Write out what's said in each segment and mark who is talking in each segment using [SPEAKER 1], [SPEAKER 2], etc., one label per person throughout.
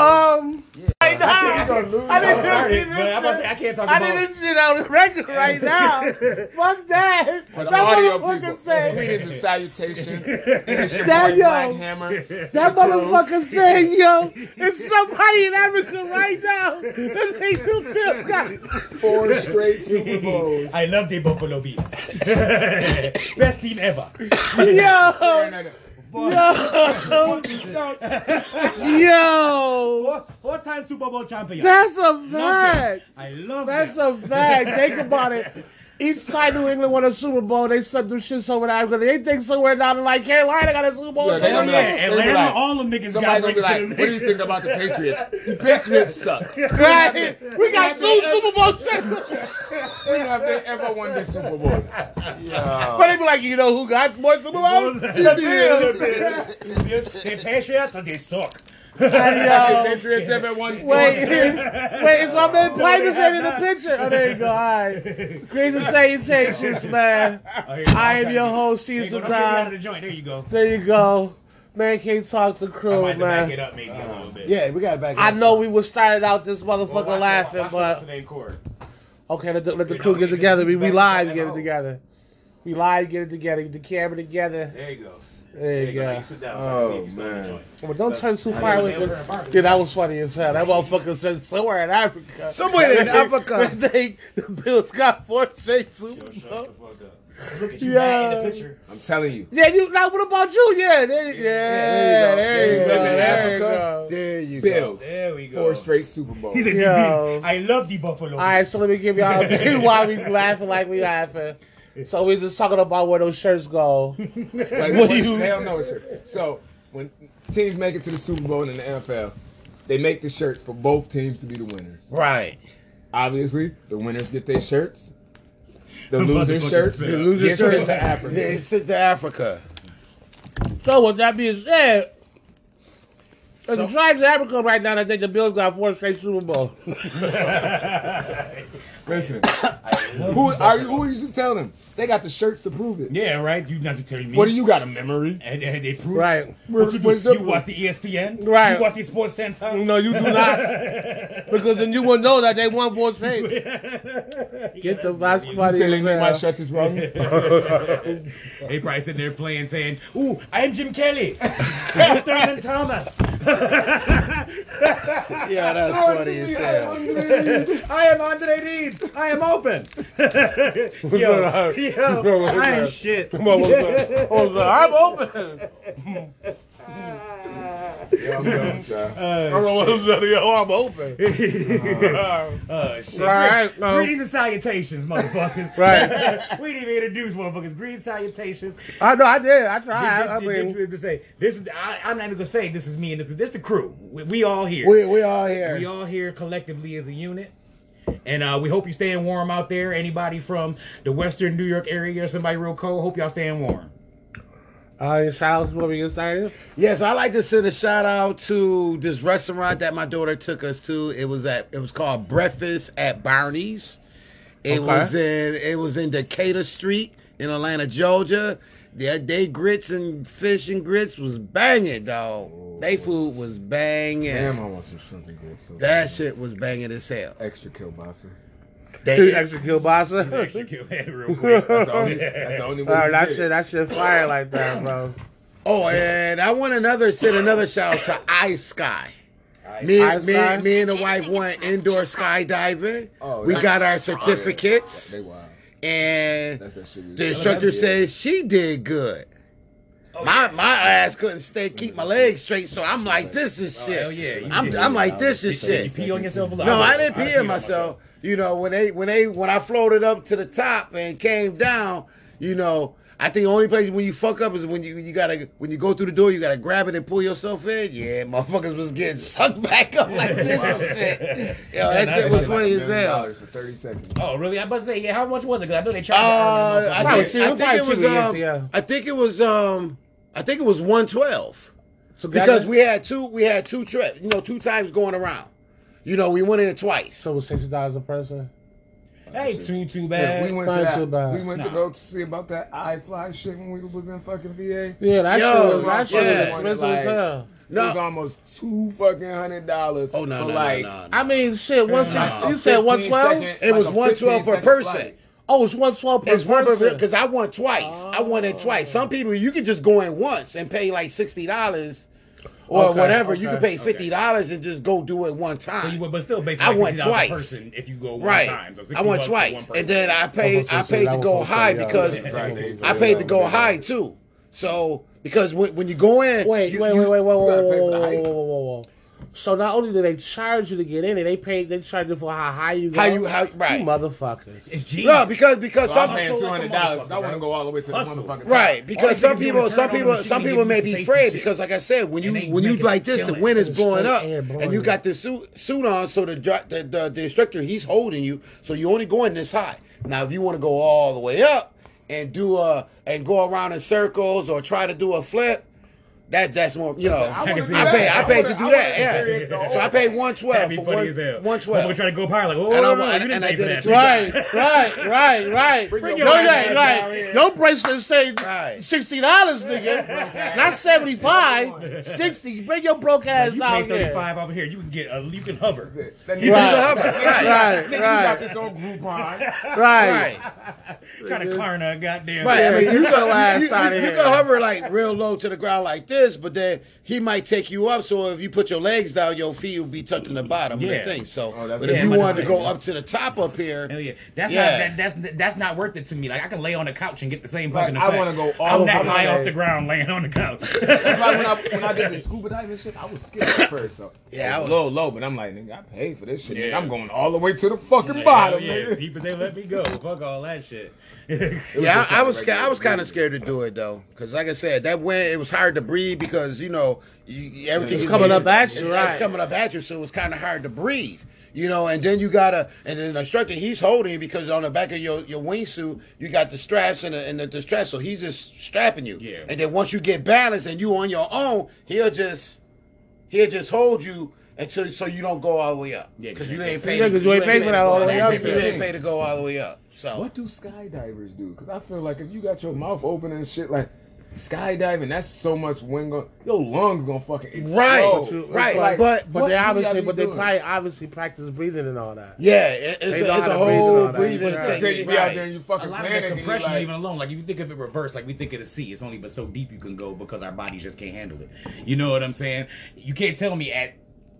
[SPEAKER 1] Um, right now,
[SPEAKER 2] You're gonna lose.
[SPEAKER 1] I didn't
[SPEAKER 2] I'm
[SPEAKER 1] do
[SPEAKER 2] sorry,
[SPEAKER 1] it.
[SPEAKER 2] but I'm about to say I can't talk
[SPEAKER 1] I
[SPEAKER 2] about.
[SPEAKER 1] did this shit on the record right now. Fuck that. That
[SPEAKER 3] But audio
[SPEAKER 1] motherfucker
[SPEAKER 3] people,
[SPEAKER 1] said,
[SPEAKER 3] greetings and salutations. It is your
[SPEAKER 1] That
[SPEAKER 3] boy
[SPEAKER 1] yo.
[SPEAKER 3] Black Hammer.
[SPEAKER 1] that motherfucker said, yo, it's somebody in Africa right now that they do this. guy.
[SPEAKER 3] Four straight Super Bowls.
[SPEAKER 2] I love the Buffalo Bills. Best team ever.
[SPEAKER 1] Yo, yo,
[SPEAKER 2] Four, four-time Super Bowl champion.
[SPEAKER 1] that's a fact.
[SPEAKER 2] Love them. I love
[SPEAKER 1] That's
[SPEAKER 2] them.
[SPEAKER 1] a fact. Think about it. Each time New England won a Super Bowl, they sent them shits over to Africa. They think somewhere down in like Carolina got a Super Bowl.
[SPEAKER 3] Yeah, they
[SPEAKER 2] Hell
[SPEAKER 3] gonna be
[SPEAKER 2] yeah,
[SPEAKER 3] like- they gonna be
[SPEAKER 2] Atlanta,
[SPEAKER 3] like-
[SPEAKER 2] all them
[SPEAKER 3] Somebody's
[SPEAKER 2] niggas got
[SPEAKER 3] gonna be
[SPEAKER 2] breaks
[SPEAKER 3] like,
[SPEAKER 2] in
[SPEAKER 3] what
[SPEAKER 2] them.
[SPEAKER 3] do you think about the Patriots? The Patriots suck. When
[SPEAKER 1] Right? We got two Super Bowl champions.
[SPEAKER 3] have they ever won the Super Bowl?
[SPEAKER 2] Oh.
[SPEAKER 1] But they be like, you know who got more Super Bowls? The Bills.
[SPEAKER 2] the Patriots, they suck.
[SPEAKER 3] The
[SPEAKER 1] And, yo,
[SPEAKER 3] Patriots ever won?
[SPEAKER 1] wait, wait, is my man Piper's in the picture? Oh, there you go. All right. Grace and salutations, man.
[SPEAKER 2] Oh,
[SPEAKER 1] I am your host,
[SPEAKER 2] Hey, go,
[SPEAKER 1] Caesar
[SPEAKER 2] don't get me out of
[SPEAKER 1] Time.
[SPEAKER 2] the joint. There you go.
[SPEAKER 1] There you go. Man can't talk to
[SPEAKER 2] I
[SPEAKER 1] crew,
[SPEAKER 2] might have to back it
[SPEAKER 1] Oh, man.
[SPEAKER 2] up maybe a little bit.
[SPEAKER 4] Yeah, we got to back. it
[SPEAKER 1] I
[SPEAKER 4] up.
[SPEAKER 1] know we was started out this
[SPEAKER 2] Well,
[SPEAKER 1] motherfucker
[SPEAKER 2] watch-
[SPEAKER 1] laughing,
[SPEAKER 2] watch what's
[SPEAKER 1] but
[SPEAKER 2] the name chord.
[SPEAKER 1] Okay, let the, let the
[SPEAKER 2] You
[SPEAKER 1] crew
[SPEAKER 2] know,
[SPEAKER 1] get
[SPEAKER 2] you can
[SPEAKER 1] together. We,
[SPEAKER 2] be
[SPEAKER 1] we
[SPEAKER 2] back
[SPEAKER 1] live,
[SPEAKER 2] at
[SPEAKER 1] get it
[SPEAKER 2] home.
[SPEAKER 1] together. We live, get it together. Get the camera together.
[SPEAKER 2] There you go.
[SPEAKER 1] There you
[SPEAKER 2] Now
[SPEAKER 1] go.
[SPEAKER 2] sit down so I can
[SPEAKER 4] Oh,
[SPEAKER 2] see if you still
[SPEAKER 4] man.
[SPEAKER 2] enjoy it.
[SPEAKER 1] Well, don't turn too far with it. Yeah, that was funny as hell. That motherfucker said somewhere in Africa.
[SPEAKER 4] Somewhere in Africa.
[SPEAKER 1] They, think the Bills got four straight Super
[SPEAKER 2] Yo, shut
[SPEAKER 1] Bowls.
[SPEAKER 2] the fuck up. Look at you yeah.
[SPEAKER 1] Oh.
[SPEAKER 2] in
[SPEAKER 1] Yeah.
[SPEAKER 2] the picture.
[SPEAKER 3] I'm telling you.
[SPEAKER 1] Yeah, you. Now, what about you? Yeah, there, yeah,
[SPEAKER 4] Yeah,
[SPEAKER 1] there you go. There you
[SPEAKER 3] Living in
[SPEAKER 1] go.
[SPEAKER 4] There you
[SPEAKER 3] Bills.
[SPEAKER 2] There we go.
[SPEAKER 3] Four straight Super Bowls.
[SPEAKER 2] He's a
[SPEAKER 1] Yo.
[SPEAKER 2] DBs. I love the Buffalo.
[SPEAKER 1] All right, so let me give y'all a view why we laughing like we laughing. So we just talking about where those shirts go.
[SPEAKER 3] Like,
[SPEAKER 1] What
[SPEAKER 3] what
[SPEAKER 1] do you-
[SPEAKER 3] They don't know a shirt. So when teams make it to the Super Bowl in the NFL, they make the shirts for both teams to be the winners.
[SPEAKER 4] Right.
[SPEAKER 3] Obviously, the winners get their shirts. The
[SPEAKER 2] Motherfucking
[SPEAKER 3] loser shirts.
[SPEAKER 2] spell.
[SPEAKER 4] The loser
[SPEAKER 3] Yes,
[SPEAKER 4] shirt.
[SPEAKER 3] it's to Africa.
[SPEAKER 4] Yeah, sent to Africa.
[SPEAKER 1] So with that being said, as the
[SPEAKER 4] So-
[SPEAKER 1] tribes of Africa right now, I think the Bills got four straight Super Bowl.
[SPEAKER 3] Listen, who are you? Who are you to tell them? They got the shirts to prove it.
[SPEAKER 2] Yeah, right. You not to tell me.
[SPEAKER 3] What do you got a memory?
[SPEAKER 2] And, and they prove.
[SPEAKER 1] Right.
[SPEAKER 2] What you, do?
[SPEAKER 3] What's up
[SPEAKER 2] you watch the E ESPN.
[SPEAKER 1] Right.
[SPEAKER 2] You watch the Sports Center.
[SPEAKER 1] No, you do not, because then you would know that they won four straight. Get the basketball
[SPEAKER 3] You telling me my
[SPEAKER 1] out
[SPEAKER 3] shirts is wrong?
[SPEAKER 2] They probably sitting there playing, saying, "Ooh, I am Jim Kelly, I'm Thurman Thomas,
[SPEAKER 4] Yeah, that's funny as hell.
[SPEAKER 2] I am Andre Reed, I am open." yo, yo, I ain't shit.
[SPEAKER 1] I'm open.
[SPEAKER 3] Yeah, I'm done, child.
[SPEAKER 1] Oh, I'm open.
[SPEAKER 2] Oh shit.
[SPEAKER 1] Right, no.
[SPEAKER 2] Greetings and salutations, motherfuckers.
[SPEAKER 1] Right.
[SPEAKER 2] we didn't even introduce motherfuckers. Greetings, salutations.
[SPEAKER 1] I know. I did. I tried. I
[SPEAKER 2] I, did,
[SPEAKER 1] mean,
[SPEAKER 2] did, did say this is. I, I'm not even gonna say this is me and this is this the crew. We, we all here.
[SPEAKER 4] We we all here.
[SPEAKER 2] We all here collectively as a unit. And uh, we hope you're staying warm out there. Anybody from the Western New York area or somebody real cold, hope y'all staying warm.
[SPEAKER 1] uh, shout out before we get started.
[SPEAKER 4] Yes, I like to send a shout out to this restaurant that my daughter took us to. It was at it was called Breakfast at Barney's. It was in it was in Decatur Street in Atlanta, Georgia. Their day grits and fish and grits was banging, dog. They food was banging.
[SPEAKER 3] Damn, I want some something good. So
[SPEAKER 4] That shit was banging as hell.
[SPEAKER 3] extra kielbasa.
[SPEAKER 4] They,
[SPEAKER 1] Two extra kielbasa.
[SPEAKER 2] Extra kill real quick.
[SPEAKER 3] That's the only. That's the only way.
[SPEAKER 1] All right,
[SPEAKER 3] you
[SPEAKER 1] that
[SPEAKER 3] get
[SPEAKER 1] shit,
[SPEAKER 3] it.
[SPEAKER 1] that shit fire like that, bro.
[SPEAKER 4] oh, and I want another send another shout out to Ice Sky. Me,
[SPEAKER 1] Ice
[SPEAKER 4] me,
[SPEAKER 1] Sky?
[SPEAKER 4] me and the wife went indoor skydiving.
[SPEAKER 3] Oh,
[SPEAKER 4] we
[SPEAKER 3] yeah.
[SPEAKER 4] got our
[SPEAKER 3] Oh, yeah.
[SPEAKER 4] certificates.
[SPEAKER 3] They wild.
[SPEAKER 4] and
[SPEAKER 3] That's that shit. we-
[SPEAKER 4] the instructor says she did good. My my ass couldn't stay keep my legs straight, so I'm like, this is shit.
[SPEAKER 2] hell Oh, yeah, you
[SPEAKER 4] I'm
[SPEAKER 2] did.
[SPEAKER 4] I'm like, this is
[SPEAKER 2] You
[SPEAKER 4] shit.
[SPEAKER 2] pee on yourself a lot.
[SPEAKER 4] No, I didn't
[SPEAKER 2] peed
[SPEAKER 4] pee in myself. You know, when they when they when I floated up to the top and came down, you know, I think the only place when you fuck up is when you you gotta when you go through the door, you gotta grab it and pull yourself in. Yeah, motherfuckers was getting sucked back up like this and shit. Yo, that shit was funny as hell.
[SPEAKER 3] dollars for thirty seconds.
[SPEAKER 2] Oh, really? I'm about to say, yeah, how much was it? 'Cause I know they charged
[SPEAKER 4] Uh,
[SPEAKER 2] uh,
[SPEAKER 4] I,
[SPEAKER 1] Probably
[SPEAKER 4] think,
[SPEAKER 1] cheaper.
[SPEAKER 4] I think
[SPEAKER 1] Probably
[SPEAKER 4] it was.
[SPEAKER 1] cheaper, yes,
[SPEAKER 4] Um,
[SPEAKER 1] yeah.
[SPEAKER 4] I think it was. Um, I think it was one twelve
[SPEAKER 1] So
[SPEAKER 4] because we had two. We had two trips. You know, two times going around. You know, we went in twice.
[SPEAKER 1] so it was sixty dollars a person.
[SPEAKER 2] Hey, too, too
[SPEAKER 3] Yeah,
[SPEAKER 2] bad.
[SPEAKER 3] we went
[SPEAKER 1] Fine,
[SPEAKER 3] to that,
[SPEAKER 1] too bad.
[SPEAKER 3] We went to
[SPEAKER 2] Nah.
[SPEAKER 3] go to see about that iFly shit when we was in fucking VA.
[SPEAKER 1] Yeah, that
[SPEAKER 4] Yo,
[SPEAKER 1] shit was that shit
[SPEAKER 4] yeah.
[SPEAKER 1] was expensive as
[SPEAKER 3] Like-
[SPEAKER 1] hell.
[SPEAKER 3] It
[SPEAKER 4] No.
[SPEAKER 3] was almost two fucking hundred dollars.
[SPEAKER 4] Oh no,
[SPEAKER 3] for
[SPEAKER 4] no,
[SPEAKER 3] like
[SPEAKER 4] no, no, no.
[SPEAKER 1] I mean, shit. One
[SPEAKER 4] No.
[SPEAKER 1] six, you said one twelve.
[SPEAKER 4] It was one twelve per person.
[SPEAKER 1] Oh, it's one twelve per
[SPEAKER 4] It's one
[SPEAKER 1] person.
[SPEAKER 4] because I won twice. I won it twice.
[SPEAKER 3] Oh.
[SPEAKER 4] Some people you can just go in once and pay like sixty dollars or
[SPEAKER 3] Okay,
[SPEAKER 4] whatever. you
[SPEAKER 3] okay,
[SPEAKER 4] can pay fifty dollars and just go do it one
[SPEAKER 2] So
[SPEAKER 4] time.
[SPEAKER 2] you would, but still,
[SPEAKER 4] I
[SPEAKER 2] basically, like
[SPEAKER 4] went
[SPEAKER 2] $60
[SPEAKER 4] twice.
[SPEAKER 2] a person if you go one
[SPEAKER 4] right.
[SPEAKER 2] time. So
[SPEAKER 4] I
[SPEAKER 2] 60
[SPEAKER 4] went
[SPEAKER 2] bucks for one
[SPEAKER 4] twice,
[SPEAKER 2] person.
[SPEAKER 4] and then I paid. I paid to go high because I paid to go high too. So because when, when you go in,
[SPEAKER 1] Wait,
[SPEAKER 4] you-
[SPEAKER 1] wait,
[SPEAKER 4] you-
[SPEAKER 1] wait, wait, whoa, whoa,
[SPEAKER 3] gotta pay
[SPEAKER 1] whoa,
[SPEAKER 3] for the
[SPEAKER 1] whoa,
[SPEAKER 3] height.
[SPEAKER 1] whoa, whoa, whoa, whoa. So not only do they charge you to get in, it, they pay. They charge you for how high you go.
[SPEAKER 4] How you- how- right.
[SPEAKER 1] You motherfuckers.
[SPEAKER 2] It's genius.
[SPEAKER 4] No, because because
[SPEAKER 3] So I'm
[SPEAKER 4] some
[SPEAKER 3] paying
[SPEAKER 2] Hustle
[SPEAKER 3] two
[SPEAKER 2] like a
[SPEAKER 3] hundred dollars. I
[SPEAKER 2] motherfucker,
[SPEAKER 3] want to
[SPEAKER 2] right?
[SPEAKER 3] go all the way to the
[SPEAKER 2] Hustle.
[SPEAKER 3] motherfucking top.
[SPEAKER 4] Right,
[SPEAKER 2] All
[SPEAKER 4] because
[SPEAKER 2] you
[SPEAKER 4] some
[SPEAKER 2] can do is
[SPEAKER 4] people,
[SPEAKER 2] turn
[SPEAKER 4] some
[SPEAKER 2] on the
[SPEAKER 4] people,
[SPEAKER 2] machine
[SPEAKER 4] some
[SPEAKER 2] and
[SPEAKER 4] people
[SPEAKER 2] give
[SPEAKER 4] may
[SPEAKER 2] you
[SPEAKER 4] be
[SPEAKER 2] some
[SPEAKER 4] afraid
[SPEAKER 2] safety
[SPEAKER 4] because,
[SPEAKER 2] shit.
[SPEAKER 4] like I said, when you
[SPEAKER 2] And they
[SPEAKER 4] when you
[SPEAKER 2] make it
[SPEAKER 4] like this, the
[SPEAKER 2] killing.
[SPEAKER 4] wind is blowing
[SPEAKER 1] Straight
[SPEAKER 4] up,
[SPEAKER 1] air blowing
[SPEAKER 4] and you
[SPEAKER 1] you.
[SPEAKER 4] got the suit suit on, so the, dri- the the the instructor he's holding you, so you only going this high. Now, if you want to go all the way up and do a and go around in circles or try to do a flip, that that's more you know. I,
[SPEAKER 3] I wanna do
[SPEAKER 4] paid
[SPEAKER 3] that.
[SPEAKER 4] I paid to
[SPEAKER 3] wanna-
[SPEAKER 4] do
[SPEAKER 3] I
[SPEAKER 4] that,
[SPEAKER 3] wanna experience the
[SPEAKER 4] yeah. So I
[SPEAKER 3] whole-
[SPEAKER 4] paid one twelve
[SPEAKER 2] That'd be
[SPEAKER 4] for
[SPEAKER 2] funny as hell.
[SPEAKER 4] one one
[SPEAKER 2] We're
[SPEAKER 4] twelve.
[SPEAKER 2] trying to go higher, like, oh,
[SPEAKER 4] And I-
[SPEAKER 2] no, no,
[SPEAKER 4] and-
[SPEAKER 2] you didn't
[SPEAKER 4] and I
[SPEAKER 2] pay for
[SPEAKER 4] did it
[SPEAKER 2] that.
[SPEAKER 4] too.
[SPEAKER 1] Right, right, right, right.
[SPEAKER 3] Bring your
[SPEAKER 1] no,
[SPEAKER 3] ass
[SPEAKER 1] yeah,
[SPEAKER 3] down
[SPEAKER 1] right.
[SPEAKER 2] here.
[SPEAKER 1] No bracelet say
[SPEAKER 4] Right.
[SPEAKER 1] sixty dollars, nigga. Not seventy five. Sixty. Bring your broke
[SPEAKER 2] Like,
[SPEAKER 1] ass
[SPEAKER 2] you
[SPEAKER 1] out
[SPEAKER 2] pay
[SPEAKER 1] here.
[SPEAKER 2] 35 over here, you can get a, you can hover.
[SPEAKER 3] That
[SPEAKER 1] Right,
[SPEAKER 3] nigga-
[SPEAKER 1] right,
[SPEAKER 3] Nigga, you got
[SPEAKER 1] right.
[SPEAKER 3] this on Groupon.
[SPEAKER 1] Right.
[SPEAKER 4] Right.
[SPEAKER 2] Trying to Klarna, goddamn.
[SPEAKER 4] Right, I
[SPEAKER 1] Yeah,
[SPEAKER 4] mean,
[SPEAKER 1] get
[SPEAKER 4] you,
[SPEAKER 1] your ass
[SPEAKER 4] can, you,
[SPEAKER 1] outta
[SPEAKER 4] you,
[SPEAKER 1] here.
[SPEAKER 4] you can hover like real low to the ground like this, but then he might take you up. So if you put your legs down, your feet will be touching the bottom of
[SPEAKER 2] Yeah.
[SPEAKER 4] the thing. So,
[SPEAKER 3] Oh, that's-
[SPEAKER 4] but
[SPEAKER 2] yeah,
[SPEAKER 4] if you
[SPEAKER 2] I'm
[SPEAKER 4] wanted to
[SPEAKER 2] about
[SPEAKER 4] go
[SPEAKER 2] to say.
[SPEAKER 4] up to the top up here,
[SPEAKER 2] Hell yeah, that's
[SPEAKER 4] Yeah.
[SPEAKER 2] not that, that's that's not worth it to me. Like I can lay on the couch and get the same
[SPEAKER 3] Like,
[SPEAKER 2] fucking.
[SPEAKER 3] I
[SPEAKER 2] effect.
[SPEAKER 3] wanna go all
[SPEAKER 2] I'm that
[SPEAKER 3] over the
[SPEAKER 2] high
[SPEAKER 3] place.
[SPEAKER 2] off the ground, laying on the couch.
[SPEAKER 3] That's why when I when I did the scuba diving shit, I was scared at first. So
[SPEAKER 4] Yeah,
[SPEAKER 3] it
[SPEAKER 4] I
[SPEAKER 3] was
[SPEAKER 4] was-
[SPEAKER 3] a little low, but I'm like, nigga, I paid for this shit. nigga.
[SPEAKER 2] Yeah.
[SPEAKER 3] I'm going all the way to the fucking
[SPEAKER 2] Like,
[SPEAKER 3] bottom.
[SPEAKER 2] hell yeah,
[SPEAKER 3] nigga.
[SPEAKER 2] deep as they let me go. Fuck all that shit.
[SPEAKER 4] yeah,
[SPEAKER 3] just
[SPEAKER 4] I, I was
[SPEAKER 3] like
[SPEAKER 4] scared. I was
[SPEAKER 3] that.
[SPEAKER 4] kind of scared to do it though, because like I said, that wind it was hard to breathe because you know you, everything
[SPEAKER 3] It's
[SPEAKER 4] is
[SPEAKER 1] coming up at
[SPEAKER 4] it's-
[SPEAKER 1] you,
[SPEAKER 4] it's
[SPEAKER 1] right.
[SPEAKER 4] coming up at you, so it was kind of hard to breathe. You know, and then you gotta, and then the instructor he's holding you because on the back of your, your wingsuit you got the straps and the, and the, the straps, so he's just strapping you.
[SPEAKER 2] Yeah.
[SPEAKER 4] And then once you get balanced and you on your own, he'll just he'll just hold you until so you don't go all the way up.
[SPEAKER 2] Yeah,
[SPEAKER 4] because
[SPEAKER 2] 'cause
[SPEAKER 4] you
[SPEAKER 2] you
[SPEAKER 4] ain't
[SPEAKER 2] ain't-
[SPEAKER 4] paid.
[SPEAKER 1] Yeah, 'cause you ain't paid for that all the
[SPEAKER 2] way up,
[SPEAKER 4] You
[SPEAKER 2] yeah.
[SPEAKER 4] ain't paid to go all the way up. So
[SPEAKER 3] What do skydivers do? Because I feel like if you got your mouth open and shit, like skydiving, that's so much wind going. Your lungs gonna fucking explode.
[SPEAKER 4] Right,
[SPEAKER 3] It's
[SPEAKER 4] right,
[SPEAKER 3] like,
[SPEAKER 4] but-
[SPEAKER 1] But
[SPEAKER 3] what
[SPEAKER 1] they
[SPEAKER 3] do you
[SPEAKER 1] obviously,
[SPEAKER 3] gotta be
[SPEAKER 1] but they
[SPEAKER 3] doing?
[SPEAKER 1] probably obviously practice breathing and all that.
[SPEAKER 4] Yeah, it, it's,
[SPEAKER 1] They know
[SPEAKER 4] a, it's
[SPEAKER 1] how
[SPEAKER 4] a
[SPEAKER 1] to breathe and
[SPEAKER 4] whole
[SPEAKER 1] all that.
[SPEAKER 4] breathing
[SPEAKER 1] Yeah.
[SPEAKER 3] Until you
[SPEAKER 4] technique.
[SPEAKER 3] be out there and
[SPEAKER 4] Right.
[SPEAKER 3] you
[SPEAKER 2] A
[SPEAKER 3] fucking
[SPEAKER 2] lot of the
[SPEAKER 3] panic and you
[SPEAKER 2] compression,
[SPEAKER 3] like,
[SPEAKER 2] even alone, like if you think of it reverse, like we think of the sea, it's only but so deep you can go because our bodies just can't handle it. You know what I'm saying? You can't tell me at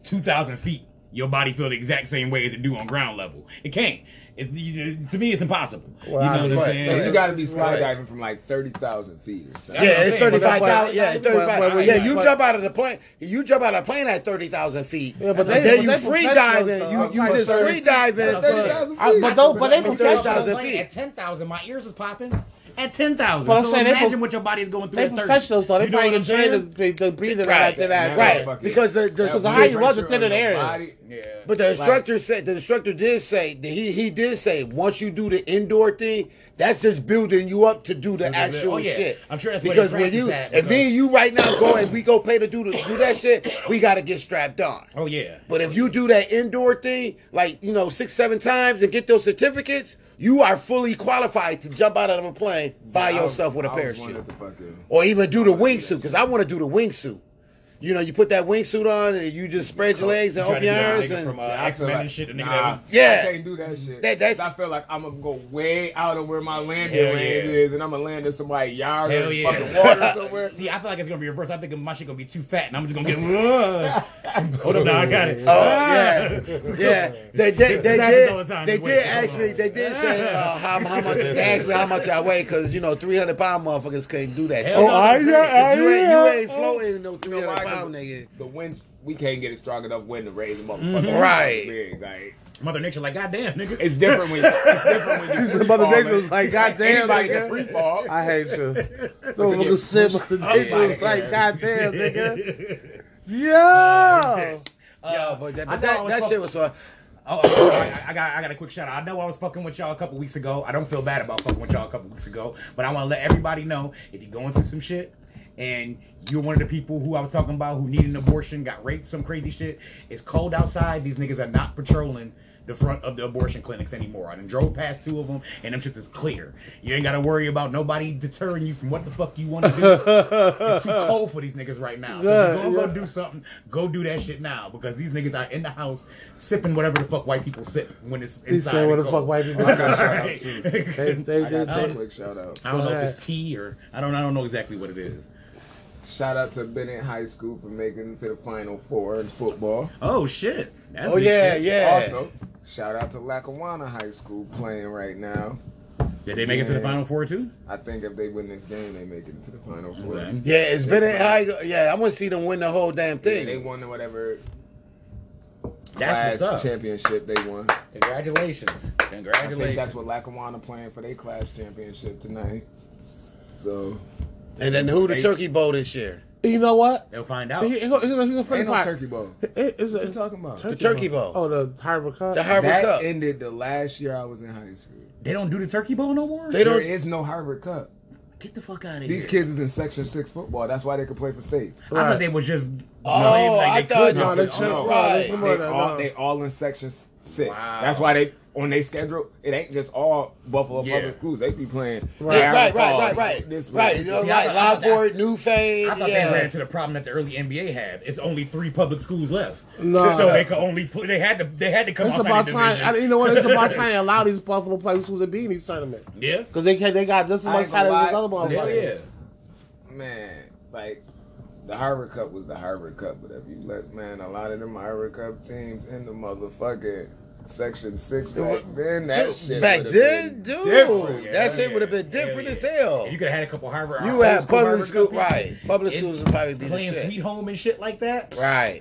[SPEAKER 2] 2,000 feet your body feel the exact same way as it do on ground level. It can't. It, you, to me, it's impossible.
[SPEAKER 1] Well, I
[SPEAKER 2] you
[SPEAKER 1] mean,
[SPEAKER 2] know what
[SPEAKER 4] right.
[SPEAKER 2] I'm saying?
[SPEAKER 3] Like, you gotta be
[SPEAKER 4] Right.
[SPEAKER 3] skydiving from like thirty thousand feet or something.
[SPEAKER 4] Yeah, it's
[SPEAKER 2] But that's
[SPEAKER 4] thirty five
[SPEAKER 1] why-
[SPEAKER 4] thousand. Yeah, it's
[SPEAKER 1] but-
[SPEAKER 4] thirty five.
[SPEAKER 1] but- but-
[SPEAKER 4] yeah, you
[SPEAKER 1] but-
[SPEAKER 4] jump out of the plane. You jump out of the plane at thirty thousand feet.
[SPEAKER 1] Yeah, but
[SPEAKER 4] but
[SPEAKER 1] they-
[SPEAKER 4] then
[SPEAKER 1] but
[SPEAKER 4] you
[SPEAKER 1] they
[SPEAKER 4] free
[SPEAKER 1] professionals,
[SPEAKER 4] diving.
[SPEAKER 1] though.
[SPEAKER 4] You
[SPEAKER 1] I'm
[SPEAKER 4] you
[SPEAKER 1] like
[SPEAKER 4] just
[SPEAKER 3] 30
[SPEAKER 4] free diving.
[SPEAKER 2] I'm saying.
[SPEAKER 1] I- but though- but they
[SPEAKER 4] From
[SPEAKER 1] professionals,
[SPEAKER 4] 30,000
[SPEAKER 2] Like,
[SPEAKER 4] feet.
[SPEAKER 2] At 10,000, my ears was popping. At 10,000.
[SPEAKER 1] But I'm
[SPEAKER 2] so
[SPEAKER 1] saying they
[SPEAKER 2] imagine
[SPEAKER 1] pro-
[SPEAKER 2] what your body's going through
[SPEAKER 1] They
[SPEAKER 2] at 30.
[SPEAKER 1] professionals though. They
[SPEAKER 2] You know
[SPEAKER 1] probably
[SPEAKER 2] what
[SPEAKER 1] can
[SPEAKER 2] I'm
[SPEAKER 1] train the,
[SPEAKER 2] saying?
[SPEAKER 1] the, the breathing right,
[SPEAKER 4] Right,
[SPEAKER 1] out their ass.
[SPEAKER 4] right.
[SPEAKER 1] Fucking-
[SPEAKER 4] because the- the- so the
[SPEAKER 1] higher you was, the thinner the air is.
[SPEAKER 2] Yeah.
[SPEAKER 4] But the instructor said the instructor did say that he he did say once you do the indoor thing, that's just building you up to do the actual
[SPEAKER 2] yeah.
[SPEAKER 4] shit.
[SPEAKER 2] I'm sure that's where they
[SPEAKER 4] because when
[SPEAKER 2] practice
[SPEAKER 4] you
[SPEAKER 2] at,
[SPEAKER 4] and me and you right now go and we go pay to do the, do that shit, we gotta get strapped on.
[SPEAKER 2] Oh, yeah.
[SPEAKER 4] But if you do that indoor thing, like you know, six seven times and get those certificates, you are fully qualified to jump out of a plane by yourself with a parachute, or even do the wingsuit. Because I want to do the wingsuit. You know, you put that wingsuit on and you just spread your legs and
[SPEAKER 2] Trying Oh, to
[SPEAKER 4] open your
[SPEAKER 2] get a
[SPEAKER 4] arms
[SPEAKER 2] nigga
[SPEAKER 4] and
[SPEAKER 2] from, uh,
[SPEAKER 3] I
[SPEAKER 2] X-Men
[SPEAKER 3] feel like,
[SPEAKER 2] and shit, the nigga that
[SPEAKER 3] nah,
[SPEAKER 2] was-
[SPEAKER 4] Yeah.
[SPEAKER 3] I can't do that shit.
[SPEAKER 4] That- that's-
[SPEAKER 3] I feel like I'm gonna go way out of where my landing
[SPEAKER 2] Hell
[SPEAKER 3] range
[SPEAKER 2] yeah.
[SPEAKER 3] is, and I'm gonna land in somebody yard
[SPEAKER 2] Hell
[SPEAKER 3] or
[SPEAKER 2] yeah.
[SPEAKER 3] fucking water somewhere.
[SPEAKER 2] See, I feel like it's gonna be reversed. I think my shit gonna be too fat, and I'm just gonna get. Hold up, now I got it.
[SPEAKER 4] Oh yeah, yeah. They did. They
[SPEAKER 2] It happens all the
[SPEAKER 4] did.
[SPEAKER 2] time.
[SPEAKER 4] They
[SPEAKER 2] Just wait,
[SPEAKER 4] did
[SPEAKER 2] hold
[SPEAKER 4] ask
[SPEAKER 2] on.
[SPEAKER 4] me. They did say uh, how, how much. They asked me how much I weigh because you know three hundred pound motherfuckers can't do that.
[SPEAKER 2] Hell
[SPEAKER 1] Oh,
[SPEAKER 4] shit.
[SPEAKER 2] no, I-
[SPEAKER 4] 'Cause you ain't you ain't
[SPEAKER 3] You
[SPEAKER 4] floating no
[SPEAKER 3] know
[SPEAKER 4] three hundred
[SPEAKER 3] why? 'Cause
[SPEAKER 4] pound nigga.
[SPEAKER 3] The wind, we can't get it strong enough wind to raise them up.
[SPEAKER 2] Mm-hmm.
[SPEAKER 3] fucking
[SPEAKER 4] Right.
[SPEAKER 3] big, like,
[SPEAKER 2] Ah. Mother Nature, like, goddamn, nigga.
[SPEAKER 3] it's different when it's different when you.
[SPEAKER 1] Said Mother Nature was like, "God damn,
[SPEAKER 3] Anybody
[SPEAKER 1] nigga."
[SPEAKER 3] can free fall.
[SPEAKER 1] I hate you.
[SPEAKER 3] Look
[SPEAKER 1] Those
[SPEAKER 3] at
[SPEAKER 1] little
[SPEAKER 3] you.
[SPEAKER 1] sim Mother Nature
[SPEAKER 3] my
[SPEAKER 1] was like,
[SPEAKER 3] God.
[SPEAKER 1] goddamn, nigga. Yo.
[SPEAKER 4] Yo, but that,
[SPEAKER 2] I know I
[SPEAKER 4] but that,
[SPEAKER 2] was
[SPEAKER 4] that
[SPEAKER 2] fuck-
[SPEAKER 4] shit was fun.
[SPEAKER 2] Oh, I'm sorry. I, I got I got a quick shout out. I know I was fucking with y'all a couple weeks ago. I don't feel bad about fucking with y'all a couple weeks ago, but I want to let everybody know if you're going through some shit and you're one of the people who I was talking about who need an abortion, got raped, some crazy shit. It's cold outside. These niggas are not patrolling the front of the abortion clinics anymore. I done drove past two of them, and them shits is clear. You ain't got to worry about nobody deterring you from what the fuck you want to do. it's too cold for these niggas right now. So if
[SPEAKER 1] Yeah,
[SPEAKER 2] you gonna
[SPEAKER 1] yeah.
[SPEAKER 2] go do something, go do that shit now because these niggas are in the house sipping whatever the fuck white people sip when it's inside.
[SPEAKER 1] He said, "What the
[SPEAKER 2] cold.
[SPEAKER 1] fuck, white people?"
[SPEAKER 2] Right.
[SPEAKER 1] They, they,
[SPEAKER 3] I
[SPEAKER 1] they,
[SPEAKER 3] got a
[SPEAKER 1] they,
[SPEAKER 3] quick shout out.
[SPEAKER 2] I don't know if
[SPEAKER 1] Alright.
[SPEAKER 2] it's tea or I don't. I don't know exactly what it is.
[SPEAKER 3] Shout out to Bennett High School for making it to the Final Four in football.
[SPEAKER 2] Oh shit! That's
[SPEAKER 4] Oh
[SPEAKER 2] big
[SPEAKER 4] yeah,
[SPEAKER 2] shit.
[SPEAKER 4] yeah.
[SPEAKER 3] Also, shout out to Lackawanna High School playing right now.
[SPEAKER 2] Did they make it to the
[SPEAKER 3] Yeah.
[SPEAKER 2] final four too?
[SPEAKER 3] I think if they win this game, they make it to the Final Four.
[SPEAKER 2] Okay.
[SPEAKER 4] Yeah, it's been a high. Yeah, I want to see them win the whole damn
[SPEAKER 3] Yeah, they
[SPEAKER 4] thing.
[SPEAKER 3] won whatever
[SPEAKER 2] That's
[SPEAKER 3] class
[SPEAKER 2] what's up.
[SPEAKER 3] championship they won.
[SPEAKER 2] Congratulations!
[SPEAKER 3] I think that's
[SPEAKER 2] Congratulations!
[SPEAKER 3] what Lackawanna playing for their class championship tonight. So
[SPEAKER 4] And then who the
[SPEAKER 2] They-
[SPEAKER 4] turkey bowl this year?
[SPEAKER 1] you know what?
[SPEAKER 2] They'll find out.
[SPEAKER 1] Here's a, here's a funny
[SPEAKER 3] ain't no
[SPEAKER 1] part.
[SPEAKER 3] turkey bowl.
[SPEAKER 1] It- it's a,
[SPEAKER 3] What you talking about?
[SPEAKER 1] turkey
[SPEAKER 4] The turkey bowl.
[SPEAKER 1] Oh, the Harvard Cup.
[SPEAKER 4] The Harvard
[SPEAKER 3] that
[SPEAKER 4] Cup.
[SPEAKER 3] ended the last year I was in high school.
[SPEAKER 2] They don't do the turkey bowl no more.
[SPEAKER 4] They
[SPEAKER 3] there
[SPEAKER 4] don't.
[SPEAKER 3] is no Harvard Cup.
[SPEAKER 2] Get the fuck out of here.
[SPEAKER 3] These kids is in Section Six football. That's why they could play for states.
[SPEAKER 2] I thought they was just.
[SPEAKER 4] Oh,
[SPEAKER 2] like,
[SPEAKER 4] I
[SPEAKER 2] they
[SPEAKER 4] thought-
[SPEAKER 2] could
[SPEAKER 1] No,
[SPEAKER 2] just-
[SPEAKER 1] that's
[SPEAKER 2] oh, no.
[SPEAKER 1] no,
[SPEAKER 4] Right.
[SPEAKER 1] that's no,
[SPEAKER 3] They
[SPEAKER 1] no.
[SPEAKER 3] all, they all in Section Six.
[SPEAKER 2] Wow.
[SPEAKER 3] That's why they on their schedule. It ain't just all Buffalo
[SPEAKER 2] Yeah.
[SPEAKER 3] public schools. They be playing
[SPEAKER 1] Right,
[SPEAKER 4] Yeah, right, right,
[SPEAKER 3] Harvard
[SPEAKER 4] right,
[SPEAKER 3] Hall,
[SPEAKER 4] right,
[SPEAKER 3] This
[SPEAKER 4] right.
[SPEAKER 3] one.
[SPEAKER 4] You know,
[SPEAKER 2] See, I
[SPEAKER 4] right.
[SPEAKER 2] thought- I thought-
[SPEAKER 4] Lockport, New Fade.
[SPEAKER 2] I thought
[SPEAKER 4] yeah.
[SPEAKER 2] they ran into the problem that the early NBA had. It's only three public schools left,
[SPEAKER 1] No.
[SPEAKER 2] so they could only put, they had to they had to come
[SPEAKER 1] It's
[SPEAKER 2] outside
[SPEAKER 1] about
[SPEAKER 2] the
[SPEAKER 1] time.
[SPEAKER 2] division.
[SPEAKER 1] I, you know what? It's about time to allow these Buffalo players who's to be in these tournaments
[SPEAKER 2] yeah,
[SPEAKER 1] because they can, they got just as
[SPEAKER 3] I
[SPEAKER 1] much
[SPEAKER 3] ain't gonna
[SPEAKER 1] talent as
[SPEAKER 3] lie.
[SPEAKER 1] other
[SPEAKER 2] hell
[SPEAKER 1] motherfuckers.
[SPEAKER 2] yeah.
[SPEAKER 3] man, like the Harvard Cup was the Harvard Cup, but if you look, man, a lot of them Harvard Cup teams in the motherfucking Section Six back then, that shit
[SPEAKER 4] back
[SPEAKER 3] would've been
[SPEAKER 4] then, dude.
[SPEAKER 3] different.
[SPEAKER 2] Yeah,
[SPEAKER 4] that
[SPEAKER 2] hell
[SPEAKER 4] shit would have
[SPEAKER 2] yeah.
[SPEAKER 4] been different
[SPEAKER 2] Hell
[SPEAKER 4] as
[SPEAKER 2] yeah.
[SPEAKER 4] hell.
[SPEAKER 2] You could have had a couple Harvard.
[SPEAKER 4] You
[SPEAKER 2] old
[SPEAKER 4] had
[SPEAKER 2] school
[SPEAKER 4] public
[SPEAKER 2] Harvard
[SPEAKER 4] school-
[SPEAKER 2] Cup
[SPEAKER 4] right.
[SPEAKER 2] people
[SPEAKER 4] Public
[SPEAKER 2] in-
[SPEAKER 4] schools would probably be the
[SPEAKER 2] playing
[SPEAKER 4] shit.
[SPEAKER 2] Sweet Home and shit like that.
[SPEAKER 4] Right.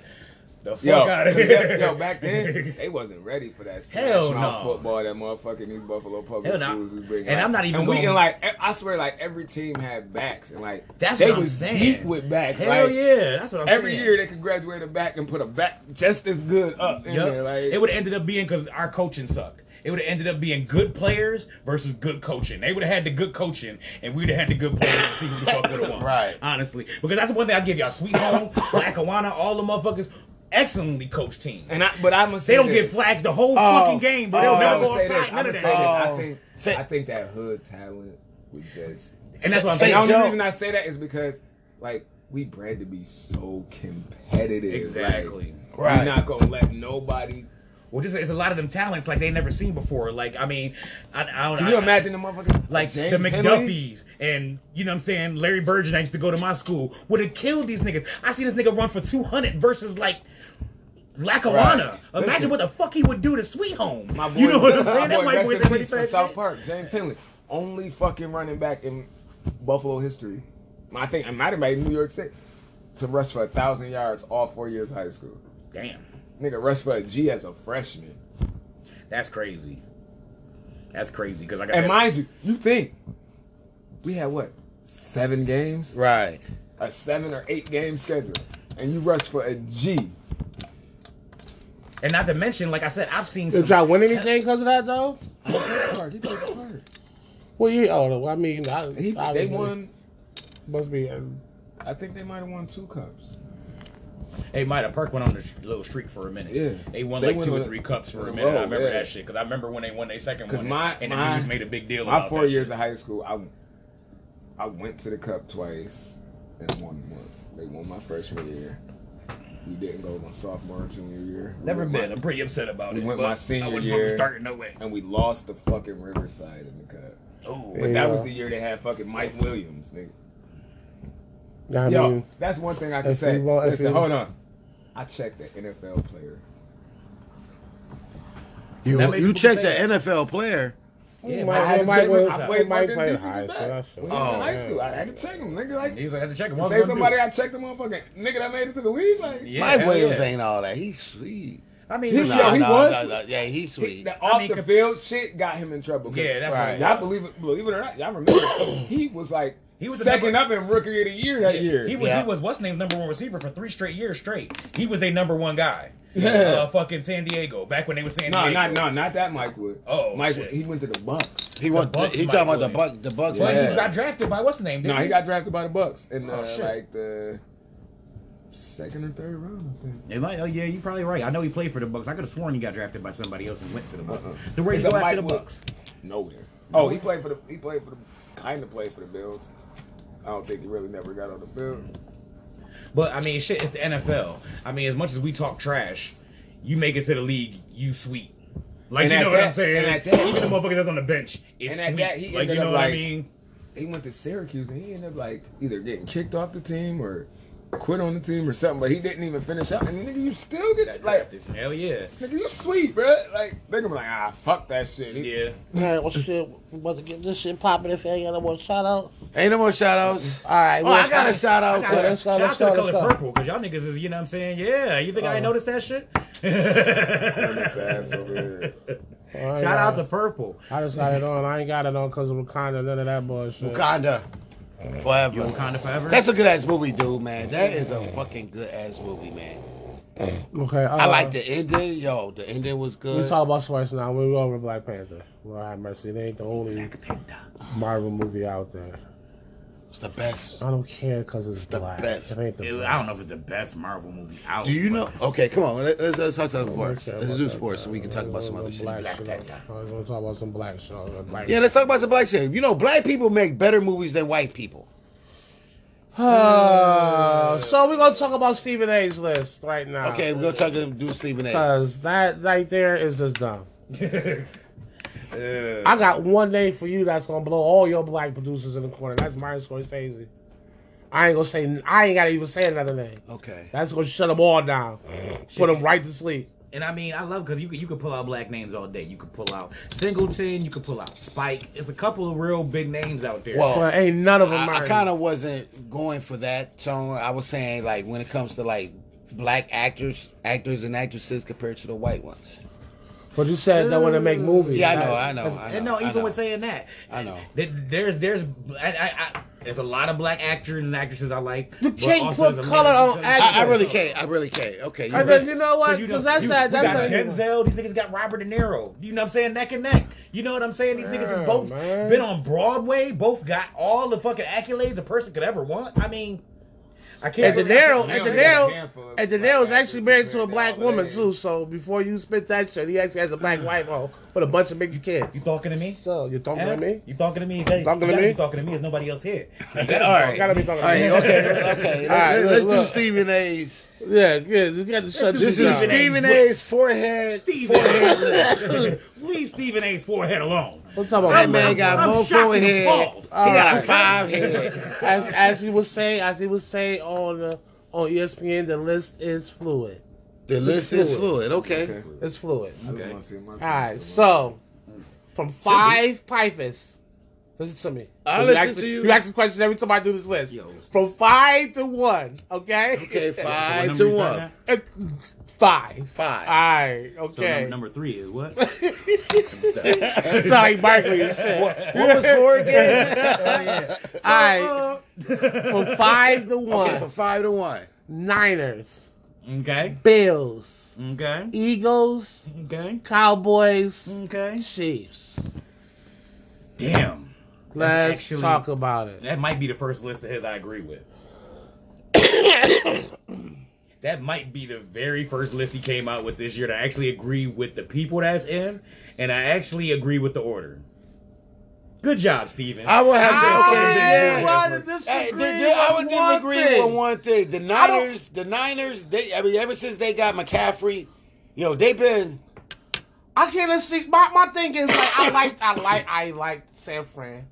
[SPEAKER 2] The fuck
[SPEAKER 3] Yo,
[SPEAKER 2] out of
[SPEAKER 3] yo,
[SPEAKER 2] here.
[SPEAKER 3] yo, back then they wasn't ready for that smash
[SPEAKER 2] Hell
[SPEAKER 3] mouth
[SPEAKER 2] no.
[SPEAKER 3] football that motherfucking these Buffalo public
[SPEAKER 2] Hell no.
[SPEAKER 3] schools was bringing.
[SPEAKER 2] And
[SPEAKER 3] Like,
[SPEAKER 2] I'm not even
[SPEAKER 3] And we
[SPEAKER 2] gonna-
[SPEAKER 3] and like e- I swear, like every team had backs, and like
[SPEAKER 2] That's
[SPEAKER 3] they
[SPEAKER 2] what I'm
[SPEAKER 3] was
[SPEAKER 2] saying.
[SPEAKER 3] deep with backs.
[SPEAKER 2] Hell
[SPEAKER 3] like,
[SPEAKER 2] yeah, that's what I'm
[SPEAKER 3] Every
[SPEAKER 2] saying.
[SPEAKER 3] year they could graduate a back and put a back just as good up in
[SPEAKER 2] Yup.
[SPEAKER 3] there. Like
[SPEAKER 2] it would have ended up being because our coaching sucked. It would have ended up being good players versus good coaching. They would have had the good coaching, and we'd have had the good players to see who the fuck would have won.
[SPEAKER 4] Right.
[SPEAKER 2] Honestly, because that's the one thing I give y'all: Sweet Home, Lackawanna, all the motherfuckers, excellently coached team.
[SPEAKER 3] and I, but I must.
[SPEAKER 2] They
[SPEAKER 3] say
[SPEAKER 2] don't
[SPEAKER 3] this.
[SPEAKER 2] get flags the whole
[SPEAKER 4] Oh.
[SPEAKER 2] fucking game, but they'll
[SPEAKER 4] Oh,
[SPEAKER 2] never
[SPEAKER 3] I'ma
[SPEAKER 2] go
[SPEAKER 3] say this,
[SPEAKER 2] outside. None of
[SPEAKER 3] I'ma
[SPEAKER 2] that.
[SPEAKER 3] say this.
[SPEAKER 2] shit.
[SPEAKER 4] Oh.
[SPEAKER 3] I think
[SPEAKER 4] Say-
[SPEAKER 3] I think that hood talent would just.
[SPEAKER 2] And that's what I'm
[SPEAKER 4] Oh. Say-
[SPEAKER 3] And
[SPEAKER 2] saying.
[SPEAKER 3] the only
[SPEAKER 4] Jones.
[SPEAKER 3] reason I say that is because like we bred to be so competitive. like,
[SPEAKER 2] Exactly.
[SPEAKER 4] Right.
[SPEAKER 3] We're not gonna let nobody.
[SPEAKER 2] Well, just it's a lot of them talents like they never seen before. Like I mean, I, I don't.
[SPEAKER 3] Can you
[SPEAKER 2] I-
[SPEAKER 3] imagine the motherfucker
[SPEAKER 2] like
[SPEAKER 3] James
[SPEAKER 2] the
[SPEAKER 3] Henley?
[SPEAKER 2] McDuffies and you know what I'm saying Larry Bird I used to go to my school would have killed these niggas. I see this nigga run for 200 versus like Lackawanna.
[SPEAKER 3] Right. Listen.
[SPEAKER 2] Imagine what the fuck he would do to Sweet Home.
[SPEAKER 3] My boy,
[SPEAKER 2] you know what I'm
[SPEAKER 3] my
[SPEAKER 2] saying? That
[SPEAKER 3] boy,
[SPEAKER 2] white
[SPEAKER 3] rest
[SPEAKER 2] boy's
[SPEAKER 3] in
[SPEAKER 2] ain't ready
[SPEAKER 3] peace
[SPEAKER 2] for
[SPEAKER 3] from
[SPEAKER 2] that
[SPEAKER 3] South
[SPEAKER 2] shit.
[SPEAKER 3] Park, James Henley, only fucking running back in Buffalo history. I think I might have made New York State to rush for a thousand yards all four years of high school.
[SPEAKER 2] Damn,
[SPEAKER 3] Nigga rushed for a G as a freshman.
[SPEAKER 2] that's crazy. That's crazy because like I
[SPEAKER 3] And
[SPEAKER 2] said,
[SPEAKER 3] mind you, you think we had what seven games?
[SPEAKER 4] Right.
[SPEAKER 3] a seven or eight game schedule and you rush for a G.
[SPEAKER 2] and not to mention like I said, I've seen
[SPEAKER 1] Did
[SPEAKER 2] some.
[SPEAKER 1] y'all win anything because of that though?
[SPEAKER 3] he played for Clark.
[SPEAKER 1] Well, you oh, no, I mean, I,
[SPEAKER 3] He- they
[SPEAKER 1] obviously,
[SPEAKER 3] won.
[SPEAKER 1] Must be. uh,
[SPEAKER 3] I think they might have won two cups.
[SPEAKER 2] Hey, Mida Park went on a sh- little streak for a minute.
[SPEAKER 3] Yeah.
[SPEAKER 2] They won
[SPEAKER 3] They
[SPEAKER 2] like
[SPEAKER 3] went
[SPEAKER 2] two
[SPEAKER 3] on
[SPEAKER 2] or
[SPEAKER 3] a-
[SPEAKER 2] three cups for
[SPEAKER 3] in
[SPEAKER 2] a
[SPEAKER 3] a
[SPEAKER 2] minute.
[SPEAKER 3] row,
[SPEAKER 2] I remember
[SPEAKER 3] yeah.
[SPEAKER 2] that shit because I remember when they won their second
[SPEAKER 3] 'Cause
[SPEAKER 2] one
[SPEAKER 3] my-
[SPEAKER 2] and the
[SPEAKER 3] my-
[SPEAKER 2] news made a big deal about
[SPEAKER 3] My four
[SPEAKER 2] that shit.
[SPEAKER 3] years of high school, I I went to the cup twice and won one. They won my freshman year. We didn't go my sophomore and junior year. We
[SPEAKER 2] Never
[SPEAKER 3] went
[SPEAKER 2] been.
[SPEAKER 3] my-
[SPEAKER 2] I'm pretty upset about
[SPEAKER 3] we
[SPEAKER 2] it.
[SPEAKER 3] went
[SPEAKER 2] but
[SPEAKER 3] my senior
[SPEAKER 2] I wouldn't
[SPEAKER 3] year.
[SPEAKER 2] fucking start it no way.
[SPEAKER 3] and we lost the fucking Riverside in the cup.
[SPEAKER 2] Oh,
[SPEAKER 1] Yeah.
[SPEAKER 3] But that was the year they had fucking Mike Williams, nigga.
[SPEAKER 1] I
[SPEAKER 3] Yo,
[SPEAKER 1] mean,
[SPEAKER 3] that's one thing I can
[SPEAKER 1] if
[SPEAKER 3] say.
[SPEAKER 1] you want- if
[SPEAKER 3] Listen,
[SPEAKER 1] you-
[SPEAKER 3] hold on. I checked the NFL player.
[SPEAKER 4] You
[SPEAKER 2] That made
[SPEAKER 4] you
[SPEAKER 2] people
[SPEAKER 4] checked the
[SPEAKER 2] say-
[SPEAKER 4] NFL player.
[SPEAKER 2] Yeah,
[SPEAKER 1] Mike-
[SPEAKER 2] Mike-
[SPEAKER 3] I had to
[SPEAKER 1] Mike
[SPEAKER 3] check
[SPEAKER 1] Williams-
[SPEAKER 3] him. I
[SPEAKER 1] Mike
[SPEAKER 3] played Mike
[SPEAKER 1] played
[SPEAKER 3] Williams
[SPEAKER 1] high,
[SPEAKER 3] in
[SPEAKER 1] so
[SPEAKER 3] back.
[SPEAKER 1] that's-
[SPEAKER 3] When he was in
[SPEAKER 4] Oh,
[SPEAKER 3] high
[SPEAKER 1] yeah.
[SPEAKER 3] school. I had to check him, nigga. Like,
[SPEAKER 2] He's like, I had to check him.
[SPEAKER 3] say somebody I checked the motherfucker. Nigga that made it to the league. Like,
[SPEAKER 2] Yeah,
[SPEAKER 4] Mike
[SPEAKER 2] hell
[SPEAKER 4] Williams
[SPEAKER 2] yeah.
[SPEAKER 4] ain't all that. He's sweet.
[SPEAKER 2] I mean,
[SPEAKER 3] He
[SPEAKER 2] nah,
[SPEAKER 3] yo, he
[SPEAKER 2] nah.
[SPEAKER 3] was-
[SPEAKER 4] yeah, he's
[SPEAKER 3] he,
[SPEAKER 4] sweet.
[SPEAKER 3] the
[SPEAKER 2] I
[SPEAKER 3] off
[SPEAKER 2] mean,
[SPEAKER 3] the
[SPEAKER 2] com-
[SPEAKER 3] field shit got him in trouble. 'cause
[SPEAKER 2] Yeah, that's
[SPEAKER 4] Right.
[SPEAKER 2] what
[SPEAKER 3] Y'all believe it, believe it or not, y'all remember he was like
[SPEAKER 2] He was the
[SPEAKER 3] second up
[SPEAKER 2] number-
[SPEAKER 3] in rookie of the year that year.
[SPEAKER 2] He was
[SPEAKER 4] Yeah.
[SPEAKER 2] he was what's his name number one receiver for three straight years straight. He was their number one guy.
[SPEAKER 3] Yeah.
[SPEAKER 2] Uh, fucking San Diego back when they were San
[SPEAKER 3] no,
[SPEAKER 2] Diego.
[SPEAKER 3] not no, not that Mike Wood.
[SPEAKER 2] Oh,
[SPEAKER 3] Mike
[SPEAKER 2] shit.
[SPEAKER 3] Wood, he went to the Bucks.
[SPEAKER 4] he went.
[SPEAKER 2] Bucks
[SPEAKER 4] he
[SPEAKER 2] Mike
[SPEAKER 4] talking about the
[SPEAKER 2] Williams.
[SPEAKER 4] buck. The Bucks.
[SPEAKER 2] But
[SPEAKER 4] Mike
[SPEAKER 2] he
[SPEAKER 3] Yeah.
[SPEAKER 2] got
[SPEAKER 4] Williams.
[SPEAKER 2] drafted by what's his name?
[SPEAKER 3] No,
[SPEAKER 2] didn't
[SPEAKER 3] he got drafted by uh, the Bucks in
[SPEAKER 2] Oh,
[SPEAKER 3] uh,
[SPEAKER 2] shit.
[SPEAKER 3] like the second or third round, I think.
[SPEAKER 2] They might. Oh yeah, you're probably right. I know he played for the Bucks. I could have sworn he got drafted by somebody else and went to the
[SPEAKER 3] Uh-huh.
[SPEAKER 2] Bucks. So where did he
[SPEAKER 3] Is
[SPEAKER 2] go
[SPEAKER 3] it
[SPEAKER 2] after the
[SPEAKER 3] Mike
[SPEAKER 2] Bucks?
[SPEAKER 3] Nowhere. Oh, he played for the he played for the kind of played for the Bills. I don't think he really never got on the field.
[SPEAKER 2] But I mean, shit, it's the NFL. I mean, as much as we talk trash, you make it to the league, you sweet. Like
[SPEAKER 3] And
[SPEAKER 2] you
[SPEAKER 3] at
[SPEAKER 2] know what I'm
[SPEAKER 3] that- and
[SPEAKER 2] saying?
[SPEAKER 3] at that-
[SPEAKER 2] Even the motherfucker that's on the bench is
[SPEAKER 3] And at
[SPEAKER 2] sweet.
[SPEAKER 3] that, he
[SPEAKER 2] like you
[SPEAKER 3] ended
[SPEAKER 2] know
[SPEAKER 3] up
[SPEAKER 2] what I
[SPEAKER 3] like-
[SPEAKER 2] mean?
[SPEAKER 3] He went to Syracuse and he ended up like either getting kicked off the team or quit on the team or something. But he didn't even finish up. And nigga, you still get like
[SPEAKER 2] Hell yeah.
[SPEAKER 3] nigga, you sweet, bruh. Like they gonna be like ah fuck that shit. He-
[SPEAKER 2] Yeah.
[SPEAKER 1] All right, well, shit, we about to get this shit popping. If you ain't got no more shout outs,
[SPEAKER 4] Ain't no more shout outs.
[SPEAKER 1] all right.
[SPEAKER 4] Oh,
[SPEAKER 1] well,
[SPEAKER 4] I got a shout out
[SPEAKER 1] I
[SPEAKER 4] to
[SPEAKER 1] got it. Let's go,
[SPEAKER 2] Shout out
[SPEAKER 1] let's
[SPEAKER 2] to the
[SPEAKER 1] go, let's
[SPEAKER 2] color
[SPEAKER 1] go.
[SPEAKER 2] purple, cause y'all niggas is, you know what I'm saying? Yeah. You think I ain't
[SPEAKER 1] Oh.
[SPEAKER 2] noticed that shit?
[SPEAKER 3] His ass over here.
[SPEAKER 1] All right,
[SPEAKER 2] Shout out
[SPEAKER 1] y'all.
[SPEAKER 2] to purple.
[SPEAKER 1] I just got it on. I ain't got it on because of Wakanda, none of that bullshit.
[SPEAKER 4] Wakanda.
[SPEAKER 2] You
[SPEAKER 4] Forever.
[SPEAKER 2] Wakanda forever.
[SPEAKER 4] That's a good ass movie, dude, man. That is a fucking good ass movie, man.
[SPEAKER 1] Okay, uh,
[SPEAKER 4] I like the ending. Yo, the ending was
[SPEAKER 1] We
[SPEAKER 4] good.
[SPEAKER 1] talk about sports now. We're over Black Panther. Lord have mercy. They ain't the only Marvel movie out there.
[SPEAKER 4] It's the best.
[SPEAKER 1] I don't care because it's,
[SPEAKER 4] the
[SPEAKER 1] black.
[SPEAKER 4] best.
[SPEAKER 1] It ain't the
[SPEAKER 2] It-
[SPEAKER 1] best.
[SPEAKER 2] I don't know if it's the best Marvel movie out.
[SPEAKER 4] Do you
[SPEAKER 2] but-
[SPEAKER 4] know? Okay, come on. let- Let's, let's talk about sports.
[SPEAKER 1] Okay,
[SPEAKER 4] Let's
[SPEAKER 1] about
[SPEAKER 4] do
[SPEAKER 1] that.
[SPEAKER 4] sports so we can talk about some other shit.
[SPEAKER 1] Black
[SPEAKER 2] Black
[SPEAKER 1] shit.
[SPEAKER 2] Panther.
[SPEAKER 1] I was gonna talk about some black shit. Black
[SPEAKER 4] Yeah, let's talk about some black shit. You know, black people make better movies than white people.
[SPEAKER 1] Uh, so we're gonna talk about Stephen A's list right now.
[SPEAKER 4] Okay, we're gonna talk to do Stephen A.
[SPEAKER 1] Because that right there is just dumb.
[SPEAKER 2] Uh,
[SPEAKER 1] I got one name for you that's gonna blow all your black producers in the corner. That's Martin Scorsese. I ain't gonna say. I ain't gotta even say another name.
[SPEAKER 4] Okay.
[SPEAKER 1] That's gonna shut them all down. Put them right to sleep.
[SPEAKER 2] And I mean, I love because you could you could pull out black names all day. You could pull out Singleton. You could pull out Spike. It's a couple of real big names out there.
[SPEAKER 4] Well,
[SPEAKER 1] But ain't none of them.
[SPEAKER 4] I,
[SPEAKER 1] Martin.
[SPEAKER 4] kind of wasn't going for that tone. I was saying like when it comes to like black actors, actors and actresses compared to the white ones.
[SPEAKER 1] But you said they want to make movies.
[SPEAKER 4] Yeah, I know,
[SPEAKER 1] That-
[SPEAKER 4] I know, I know.
[SPEAKER 2] and no,
[SPEAKER 4] I
[SPEAKER 2] even
[SPEAKER 4] know.
[SPEAKER 2] with saying that,
[SPEAKER 4] I know.
[SPEAKER 2] th- there's there's I, I, I, there's a lot of black actors and actresses I like.
[SPEAKER 1] You
[SPEAKER 2] but
[SPEAKER 1] can't
[SPEAKER 2] also
[SPEAKER 1] put
[SPEAKER 2] there's a
[SPEAKER 1] color
[SPEAKER 2] lot of
[SPEAKER 1] on
[SPEAKER 2] people-
[SPEAKER 1] actors.
[SPEAKER 4] I, I really can't. I really can't. Okay.
[SPEAKER 1] I
[SPEAKER 4] You're
[SPEAKER 1] said,
[SPEAKER 4] right.
[SPEAKER 1] you know what?
[SPEAKER 2] 'Cause you know-
[SPEAKER 1] Because that's
[SPEAKER 2] you-
[SPEAKER 1] that.
[SPEAKER 2] you
[SPEAKER 1] That's
[SPEAKER 2] got
[SPEAKER 1] that.
[SPEAKER 2] Denzel. These niggas got Robert De Niro. You know what I'm saying? Neck and neck. You know what I'm saying? These niggas
[SPEAKER 1] Yeah,
[SPEAKER 2] has both
[SPEAKER 1] man.
[SPEAKER 2] been on Broadway. Both got all the fucking accolades a person could ever want. I mean, I
[SPEAKER 1] And
[SPEAKER 2] can't.
[SPEAKER 1] De
[SPEAKER 2] really- I
[SPEAKER 1] Niro, and
[SPEAKER 2] can't-
[SPEAKER 1] De
[SPEAKER 3] They got a
[SPEAKER 1] Niro,
[SPEAKER 3] handful of
[SPEAKER 1] and De
[SPEAKER 3] black
[SPEAKER 1] Niro's
[SPEAKER 3] actors
[SPEAKER 1] actually married to a
[SPEAKER 3] compared to
[SPEAKER 1] black
[SPEAKER 3] all
[SPEAKER 1] woman
[SPEAKER 3] that.
[SPEAKER 1] too. So before you spit that shit, he actually has a black wife home with a bunch of mixed kids.
[SPEAKER 2] You talking to me?
[SPEAKER 1] So you talking to
[SPEAKER 2] Huh?
[SPEAKER 1] me?
[SPEAKER 2] You talking to me? You gotta-
[SPEAKER 1] Talking to
[SPEAKER 2] you gotta
[SPEAKER 1] me?
[SPEAKER 2] be Talking to me? There's nobody else here. So you gotta be
[SPEAKER 4] All
[SPEAKER 2] talking
[SPEAKER 4] right.
[SPEAKER 1] Gotta be
[SPEAKER 4] All
[SPEAKER 1] talking to
[SPEAKER 4] right.
[SPEAKER 1] me.
[SPEAKER 4] Okay. Okay.
[SPEAKER 1] All right,
[SPEAKER 4] Let's, let's
[SPEAKER 1] look,
[SPEAKER 4] do Stephen A's.
[SPEAKER 1] Yeah, yeah. You got to shut
[SPEAKER 4] This
[SPEAKER 1] this
[SPEAKER 4] is
[SPEAKER 1] down.
[SPEAKER 4] Stephen A's forehead.
[SPEAKER 2] Stephen A. Leave Stephen A's forehead alone.
[SPEAKER 1] What's up,
[SPEAKER 4] That
[SPEAKER 1] about
[SPEAKER 4] man got
[SPEAKER 2] I'm
[SPEAKER 4] more
[SPEAKER 2] shocked
[SPEAKER 4] forehead. He
[SPEAKER 2] and appalled.
[SPEAKER 4] got a
[SPEAKER 1] Alright.
[SPEAKER 4] five head.
[SPEAKER 1] As as he was saying, as he was saying on uh, on ESPN, the list is fluid.
[SPEAKER 4] The list is fluid. Okay.
[SPEAKER 1] It's fluid.
[SPEAKER 3] I just wanna see my
[SPEAKER 1] All right, so from five pipers, listen to me.
[SPEAKER 4] I
[SPEAKER 1] You
[SPEAKER 4] listen
[SPEAKER 1] ask-
[SPEAKER 4] to you.
[SPEAKER 1] You ask this question every time I do this list. From five to one, okay?
[SPEAKER 4] Okay.
[SPEAKER 2] What
[SPEAKER 4] Five
[SPEAKER 2] number
[SPEAKER 4] to
[SPEAKER 2] you starting
[SPEAKER 4] one.
[SPEAKER 2] at?
[SPEAKER 1] Uh, five.
[SPEAKER 4] Five.
[SPEAKER 1] All right,
[SPEAKER 2] So num-
[SPEAKER 1] okay.
[SPEAKER 2] number three is what?
[SPEAKER 1] Sorry, Barkley and shit.
[SPEAKER 4] What was four again? Oh,
[SPEAKER 1] All right, from five to one,
[SPEAKER 4] Okay, from five to one.
[SPEAKER 1] Niners,
[SPEAKER 2] okay.
[SPEAKER 1] Bills,
[SPEAKER 2] Okay.
[SPEAKER 1] Eagles,
[SPEAKER 2] Okay.
[SPEAKER 1] Cowboys,
[SPEAKER 2] Okay.
[SPEAKER 1] Chiefs.
[SPEAKER 2] Damn.
[SPEAKER 1] Let's
[SPEAKER 2] actually-
[SPEAKER 1] talk about it.
[SPEAKER 2] That might be the first list of his I agree with. that might be the very first list he came out with this year that I actually agree with the people that's in, and I actually agree with the order. Good job, Steven.
[SPEAKER 4] I will have to. Okay,
[SPEAKER 1] I
[SPEAKER 4] yeah.
[SPEAKER 1] wanna
[SPEAKER 4] Hey,
[SPEAKER 1] disagree
[SPEAKER 4] there- there- I
[SPEAKER 1] with
[SPEAKER 4] would
[SPEAKER 1] one
[SPEAKER 4] disagree
[SPEAKER 1] thing.
[SPEAKER 4] with one thing. The
[SPEAKER 1] don't-
[SPEAKER 4] Niners, the Niners, they I mean ever since they got McCaffrey, yo, they've been
[SPEAKER 1] I can't see. My, my thing is like I like I like I like San Fran.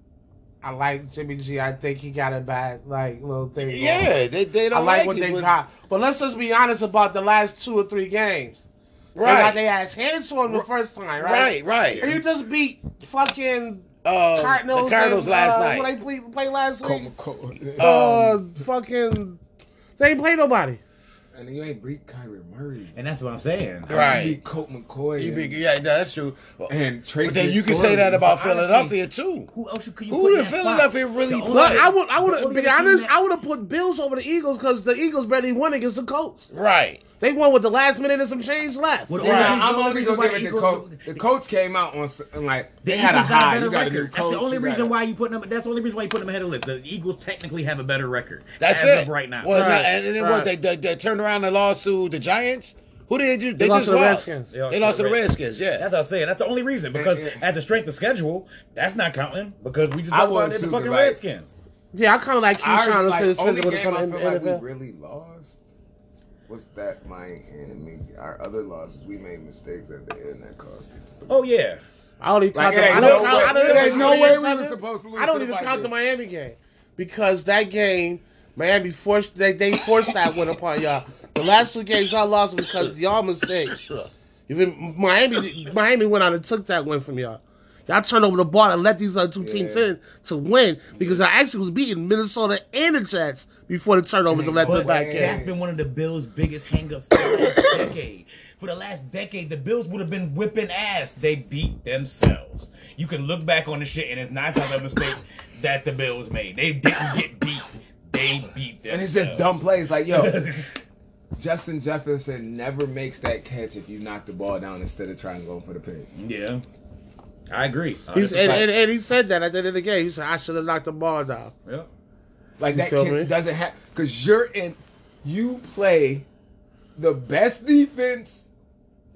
[SPEAKER 1] I like Jimmy G. I think he got it back. Like little thing. going.
[SPEAKER 4] Yeah, they they
[SPEAKER 1] I
[SPEAKER 4] don't
[SPEAKER 1] like
[SPEAKER 4] like,
[SPEAKER 1] what
[SPEAKER 4] it
[SPEAKER 1] they
[SPEAKER 4] when-
[SPEAKER 1] got. But let's just be honest about the last two or three games. They got
[SPEAKER 4] Right.
[SPEAKER 1] their ass handed to them the first time, right?
[SPEAKER 4] right, right.
[SPEAKER 1] And you just beat fucking
[SPEAKER 4] Uh,
[SPEAKER 1] Cardinals.
[SPEAKER 4] the Cardinals
[SPEAKER 1] and,
[SPEAKER 4] last
[SPEAKER 1] uh,
[SPEAKER 4] night.
[SPEAKER 1] What they played play last week?
[SPEAKER 3] Coca-Cola.
[SPEAKER 1] Uh, fucking. They ain't play nobody.
[SPEAKER 3] And you ain't beat Kyrie Murray.
[SPEAKER 2] and that's what I'm saying.
[SPEAKER 3] You
[SPEAKER 4] right.
[SPEAKER 3] beat Colt McCoy.
[SPEAKER 4] You
[SPEAKER 3] and-
[SPEAKER 4] be, yeah, no, that's true. But
[SPEAKER 3] and Tracy.
[SPEAKER 4] then you can say that about
[SPEAKER 2] But honestly,
[SPEAKER 4] Philadelphia too.
[SPEAKER 2] Who else you- could you
[SPEAKER 4] Who
[SPEAKER 2] put in
[SPEAKER 4] the
[SPEAKER 2] that spot?
[SPEAKER 4] Philadelphia really
[SPEAKER 2] The only-
[SPEAKER 1] Look,
[SPEAKER 4] Right.
[SPEAKER 1] I would, I would
[SPEAKER 2] The
[SPEAKER 1] be
[SPEAKER 2] only team
[SPEAKER 1] honest.
[SPEAKER 2] that-
[SPEAKER 1] I would have put Bills over the Eagles because the Eagles barely won against the Colts.
[SPEAKER 4] Right.
[SPEAKER 1] They won with the last minute and some change left.
[SPEAKER 2] What-
[SPEAKER 1] Right.
[SPEAKER 3] Right.
[SPEAKER 2] Right.
[SPEAKER 3] I'm
[SPEAKER 2] The only
[SPEAKER 3] only
[SPEAKER 2] reason
[SPEAKER 3] reason
[SPEAKER 2] why
[SPEAKER 3] give it
[SPEAKER 2] the
[SPEAKER 3] the
[SPEAKER 2] Eagles-
[SPEAKER 3] Colts. The Colts came out on s- and like
[SPEAKER 2] The
[SPEAKER 3] they had a
[SPEAKER 2] Eagles got
[SPEAKER 3] high.
[SPEAKER 2] better
[SPEAKER 3] you got a new
[SPEAKER 2] record. That's the
[SPEAKER 3] Colts,
[SPEAKER 2] only
[SPEAKER 3] you
[SPEAKER 2] reason
[SPEAKER 3] got a-
[SPEAKER 2] why you put them. That's the only reason why you put them ahead of the list. The Eagles technically have a better record. as
[SPEAKER 4] That's it.
[SPEAKER 2] of right now.
[SPEAKER 4] Well,
[SPEAKER 1] Right,
[SPEAKER 4] now- and then what?
[SPEAKER 1] right.
[SPEAKER 4] They, they, they turned around and lost to the Giants. Who did they do? They,
[SPEAKER 1] lost
[SPEAKER 4] just
[SPEAKER 1] to the
[SPEAKER 4] lost.
[SPEAKER 1] Redskins.
[SPEAKER 4] They lost, to the Redskins. Yeah.
[SPEAKER 2] That's what I'm saying. That's the only reason because
[SPEAKER 3] Yeah.
[SPEAKER 2] at the strength of schedule, that's not counting because we just
[SPEAKER 3] I
[SPEAKER 2] talked about
[SPEAKER 3] would
[SPEAKER 2] it, the
[SPEAKER 3] too,
[SPEAKER 2] fucking
[SPEAKER 3] like-
[SPEAKER 2] Redskins.
[SPEAKER 1] Yeah, I kind of like
[SPEAKER 3] Ours
[SPEAKER 1] Keyshawn
[SPEAKER 3] was,
[SPEAKER 1] like, his
[SPEAKER 3] like, only
[SPEAKER 1] physical to
[SPEAKER 3] game
[SPEAKER 1] come
[SPEAKER 3] I
[SPEAKER 1] in
[SPEAKER 3] feel
[SPEAKER 1] the
[SPEAKER 3] like we
[SPEAKER 1] NFL.
[SPEAKER 3] really lost. Was that my enemy? Our other losses, we made mistakes at the end that cost us.
[SPEAKER 2] Oh yeah,
[SPEAKER 1] I don't even count.
[SPEAKER 3] Like,
[SPEAKER 1] the-
[SPEAKER 3] it ain't
[SPEAKER 1] I don't
[SPEAKER 3] no
[SPEAKER 1] count-
[SPEAKER 3] way-
[SPEAKER 1] I don't
[SPEAKER 3] it
[SPEAKER 1] even-
[SPEAKER 3] ain't no
[SPEAKER 1] I don't
[SPEAKER 3] way
[SPEAKER 1] even
[SPEAKER 3] we
[SPEAKER 1] count
[SPEAKER 3] was
[SPEAKER 1] the-
[SPEAKER 3] supposed to lose
[SPEAKER 1] I don't
[SPEAKER 3] to the
[SPEAKER 1] even count the
[SPEAKER 3] Vikings.
[SPEAKER 1] Miami game because that game, Miami forced they they forced that win upon y'all. The last two games y'all lost because of y'all mistakes. Even Miami, Miami went out and took that win from y'all. Y'all turned over the ball and let these other two teams
[SPEAKER 3] Yeah.
[SPEAKER 1] in to win because y'all actually was beating Minnesota and the Jets before the turnovers and let them
[SPEAKER 2] but
[SPEAKER 1] back
[SPEAKER 2] that's
[SPEAKER 1] in.
[SPEAKER 2] been one of the Bills' biggest hangups for the last decade. For the last decade, the Bills would have been whipping ass. They beat themselves. You can look back on the shit, and it's nine times a mistake that the Bills made. They didn't get beat. They beat them.
[SPEAKER 3] And it's just dumb plays. Like, yo, Justin Jefferson never makes that catch if you knock the ball down instead of trying to go for the pick.
[SPEAKER 2] Yeah, I agree. Uh,
[SPEAKER 1] He's,
[SPEAKER 2] that's a
[SPEAKER 1] and,
[SPEAKER 2] fact.
[SPEAKER 1] and, and he said that at the end of the game. He said, "I should have knocked the ball down."
[SPEAKER 2] Yep.
[SPEAKER 3] Like, that
[SPEAKER 1] feel
[SPEAKER 3] catch
[SPEAKER 1] me?
[SPEAKER 3] doesn't happen. Because you're in, you play the best defense